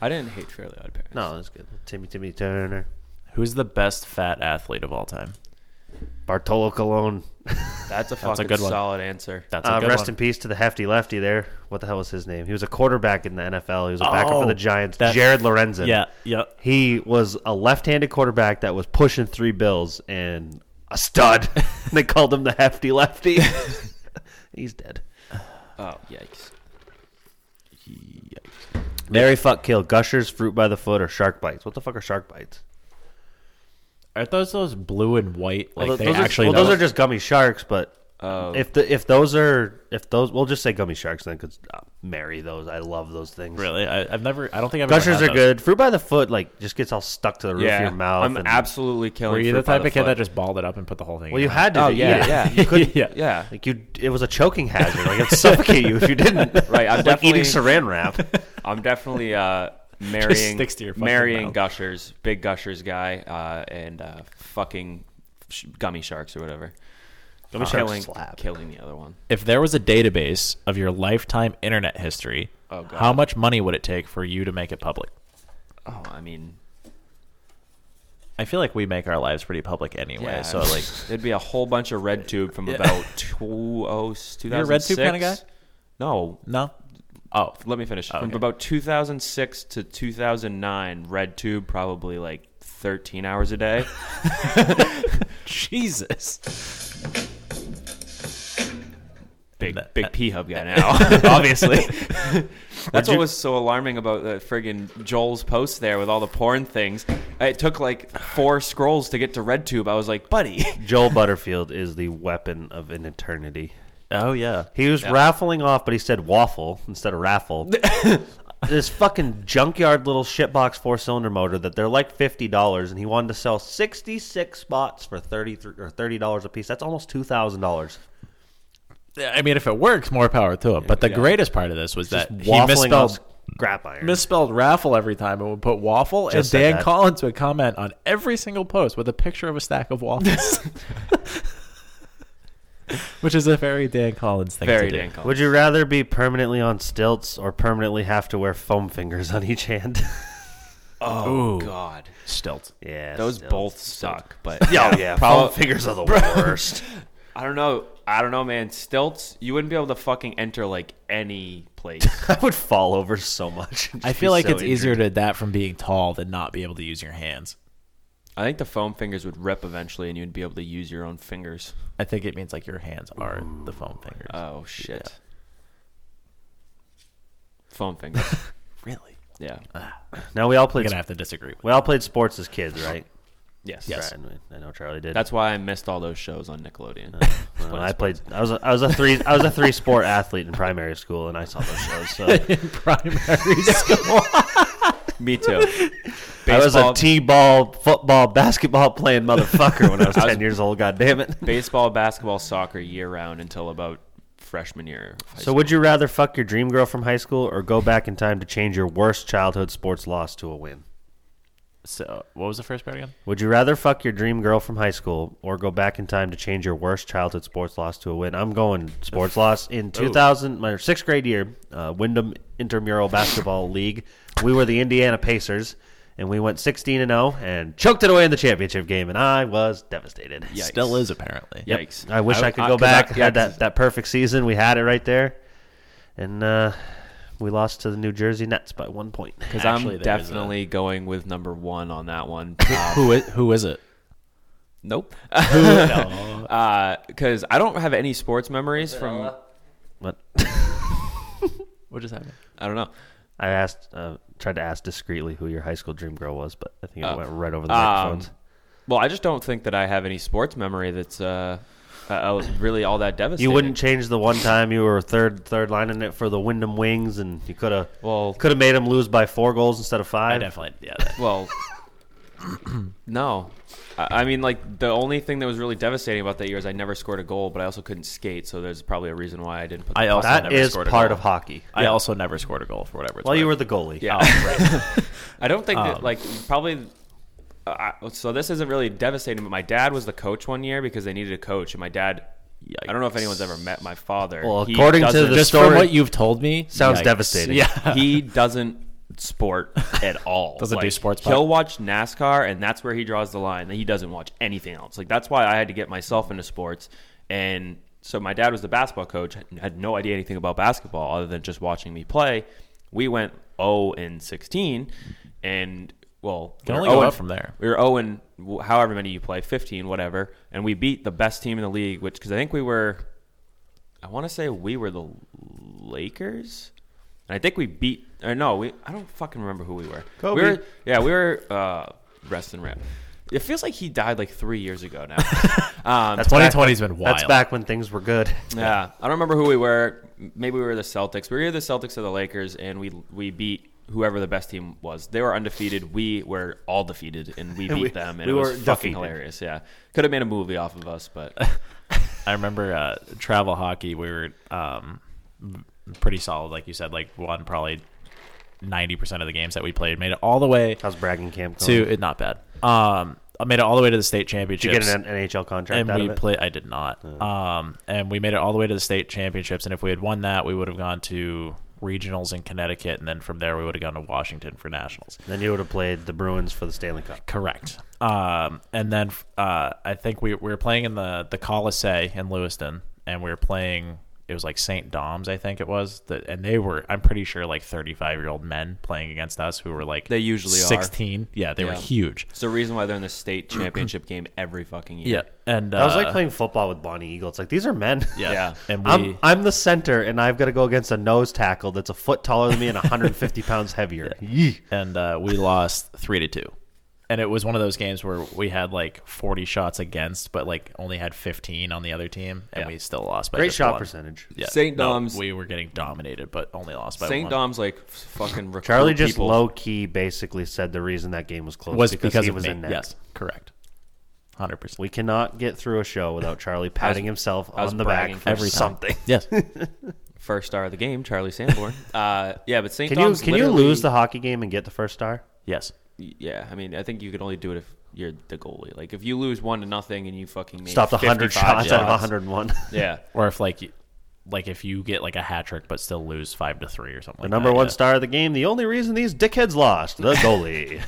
[SPEAKER 1] I didn't hate Fairly Odd Parents.
[SPEAKER 11] No, that's good. Timmy Timmy Turner,
[SPEAKER 10] Who's the best fat athlete of all time?
[SPEAKER 11] Bartolo Colon.
[SPEAKER 1] that's a fucking
[SPEAKER 10] a good one.
[SPEAKER 1] solid answer.
[SPEAKER 10] That's a
[SPEAKER 11] Uh,
[SPEAKER 10] good
[SPEAKER 11] rest
[SPEAKER 10] one.
[SPEAKER 11] in peace to the hefty lefty there. What the hell was his name? He was a quarterback in the NFL. He was a backup
[SPEAKER 10] Oh,
[SPEAKER 11] for the Giants.
[SPEAKER 10] that-
[SPEAKER 11] Jared Lorenzen.
[SPEAKER 10] Yeah, yep.
[SPEAKER 11] He was a left-handed quarterback that was pushing three bills and a stud. they called him the hefty lefty. He's dead.
[SPEAKER 1] Oh yikes!
[SPEAKER 11] Mary fuck kill gushers, fruit by the foot, or shark bites. What the fuck are shark bites?
[SPEAKER 10] Are those those blue and white? Like
[SPEAKER 11] Well,
[SPEAKER 10] they
[SPEAKER 11] those are-
[SPEAKER 10] actually.
[SPEAKER 11] well, those are just gummy sharks, but
[SPEAKER 1] Oh.
[SPEAKER 11] if the if those are if those we'll just say gummy sharks then because uh, marry those. I love those things.
[SPEAKER 10] really. I, I've never. I don't think I've. ever
[SPEAKER 11] Gushers
[SPEAKER 10] had
[SPEAKER 11] are
[SPEAKER 10] those.
[SPEAKER 11] good. Fruit by the foot like just gets all stuck to the roof of
[SPEAKER 1] Yeah,
[SPEAKER 11] your mouth.
[SPEAKER 1] I'm
[SPEAKER 11] and-
[SPEAKER 1] absolutely killing.
[SPEAKER 10] Were you the
[SPEAKER 1] Fruit by
[SPEAKER 10] type of kid
[SPEAKER 1] Foot.
[SPEAKER 10] that just balled it up and put the whole thing?
[SPEAKER 11] well,
[SPEAKER 10] in
[SPEAKER 11] you
[SPEAKER 10] your
[SPEAKER 11] had to.
[SPEAKER 1] Oh
[SPEAKER 11] eat
[SPEAKER 1] yeah,
[SPEAKER 11] it.
[SPEAKER 1] yeah,
[SPEAKER 11] You couldn't.
[SPEAKER 10] yeah.
[SPEAKER 1] yeah.
[SPEAKER 11] Like you, it was a choking hazard. Like it'd suffocate you if you didn't.
[SPEAKER 1] Right, I'm
[SPEAKER 11] It's like eating
[SPEAKER 1] definitely-
[SPEAKER 11] saran wrap.
[SPEAKER 1] I'm definitely uh, marrying
[SPEAKER 10] sticks to your fucking
[SPEAKER 1] marrying
[SPEAKER 10] mouth.
[SPEAKER 1] gushers, big gushers guy, uh, and uh, fucking sh- gummy sharks or whatever.
[SPEAKER 11] Gummy sharks
[SPEAKER 1] killing,
[SPEAKER 11] slap.
[SPEAKER 1] killing the other one.
[SPEAKER 10] If there was a database of your lifetime internet history,
[SPEAKER 1] Oh, God.
[SPEAKER 10] how much money would it take for you to make it public?
[SPEAKER 1] Oh, I mean,
[SPEAKER 10] I feel like we make our lives pretty public anyway.
[SPEAKER 1] yeah.
[SPEAKER 10] so like,
[SPEAKER 1] there'd be a whole bunch of red tube from about oh, 20, 2006.
[SPEAKER 10] a Red Tube kinda guy?
[SPEAKER 1] No,
[SPEAKER 10] no. Oh,
[SPEAKER 1] let me finish. From
[SPEAKER 10] okay.
[SPEAKER 1] about 2006 to 2009, red tube probably like 13 hours a day.
[SPEAKER 10] Jesus.
[SPEAKER 1] big
[SPEAKER 10] that-
[SPEAKER 1] big pee hub guy now, obviously. That's what was so alarming about the friggin' Joel's post there with all the porn things. It took like four scrolls to get to RedTube. I was like, buddy,
[SPEAKER 11] Joel Butterfield is the weapon of an eternity.
[SPEAKER 10] Oh yeah.
[SPEAKER 11] He was raffling off, but he said waffle instead of raffle. this fucking junkyard little shitbox four cylinder motor that they're like fifty dollars, and he wanted to sell sixty six spots for thirty three or thirty dollars a piece. That's almost two thousand dollars.
[SPEAKER 10] I mean, if it works, more power to him. But the greatest part of this was that he
[SPEAKER 11] Waffling on
[SPEAKER 10] misspelled
[SPEAKER 11] scrap iron.
[SPEAKER 10] misspelled raffle every time and would put waffle.
[SPEAKER 11] Just
[SPEAKER 10] and
[SPEAKER 11] said
[SPEAKER 10] Dan
[SPEAKER 11] that.
[SPEAKER 10] Collins would comment on every single post with a picture of a stack of waffles, which is a very Dan Collins thing.
[SPEAKER 1] very
[SPEAKER 10] to do.
[SPEAKER 1] Dan Collins.
[SPEAKER 11] Would you rather be permanently on stilts or permanently have to wear foam fingers on each hand?
[SPEAKER 1] Oh God,
[SPEAKER 10] Stilt.
[SPEAKER 11] yeah,
[SPEAKER 1] those
[SPEAKER 11] stilts.
[SPEAKER 1] both suck. But
[SPEAKER 11] Yeah, yeah,
[SPEAKER 1] Prob-
[SPEAKER 11] foam fingers are the worst.
[SPEAKER 1] I don't know. I don't know, man. Stilts, you wouldn't be able to fucking enter like any place.
[SPEAKER 11] I would fall over so much. and
[SPEAKER 10] I
[SPEAKER 11] just
[SPEAKER 10] feel
[SPEAKER 11] be
[SPEAKER 10] like
[SPEAKER 11] so
[SPEAKER 10] it's easier
[SPEAKER 11] injured.
[SPEAKER 10] to adapt from being tall than not be able to use your hands.
[SPEAKER 1] I think the foam fingers would rip eventually, and you'd be able to use your own fingers.
[SPEAKER 10] I think it means like your hands are the foam fingers.
[SPEAKER 1] Oh shit!
[SPEAKER 10] Yeah.
[SPEAKER 1] Foam fingers.
[SPEAKER 10] really?
[SPEAKER 1] yeah.
[SPEAKER 11] Uh, Now we all
[SPEAKER 10] I'm
[SPEAKER 11] played.
[SPEAKER 10] gonna have to disagree. With
[SPEAKER 11] We all played sports as kids, right?
[SPEAKER 1] Yes.
[SPEAKER 10] Yes.
[SPEAKER 11] Right, I know Charlie did.
[SPEAKER 1] That's why I missed all those shows on Nickelodeon.
[SPEAKER 11] Uh, Well, I played. I was a, I was a three. I was a three sport athlete in primary school, and I saw those shows. So
[SPEAKER 10] primary school.
[SPEAKER 1] Me too.
[SPEAKER 11] I was a
[SPEAKER 1] Baseball-
[SPEAKER 11] t-ball, football, basketball playing motherfucker when I was ten years old. God damn it!
[SPEAKER 1] baseball, basketball, soccer year round until about freshman year. of high
[SPEAKER 11] So, would you rather fuck your dream girl from high school or go back in time to change your worst childhood sports loss to a win?
[SPEAKER 10] so what was the first part again?
[SPEAKER 11] Would you rather fuck your dream girl from high school or go back in time to change your worst childhood sports loss to a win? I'm going sports loss in 2000, my sixth grade year, uh, Wyndham Intramural Basketball League. We were the Indiana Pacers, and we went 16 and 0 and choked it away in the championship game, and I was devastated.
[SPEAKER 1] Yikes.
[SPEAKER 10] Still is apparently.
[SPEAKER 1] Yep. Yikes.
[SPEAKER 11] I wish I,
[SPEAKER 1] I-
[SPEAKER 11] could
[SPEAKER 1] I-
[SPEAKER 11] go
[SPEAKER 1] 'cause I-
[SPEAKER 11] back.
[SPEAKER 1] yeah,
[SPEAKER 11] had
[SPEAKER 1] 'cause-
[SPEAKER 11] that, that perfect season. We had it right there, and uh, we lost to the New Jersey Nets by one point.
[SPEAKER 1] Because
[SPEAKER 10] Actually,
[SPEAKER 1] I'm
[SPEAKER 10] there is a-
[SPEAKER 1] definitely going with number one on that one.
[SPEAKER 10] Who is who is it?
[SPEAKER 1] nope. Because I don't have any sports memories from.
[SPEAKER 11] But
[SPEAKER 10] What just happened?
[SPEAKER 1] I don't know.
[SPEAKER 11] I asked, uh, tried to ask discreetly who your high school dream girl was, but I think it
[SPEAKER 1] Oh.
[SPEAKER 11] went right over the
[SPEAKER 1] Um,
[SPEAKER 11] microphones.
[SPEAKER 1] Well, I just don't think that I have any sports memory that's uh, uh, uh, really all that devastating.
[SPEAKER 11] You wouldn't change the one time you were third, third line in it for the Wyndham Wings, and you could have
[SPEAKER 1] Well-
[SPEAKER 11] could have made them lose by four goals instead of
[SPEAKER 10] I
[SPEAKER 11] five.
[SPEAKER 10] definitely yeah. That,
[SPEAKER 1] Well, no. I I mean, like the only thing that was really devastating about that year is I never scored a goal, but I also couldn't skate, so there's probably a reason why I didn't put. The
[SPEAKER 10] I also
[SPEAKER 11] That
[SPEAKER 10] never
[SPEAKER 11] is
[SPEAKER 10] scored a
[SPEAKER 11] part
[SPEAKER 10] goal.
[SPEAKER 11] of hockey.
[SPEAKER 10] I also never scored a goal for whatever. It's
[SPEAKER 11] Well, you were
[SPEAKER 10] worth.
[SPEAKER 11] the goalie.
[SPEAKER 1] Yeah.
[SPEAKER 11] Oh,
[SPEAKER 1] I don't think
[SPEAKER 11] Um.
[SPEAKER 1] that, like, probably. Uh, I- so this isn't really devastating, but my dad was the coach one year because they needed a coach, and my dad. I don't know if anyone's ever met my father.
[SPEAKER 11] Well,
[SPEAKER 1] He
[SPEAKER 11] according to
[SPEAKER 1] doesn't-
[SPEAKER 11] the
[SPEAKER 10] just
[SPEAKER 11] story,
[SPEAKER 10] from what you've told me,
[SPEAKER 11] sounds
[SPEAKER 10] yikes.
[SPEAKER 11] devastating.
[SPEAKER 10] Yeah.
[SPEAKER 1] he doesn't sport at all.
[SPEAKER 10] Doesn't do
[SPEAKER 1] Like,
[SPEAKER 10] sports pod-
[SPEAKER 1] He'll watch NASCAR, and that's where he draws the line. He doesn't watch anything else. Like that's why I had to get myself into sports. And so my dad was the basketball coach. Had no idea anything about basketball other than just watching me play. We went zero and sixteen, and well,
[SPEAKER 10] Can
[SPEAKER 1] we were
[SPEAKER 10] only
[SPEAKER 1] 0
[SPEAKER 10] go
[SPEAKER 1] and-
[SPEAKER 10] up from there.
[SPEAKER 1] We were zero and wh- however many you play, fifteen, whatever, and we beat the best team in the league. Which because I think we were, I want to say we were the Lakers. And I think we beat or no, we I don't fucking remember who we were.
[SPEAKER 11] Kobe.
[SPEAKER 1] We were yeah, we were uh rest and rip. It feels like he died like three years ago now.
[SPEAKER 11] That's
[SPEAKER 10] 2020's
[SPEAKER 11] back-
[SPEAKER 10] been
[SPEAKER 11] That's
[SPEAKER 10] wild.
[SPEAKER 11] back when things were good.
[SPEAKER 1] yeah. I don't remember who we were. Maybe we were the Celtics. We were either the Celtics or the Lakers and we we beat whoever the best team was. They were undefeated. We were all defeated and we beat
[SPEAKER 11] We-
[SPEAKER 1] them and
[SPEAKER 11] we
[SPEAKER 1] it was
[SPEAKER 11] were
[SPEAKER 1] fucking
[SPEAKER 11] defeated.
[SPEAKER 1] hilarious. Yeah. Could have made a movie off of us, but
[SPEAKER 10] I remember uh, travel hockey. We were um, pretty solid, like you said. Like won probably ninety percent of the games that we played. Made it all the way
[SPEAKER 11] How's bragging camp going?
[SPEAKER 10] to it. Not bad. Um, I made it all the way to the state championships.
[SPEAKER 11] Did you get an NHL contract
[SPEAKER 10] and
[SPEAKER 11] out
[SPEAKER 10] we
[SPEAKER 11] of it?
[SPEAKER 10] play. I did not. Um, and we made it all the way to the state championships. And if we had won that, we would have gone to regionals in Connecticut, and then from there we would have gone to Washington for nationals.
[SPEAKER 11] then you would have played the Bruins for the Stanley Cup.
[SPEAKER 10] Correct. Um, and then uh, I think we, we were playing in the the Colisee in Lewiston, and we were playing. It was like St. Dom's, I think it was, that, and they were. I'm pretty sure like 35 year old men playing against us who were like
[SPEAKER 1] They usually are.
[SPEAKER 10] 16. Yeah, they were
[SPEAKER 1] Yeah.
[SPEAKER 10] huge.
[SPEAKER 1] it's the reason why they're in the state championship game every fucking
[SPEAKER 10] Yeah,
[SPEAKER 1] year.
[SPEAKER 10] and uh,
[SPEAKER 11] I was like playing football with Bonnie Eagle. It's like these are men.
[SPEAKER 10] yeah,
[SPEAKER 1] Yeah.
[SPEAKER 10] and we
[SPEAKER 11] I'm, I'm the center, and I've got to go against a nose tackle that's a foot taller than me and 150 pounds heavier. Yee.
[SPEAKER 10] and uh, we lost three to two. And it was one of those games where we had like 40 shots against, but like only had 15 on the other team, and
[SPEAKER 1] Yeah.
[SPEAKER 10] we still lost by
[SPEAKER 11] Great
[SPEAKER 10] just
[SPEAKER 11] shot
[SPEAKER 10] one.
[SPEAKER 11] percentage.
[SPEAKER 10] Yeah.
[SPEAKER 1] St.
[SPEAKER 10] No,
[SPEAKER 1] Dom's-
[SPEAKER 10] we were getting dominated, but only lost by
[SPEAKER 1] St.
[SPEAKER 10] one.
[SPEAKER 1] Dom's like f- fucking recruit
[SPEAKER 11] Charlie just
[SPEAKER 1] people.
[SPEAKER 11] low key basically said the reason that game was close
[SPEAKER 10] was because,
[SPEAKER 11] he
[SPEAKER 10] of
[SPEAKER 11] was
[SPEAKER 10] me.
[SPEAKER 11] in net.
[SPEAKER 10] Yes, correct. Hundred percent.
[SPEAKER 11] We cannot get through a show without Charlie patting himself
[SPEAKER 1] I was
[SPEAKER 11] on the back
[SPEAKER 1] bragging
[SPEAKER 11] for
[SPEAKER 1] every time.
[SPEAKER 11] something.
[SPEAKER 10] Yes.
[SPEAKER 1] first star of the game, Charlie Sanborn. uh, yeah, but St.
[SPEAKER 11] Can you
[SPEAKER 1] Dom's
[SPEAKER 11] can you
[SPEAKER 1] literally-
[SPEAKER 11] lose the hockey game and get the first star?
[SPEAKER 10] yes.
[SPEAKER 1] Yeah, I mean, I think you could only do it if you're the goalie. Like if you lose one to nothing and you fucking made
[SPEAKER 11] Stop the 100
[SPEAKER 1] 55
[SPEAKER 11] shots out of 101.
[SPEAKER 1] Yeah,
[SPEAKER 10] Or if like, you- like if you get like a hat trick but still lose five to three or something.
[SPEAKER 11] The
[SPEAKER 10] like
[SPEAKER 11] number
[SPEAKER 10] that,
[SPEAKER 11] one
[SPEAKER 10] yeah.
[SPEAKER 11] star of the game. The only reason these dickheads lost, the goalie.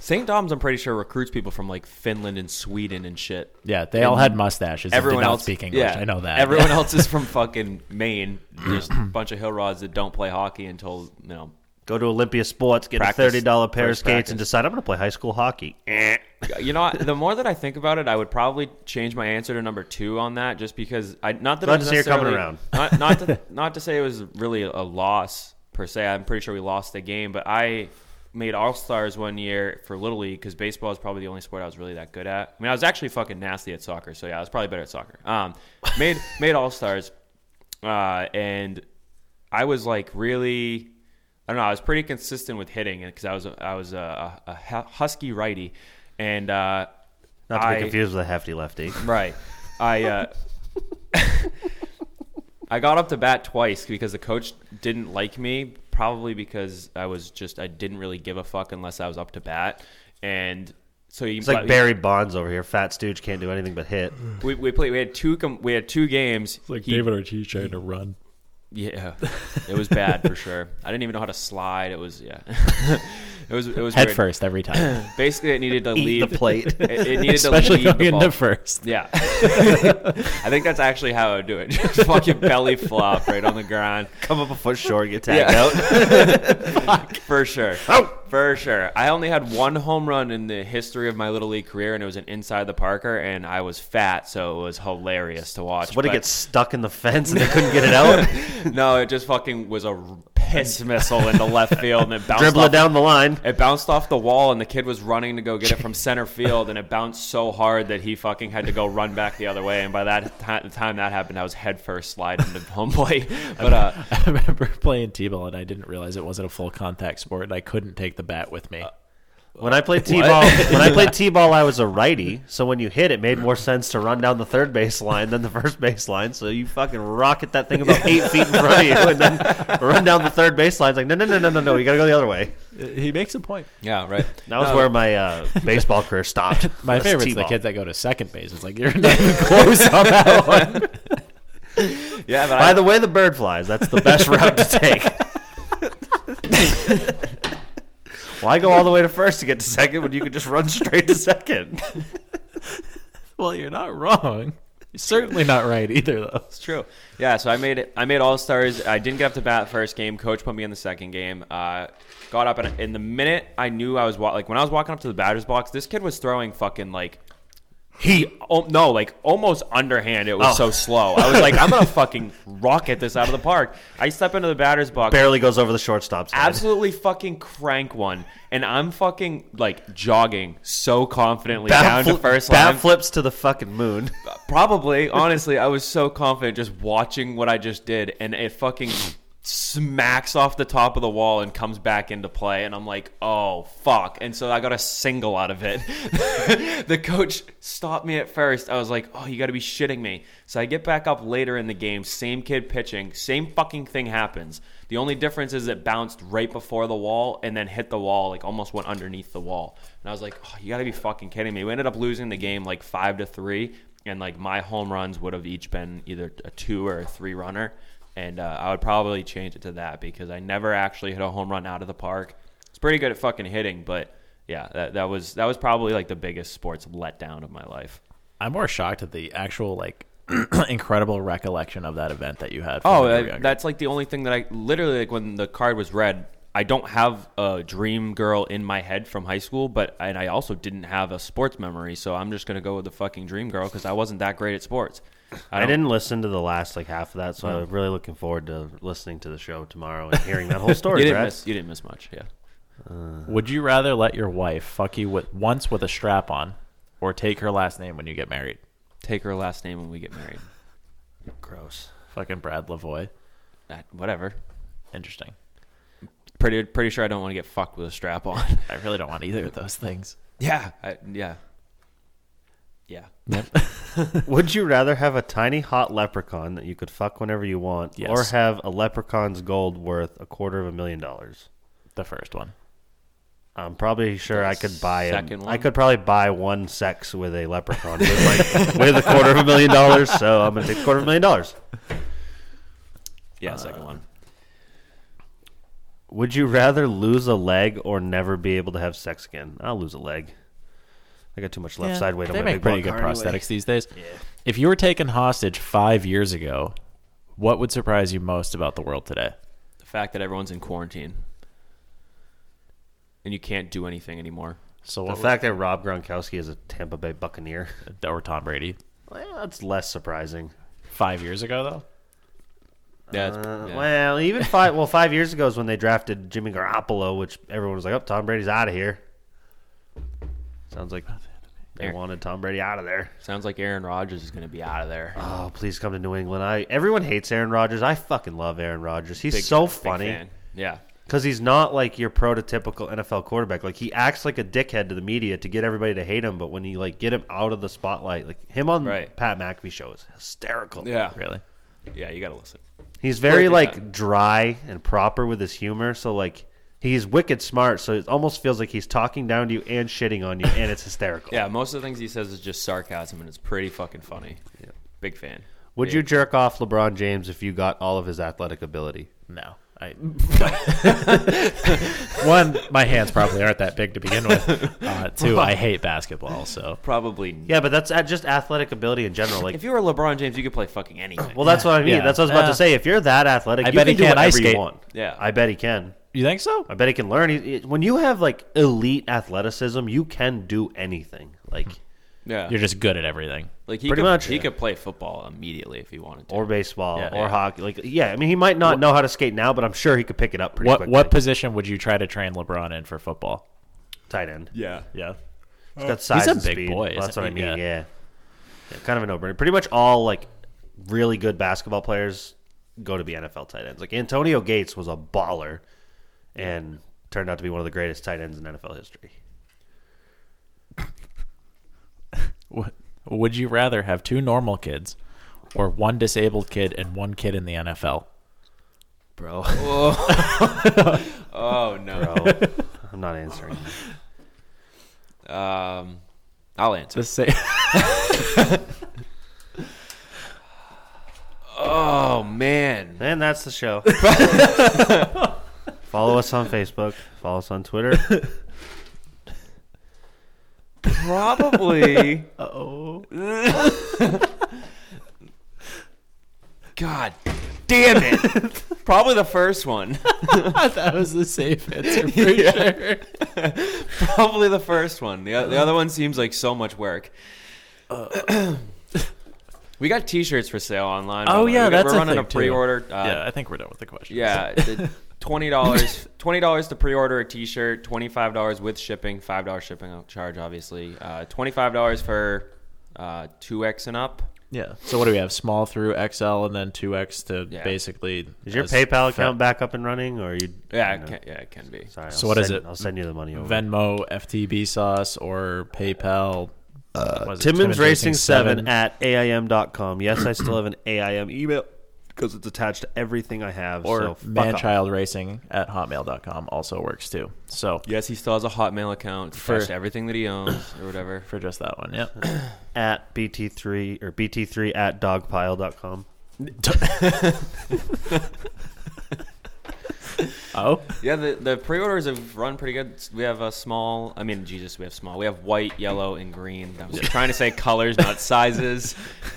[SPEAKER 1] St. Dom's, I'm pretty sure recruits people from like Finland and Sweden and shit.
[SPEAKER 10] Yeah, they all had mustaches.
[SPEAKER 1] Everyone
[SPEAKER 10] and did not
[SPEAKER 1] else
[SPEAKER 10] speak English.
[SPEAKER 1] yeah,
[SPEAKER 10] I know that.
[SPEAKER 1] Everyone else is from fucking Maine. Just a bunch of hill rods that don't play hockey until you know
[SPEAKER 11] Go to Olympia Sports, get
[SPEAKER 1] Practice.
[SPEAKER 11] a thirty dollar pair of
[SPEAKER 1] First
[SPEAKER 11] skates,
[SPEAKER 1] practice.
[SPEAKER 11] and decide I'm going to play high school hockey. Eh.
[SPEAKER 1] You know, the more that I think about it, I would probably change my answer to number two on that, just because I not that
[SPEAKER 11] Glad
[SPEAKER 1] it was
[SPEAKER 11] to see you're coming
[SPEAKER 1] necessarily- Not not to, not to say it was really a loss per se. I'm pretty sure we lost the game, but I made All Stars one year for Little League because baseball is probably the only sport I was really that good at. I mean, I was actually fucking nasty at soccer, so yeah, I was probably better at soccer. Um, made made All Stars, uh, and I was like really, I don't know. I was pretty consistent with hitting because I was a- I was a, a hu- husky righty, and uh,
[SPEAKER 11] Not to be
[SPEAKER 1] I-
[SPEAKER 11] confused with a hefty lefty.
[SPEAKER 1] right, I uh, I got up to bat twice because the coach didn't like me, probably because I was just I didn't really give a fuck unless I was up to bat, and so you
[SPEAKER 11] It's like Barry Bonds over here. Fat stooge can't do anything but hit.
[SPEAKER 1] We, we played. We had two. Com- we had two games.
[SPEAKER 5] Like
[SPEAKER 1] He-
[SPEAKER 5] David Ortiz trying to run.
[SPEAKER 1] Yeah, it was bad for sure. I didn't even know how to slide. It was yeah, it was it was
[SPEAKER 10] Head
[SPEAKER 1] weird.
[SPEAKER 10] first every time,
[SPEAKER 1] Basically, it needed to
[SPEAKER 11] Eat
[SPEAKER 1] leave
[SPEAKER 11] the plate.
[SPEAKER 1] It, it needed
[SPEAKER 10] especially
[SPEAKER 1] to leave
[SPEAKER 10] going
[SPEAKER 1] the ball.
[SPEAKER 10] into first.
[SPEAKER 1] yeah, I think that's actually how I would do it. Just fucking belly flop right on the ground.
[SPEAKER 11] Come up a foot short, get tagged
[SPEAKER 1] Yeah.
[SPEAKER 11] out.
[SPEAKER 1] For sure.
[SPEAKER 11] Oh!
[SPEAKER 1] For sure. I only had one home run in the history of my little league career, and it was an inside the Parker, and I was fat, so it was hilarious to watch.
[SPEAKER 11] What it
[SPEAKER 1] but-
[SPEAKER 11] gets stuck in the fence and they couldn't get it out.
[SPEAKER 1] No, it just fucking was a piss missile in the left field, and it bounced
[SPEAKER 11] Dribble
[SPEAKER 1] off
[SPEAKER 11] it down the line.
[SPEAKER 1] It bounced off the wall, and the kid was running to go get it from center field, and it bounced so hard that he fucking had to go run back the other way. And by that ti- time that happened, I was headfirst sliding to home plate. But uh,
[SPEAKER 10] I remember playing t-ball and I didn't realize it wasn't a full contact sport, and I couldn't take the bat with me.
[SPEAKER 11] When I played t-ball, when I played t-ball, I was a righty. So when you hit, it made more sense to run down the third base line than the first base line. So you fucking rocket that thing about eight feet in front of you, and then run down the third base line. It's like no, no, no, no, no, no. You gotta go the other way.
[SPEAKER 10] he makes a point.
[SPEAKER 1] yeah, right.
[SPEAKER 11] That was where my uh, baseball career stopped.
[SPEAKER 10] My
[SPEAKER 11] Was
[SPEAKER 10] favorite's the
[SPEAKER 11] t-ball.
[SPEAKER 10] kids that go to second base. It's like you're not even close on that one.
[SPEAKER 1] Yeah, but
[SPEAKER 11] By
[SPEAKER 1] I,
[SPEAKER 11] the way, the bird flies. That's the best route to take. Why go all the way to first to get to second when you could just run straight to second?
[SPEAKER 10] Well, you're not wrong. You're certainly not right either, though.
[SPEAKER 1] It's true. Yeah, so I made it. I made All Stars. I didn't get up to bat first game. Coach put me in the second game. Uh, got up and in the minute I knew I was wa- like when I was walking up to the batter's box, this kid was throwing fucking like he oh, no like almost underhand. It was
[SPEAKER 11] Oh.
[SPEAKER 1] so slow. I was like, I'm gonna fucking rocket this out of the park. I step into the batter's box.
[SPEAKER 11] Barely goes over the shortstop's head.
[SPEAKER 1] Absolutely fucking crank one, and I'm fucking like jogging so confidently down
[SPEAKER 11] Bat,
[SPEAKER 1] to
[SPEAKER 11] fli-
[SPEAKER 1] first
[SPEAKER 11] bat
[SPEAKER 1] line.
[SPEAKER 11] flips to the fucking moon.
[SPEAKER 1] Probably, honestly, I was so confident just watching what I just did, and it fucking smacks off the top of the wall and comes back into play, and I'm like, oh fuck! And so I got a single out of it. the coach stopped me at first. I was like, oh, you got to be shitting me. So I get back up later in the game, same kid pitching, same fucking thing happens. The only difference is it bounced right before the wall and then hit the wall, like almost went underneath the wall. And I was like, oh, you got to be fucking kidding me. We ended up losing the game like five to three, and like my home runs would have each been either a two or a three runner. And uh, I would probably change it to that because I never actually hit a home run out of the park. It's pretty good at fucking hitting, but yeah, that, that was that was probably like the biggest sports letdown of my life.
[SPEAKER 10] I'm more shocked at the actual like incredible recollection of that event that you had. from
[SPEAKER 1] Oh,
[SPEAKER 10] when you were
[SPEAKER 1] that,
[SPEAKER 10] younger.
[SPEAKER 1] that's like the only thing that I literally like when the card was read. I don't have a dream girl in my head from high school, but and I also didn't have a sports memory, so I'm just gonna go with the fucking dream girl because I wasn't that great at sports.
[SPEAKER 11] I,
[SPEAKER 1] don't-
[SPEAKER 11] didn't listen to the last like half of that, so I'm really looking forward to listening to the show tomorrow and hearing that whole
[SPEAKER 1] You
[SPEAKER 11] story.
[SPEAKER 1] didn't
[SPEAKER 11] Brad.
[SPEAKER 1] miss. You didn't miss much. Yeah.
[SPEAKER 10] Would you rather let your wife fuck you with once with a strap on, or take her last name when you get married?
[SPEAKER 1] Take her last name when we get married.
[SPEAKER 11] Gross.
[SPEAKER 10] Fucking Brad Lavoy.
[SPEAKER 1] That, whatever.
[SPEAKER 10] Interesting.
[SPEAKER 1] Pretty pretty sure I don't want to get fucked with a strap on.
[SPEAKER 10] I really don't want either of those things.
[SPEAKER 1] yeah. I, yeah. Yeah.
[SPEAKER 11] Would you rather have a tiny hot leprechaun that you could fuck whenever you want,
[SPEAKER 10] Yes.
[SPEAKER 11] or have a leprechaun's gold worth a quarter of a million dollars?
[SPEAKER 10] The first one.
[SPEAKER 11] I'm probably sure I could buy a-
[SPEAKER 1] second
[SPEAKER 11] I
[SPEAKER 1] one?
[SPEAKER 11] could probably buy one sex with a leprechaun with, like, with a quarter of a million dollars. So I'm gonna take a quarter of a million dollars.
[SPEAKER 10] Uh,
[SPEAKER 1] Yeah. second one.
[SPEAKER 11] Would you rather lose a leg or never be able to have sex again? I'll lose a leg. I got too much left side weight on
[SPEAKER 10] They
[SPEAKER 11] my
[SPEAKER 10] make
[SPEAKER 11] big
[SPEAKER 10] pretty
[SPEAKER 11] block
[SPEAKER 10] good
[SPEAKER 11] car
[SPEAKER 10] prosthetics
[SPEAKER 11] anyway.
[SPEAKER 10] these days. If you were taken hostage five years ago, what would surprise you most about the world today?
[SPEAKER 1] The fact that everyone's in quarantine. and you can't do anything anymore.
[SPEAKER 10] So
[SPEAKER 11] The
[SPEAKER 10] what
[SPEAKER 11] fact that Rob Gronkowski is a Tampa Bay Buccaneer,
[SPEAKER 10] was, or Tom Brady
[SPEAKER 11] well, that's less surprising.
[SPEAKER 10] five years ago though?
[SPEAKER 1] Yeah, it's-
[SPEAKER 11] Uh,
[SPEAKER 1] yeah.
[SPEAKER 11] Well, even five well five years ago is when they drafted Jimmy Garoppolo, which everyone was like, "Oh, Tom Brady's out of here." Sounds like they wanted Tom Brady out of there.
[SPEAKER 1] sounds like Aaron Rodgers is going to be out of there.
[SPEAKER 11] Oh, please come to New England. I everyone hates Aaron Rodgers. I fucking love Aaron Rodgers. He's so
[SPEAKER 1] big
[SPEAKER 11] funny
[SPEAKER 1] fan. Yeah,
[SPEAKER 11] because he's not like your prototypical NFL quarterback. Like he acts like a dickhead to the media to get everybody to hate him, but when you like get him out of the spotlight, like him on
[SPEAKER 1] Right.
[SPEAKER 11] Pat McAfee show is hysterical.
[SPEAKER 1] yeah,
[SPEAKER 10] Really?
[SPEAKER 1] yeah. You got to listen.
[SPEAKER 11] He's very
[SPEAKER 1] Perfect
[SPEAKER 11] like
[SPEAKER 1] time.
[SPEAKER 11] dry and proper with his humor, so like he's wicked smart, so it almost feels like he's talking down to you and shitting on you and it's hysterical.
[SPEAKER 1] Yeah, most of the things he says is just sarcasm, and it's pretty fucking funny.
[SPEAKER 11] Yeah.
[SPEAKER 1] Big fan.
[SPEAKER 11] Would you jerk off LeBron James if you got all of his athletic ability?
[SPEAKER 10] No. I, one, my hands probably aren't that big to begin with. Uh, two, I hate basketball, so
[SPEAKER 1] Probably.
[SPEAKER 11] Yeah, but that's at just athletic ability in general. Like
[SPEAKER 1] If you were LeBron James, you could play fucking anything.
[SPEAKER 11] Well, that's what I mean.
[SPEAKER 10] Yeah.
[SPEAKER 11] That's what I was about
[SPEAKER 10] Uh,
[SPEAKER 11] to say. If you're that athletic,
[SPEAKER 10] I
[SPEAKER 11] you
[SPEAKER 10] bet
[SPEAKER 11] can
[SPEAKER 10] he
[SPEAKER 11] do
[SPEAKER 10] can't
[SPEAKER 11] whatever
[SPEAKER 10] ice skate.
[SPEAKER 11] you want.
[SPEAKER 1] Yeah.
[SPEAKER 11] I bet he can.
[SPEAKER 10] you think so?
[SPEAKER 11] I bet he can learn. He- he- When you have like elite athleticism, you can do anything. Like
[SPEAKER 1] yeah,
[SPEAKER 10] You're just good at everything.
[SPEAKER 1] like he
[SPEAKER 11] pretty
[SPEAKER 1] could,
[SPEAKER 11] much,
[SPEAKER 1] He
[SPEAKER 11] yeah.
[SPEAKER 1] could play football immediately if he wanted to.
[SPEAKER 11] or baseball
[SPEAKER 10] Yeah.
[SPEAKER 11] or hockey. Like yeah, I mean he might not know how to skate now, but I'm sure he could pick it up pretty
[SPEAKER 10] What
[SPEAKER 11] quickly.
[SPEAKER 10] what position would you try to train LeBron in for football?
[SPEAKER 11] tight end?
[SPEAKER 1] yeah,
[SPEAKER 10] Yeah.
[SPEAKER 11] He's got size
[SPEAKER 10] a
[SPEAKER 11] and
[SPEAKER 10] big
[SPEAKER 11] speed.
[SPEAKER 10] boy,
[SPEAKER 11] Well, that's
[SPEAKER 10] isn't
[SPEAKER 11] what I
[SPEAKER 10] he?
[SPEAKER 11] mean. Yeah.
[SPEAKER 10] Yeah.
[SPEAKER 11] Yeah, kind of an no-brainer. Pretty much all like really good basketball players go to be NFL tight ends. Like Antonio Gates was a baller and turned out to be one of the greatest tight ends in NFL history.
[SPEAKER 10] What, would you rather have two normal kids or one disabled kid and one kid in the NFL?
[SPEAKER 11] Bro,
[SPEAKER 1] Oh no.
[SPEAKER 11] I'm not answering.
[SPEAKER 1] Um, I'll answer.
[SPEAKER 10] The same.
[SPEAKER 1] Oh man.
[SPEAKER 11] And that's the show. Follow us on Facebook. Follow us on Twitter.
[SPEAKER 1] Probably. Uh oh. God damn it. Probably the first one.
[SPEAKER 10] that was the safe answer for sure.
[SPEAKER 1] Probably the first one. The, o- the other one seems like so much work. we got T-shirts for sale online. by the
[SPEAKER 10] Oh
[SPEAKER 1] way.
[SPEAKER 10] yeah,
[SPEAKER 1] we got-
[SPEAKER 10] that's
[SPEAKER 1] we're
[SPEAKER 10] a
[SPEAKER 1] running
[SPEAKER 10] thing,
[SPEAKER 1] a
[SPEAKER 10] too.
[SPEAKER 1] pre-order. Uh,
[SPEAKER 10] yeah, I think we're done with the question.
[SPEAKER 1] Yeah, the twenty dollars, twenty dollars to pre-order a T-shirt, twenty-five dollars with shipping, five dollars shipping charge, obviously. Uh, twenty-five dollars for uh, two X and up.
[SPEAKER 10] yeah. So what do we have? Small through XL and then two X to
[SPEAKER 1] Yeah.
[SPEAKER 10] basically.
[SPEAKER 11] Is your
[SPEAKER 10] as
[SPEAKER 11] PayPal
[SPEAKER 10] fa-
[SPEAKER 11] account back up and running, or you?
[SPEAKER 1] Yeah,
[SPEAKER 11] you
[SPEAKER 1] it
[SPEAKER 11] know?
[SPEAKER 1] can, yeah, it can be.
[SPEAKER 11] Sorry,
[SPEAKER 10] So
[SPEAKER 11] I'll
[SPEAKER 10] what is
[SPEAKER 11] send-
[SPEAKER 10] it?
[SPEAKER 11] I'll send you the money over.
[SPEAKER 10] Venmo, FTB sauce, or PayPal? was it
[SPEAKER 11] Uh, Timmons,
[SPEAKER 10] Timmins
[SPEAKER 11] Racing 7 at AIM.com. Yes, I still have an AIM email because it's attached to everything I have. so
[SPEAKER 10] or
[SPEAKER 11] fuck off.
[SPEAKER 10] manchild racing at hotmail.com also works too. So
[SPEAKER 1] Yes, he still has a Hotmail account
[SPEAKER 10] For-
[SPEAKER 1] for everything that he owns or whatever.
[SPEAKER 10] for just that one, yeah.
[SPEAKER 11] At BT3 or BT3 at dogpile.com.
[SPEAKER 10] oh,
[SPEAKER 1] Yeah, the, the pre-orders have run pretty good. We have a small. I mean, Jesus, we have small. We have white, yellow, and green. I was trying to say colors, not sizes.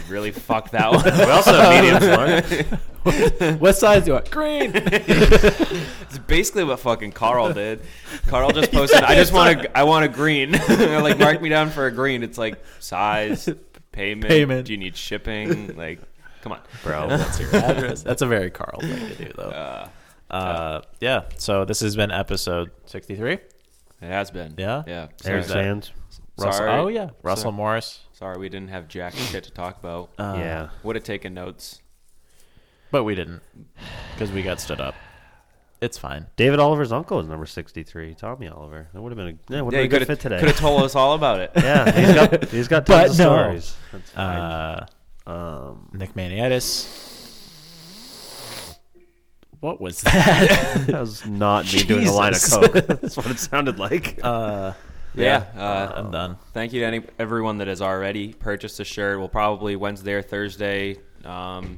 [SPEAKER 1] Really fucked that one.
[SPEAKER 11] We also have mediums, Mark.
[SPEAKER 10] what size do I? Green.
[SPEAKER 1] It's basically what fucking Carl did. Carl just posted, "I just want a, I want a green." They're like, mark me down for a green. It's like size, payment.
[SPEAKER 10] Payment.
[SPEAKER 1] Do you need shipping? Like, come on,
[SPEAKER 10] Bro, what's your address? That's a very Carl thing to do, though. Uh, yeah. So this has been episode sixty-three.
[SPEAKER 1] It has been.
[SPEAKER 10] Yeah?
[SPEAKER 1] Yeah.
[SPEAKER 11] There's
[SPEAKER 1] Sorry,
[SPEAKER 11] Sands.
[SPEAKER 10] Russell,
[SPEAKER 1] Sorry.
[SPEAKER 10] oh yeah, Russell
[SPEAKER 1] Sorry.
[SPEAKER 10] Morris.
[SPEAKER 1] Sorry, we didn't have jack shit to talk about.
[SPEAKER 10] Uh,
[SPEAKER 11] yeah.
[SPEAKER 1] Would have taken notes.
[SPEAKER 10] But we didn't because we got stood up. It's fine.
[SPEAKER 11] David Oliver's uncle is number 63. Tommy Oliver. That would have been a, yeah, would
[SPEAKER 1] Yeah,
[SPEAKER 11] have
[SPEAKER 1] you
[SPEAKER 11] been a
[SPEAKER 1] could
[SPEAKER 11] good fit today.
[SPEAKER 1] have told us all about it.
[SPEAKER 11] Yeah, he's got, he's got
[SPEAKER 10] But
[SPEAKER 11] tons of
[SPEAKER 10] no.
[SPEAKER 11] stories. That's fine.
[SPEAKER 10] Uh, Nick Maniatis. What was that?
[SPEAKER 11] that was not me doing a line of coke. That's what it sounded like.
[SPEAKER 10] Uh,
[SPEAKER 1] Yeah. Uh,
[SPEAKER 10] I'm done.
[SPEAKER 1] thank you to any, everyone that has already purchased a shirt. We'll probably Wednesday or Thursday um,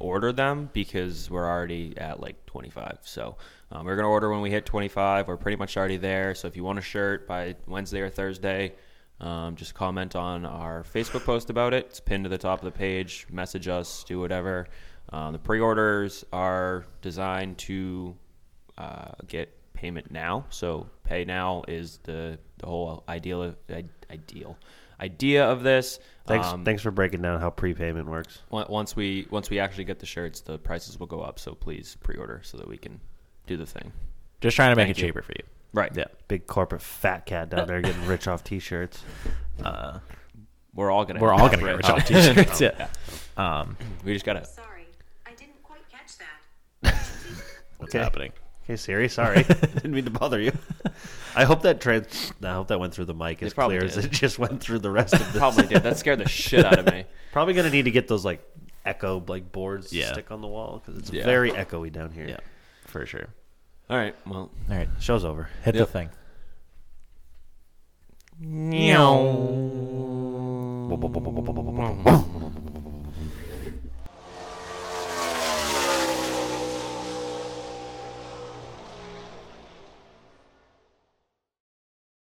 [SPEAKER 1] order them because we're already at like 25. So um, we're going to order when we hit 25. We're pretty much already there. So if you want a shirt by Wednesday or Thursday, um, just comment on our Facebook post about it. It's pinned to the top of the page. Message us, do whatever. Um, the pre orders are designed to uh, get payment now. So pay now is the the whole ideal of, i- ideal idea of this.
[SPEAKER 11] Thanks,
[SPEAKER 1] Um,
[SPEAKER 11] thanks for breaking down how prepayment works.
[SPEAKER 1] on- once we once we actually get the shirts, the prices will go up. So please pre-order so that we can do the thing.
[SPEAKER 10] Just trying to make
[SPEAKER 1] Thank
[SPEAKER 10] it
[SPEAKER 1] you.
[SPEAKER 10] cheaper for you.
[SPEAKER 1] Right.
[SPEAKER 10] Yeah.
[SPEAKER 11] Big corporate fat cat down there getting rich off t-shirts.
[SPEAKER 1] We're all gonna.
[SPEAKER 10] We're all gonna get rich off t-shirts. Yeah.
[SPEAKER 1] We just gotta.
[SPEAKER 5] Sorry, I didn't quite catch that.
[SPEAKER 10] What's
[SPEAKER 11] Okay.
[SPEAKER 10] happening?
[SPEAKER 11] Hey Siri, sorry, didn't mean to bother you. I hope that trans. I hope that went through the mic as
[SPEAKER 1] It probably
[SPEAKER 11] clear as
[SPEAKER 1] did.
[SPEAKER 11] it just went through the rest of this.
[SPEAKER 1] Probably did. That scared the shit out of me.
[SPEAKER 11] Probably gonna need to get those like echo like boards to
[SPEAKER 10] Yeah.
[SPEAKER 11] stick on the wall because it's
[SPEAKER 1] Yeah.
[SPEAKER 11] very echoey down here.
[SPEAKER 10] Yeah. For sure.
[SPEAKER 1] All right. Well.
[SPEAKER 10] All right.
[SPEAKER 11] Show's over.
[SPEAKER 10] Hit
[SPEAKER 1] Yep.
[SPEAKER 10] the thing.
[SPEAKER 11] Boom, boom, boom, boom, boom, boom, boom, boom, boom.